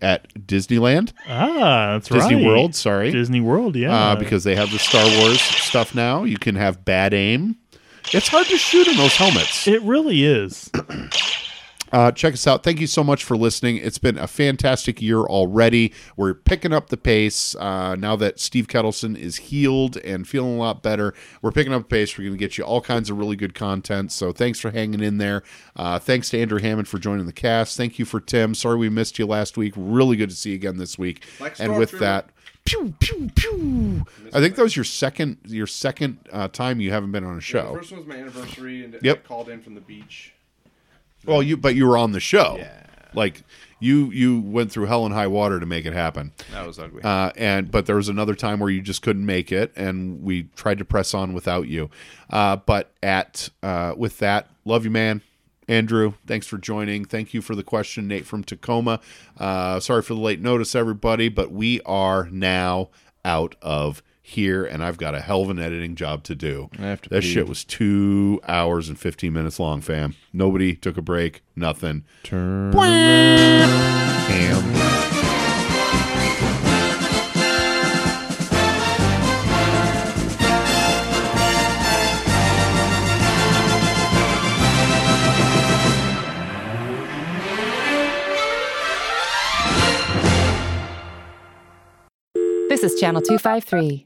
at Disneyland, uh,
Ah, that's right.
Disney World. Sorry,
Disney World, yeah.
uh, because they have the Star Wars stuff now. You can have bad aim. It's hard to shoot in those helmets.
it really is.
Uh, check us out. Thank you so much for listening. It's been a fantastic year already. We're picking up the pace uh, now that Steve Kettleson is healed and feeling a lot better. We're picking up the pace. We're going to get you all kinds of really good content. So thanks for hanging in there. Uh, thanks to Andrew Hammond for joining the cast. Thank you for Tim. Sorry we missed you last week. Really good to see you again this week. and with that. Pew pew pew! I think that was your second your second uh, time you haven't been on a
The
show.
first one was my anniversary, and
Yep.
I called in from the beach.
Well, you but you were on the show. Like you you went through hell and high water to make it happen.
That was ugly.
Uh, and but there was another time where you just couldn't make it, and we tried to press on without you. Uh, but at uh, with that, love you, man. Andrew, thanks for joining. Thank you for the question, Nate from Tacoma. Uh, sorry for the late notice, everybody, but we are now out of here, and I've got a hell of an editing job to do.
I have to
that
pee.
shit was two hours and fifteen minutes long, fam. Nobody took a break. Nothing.
Turn.
Damn.
This is Channel 253.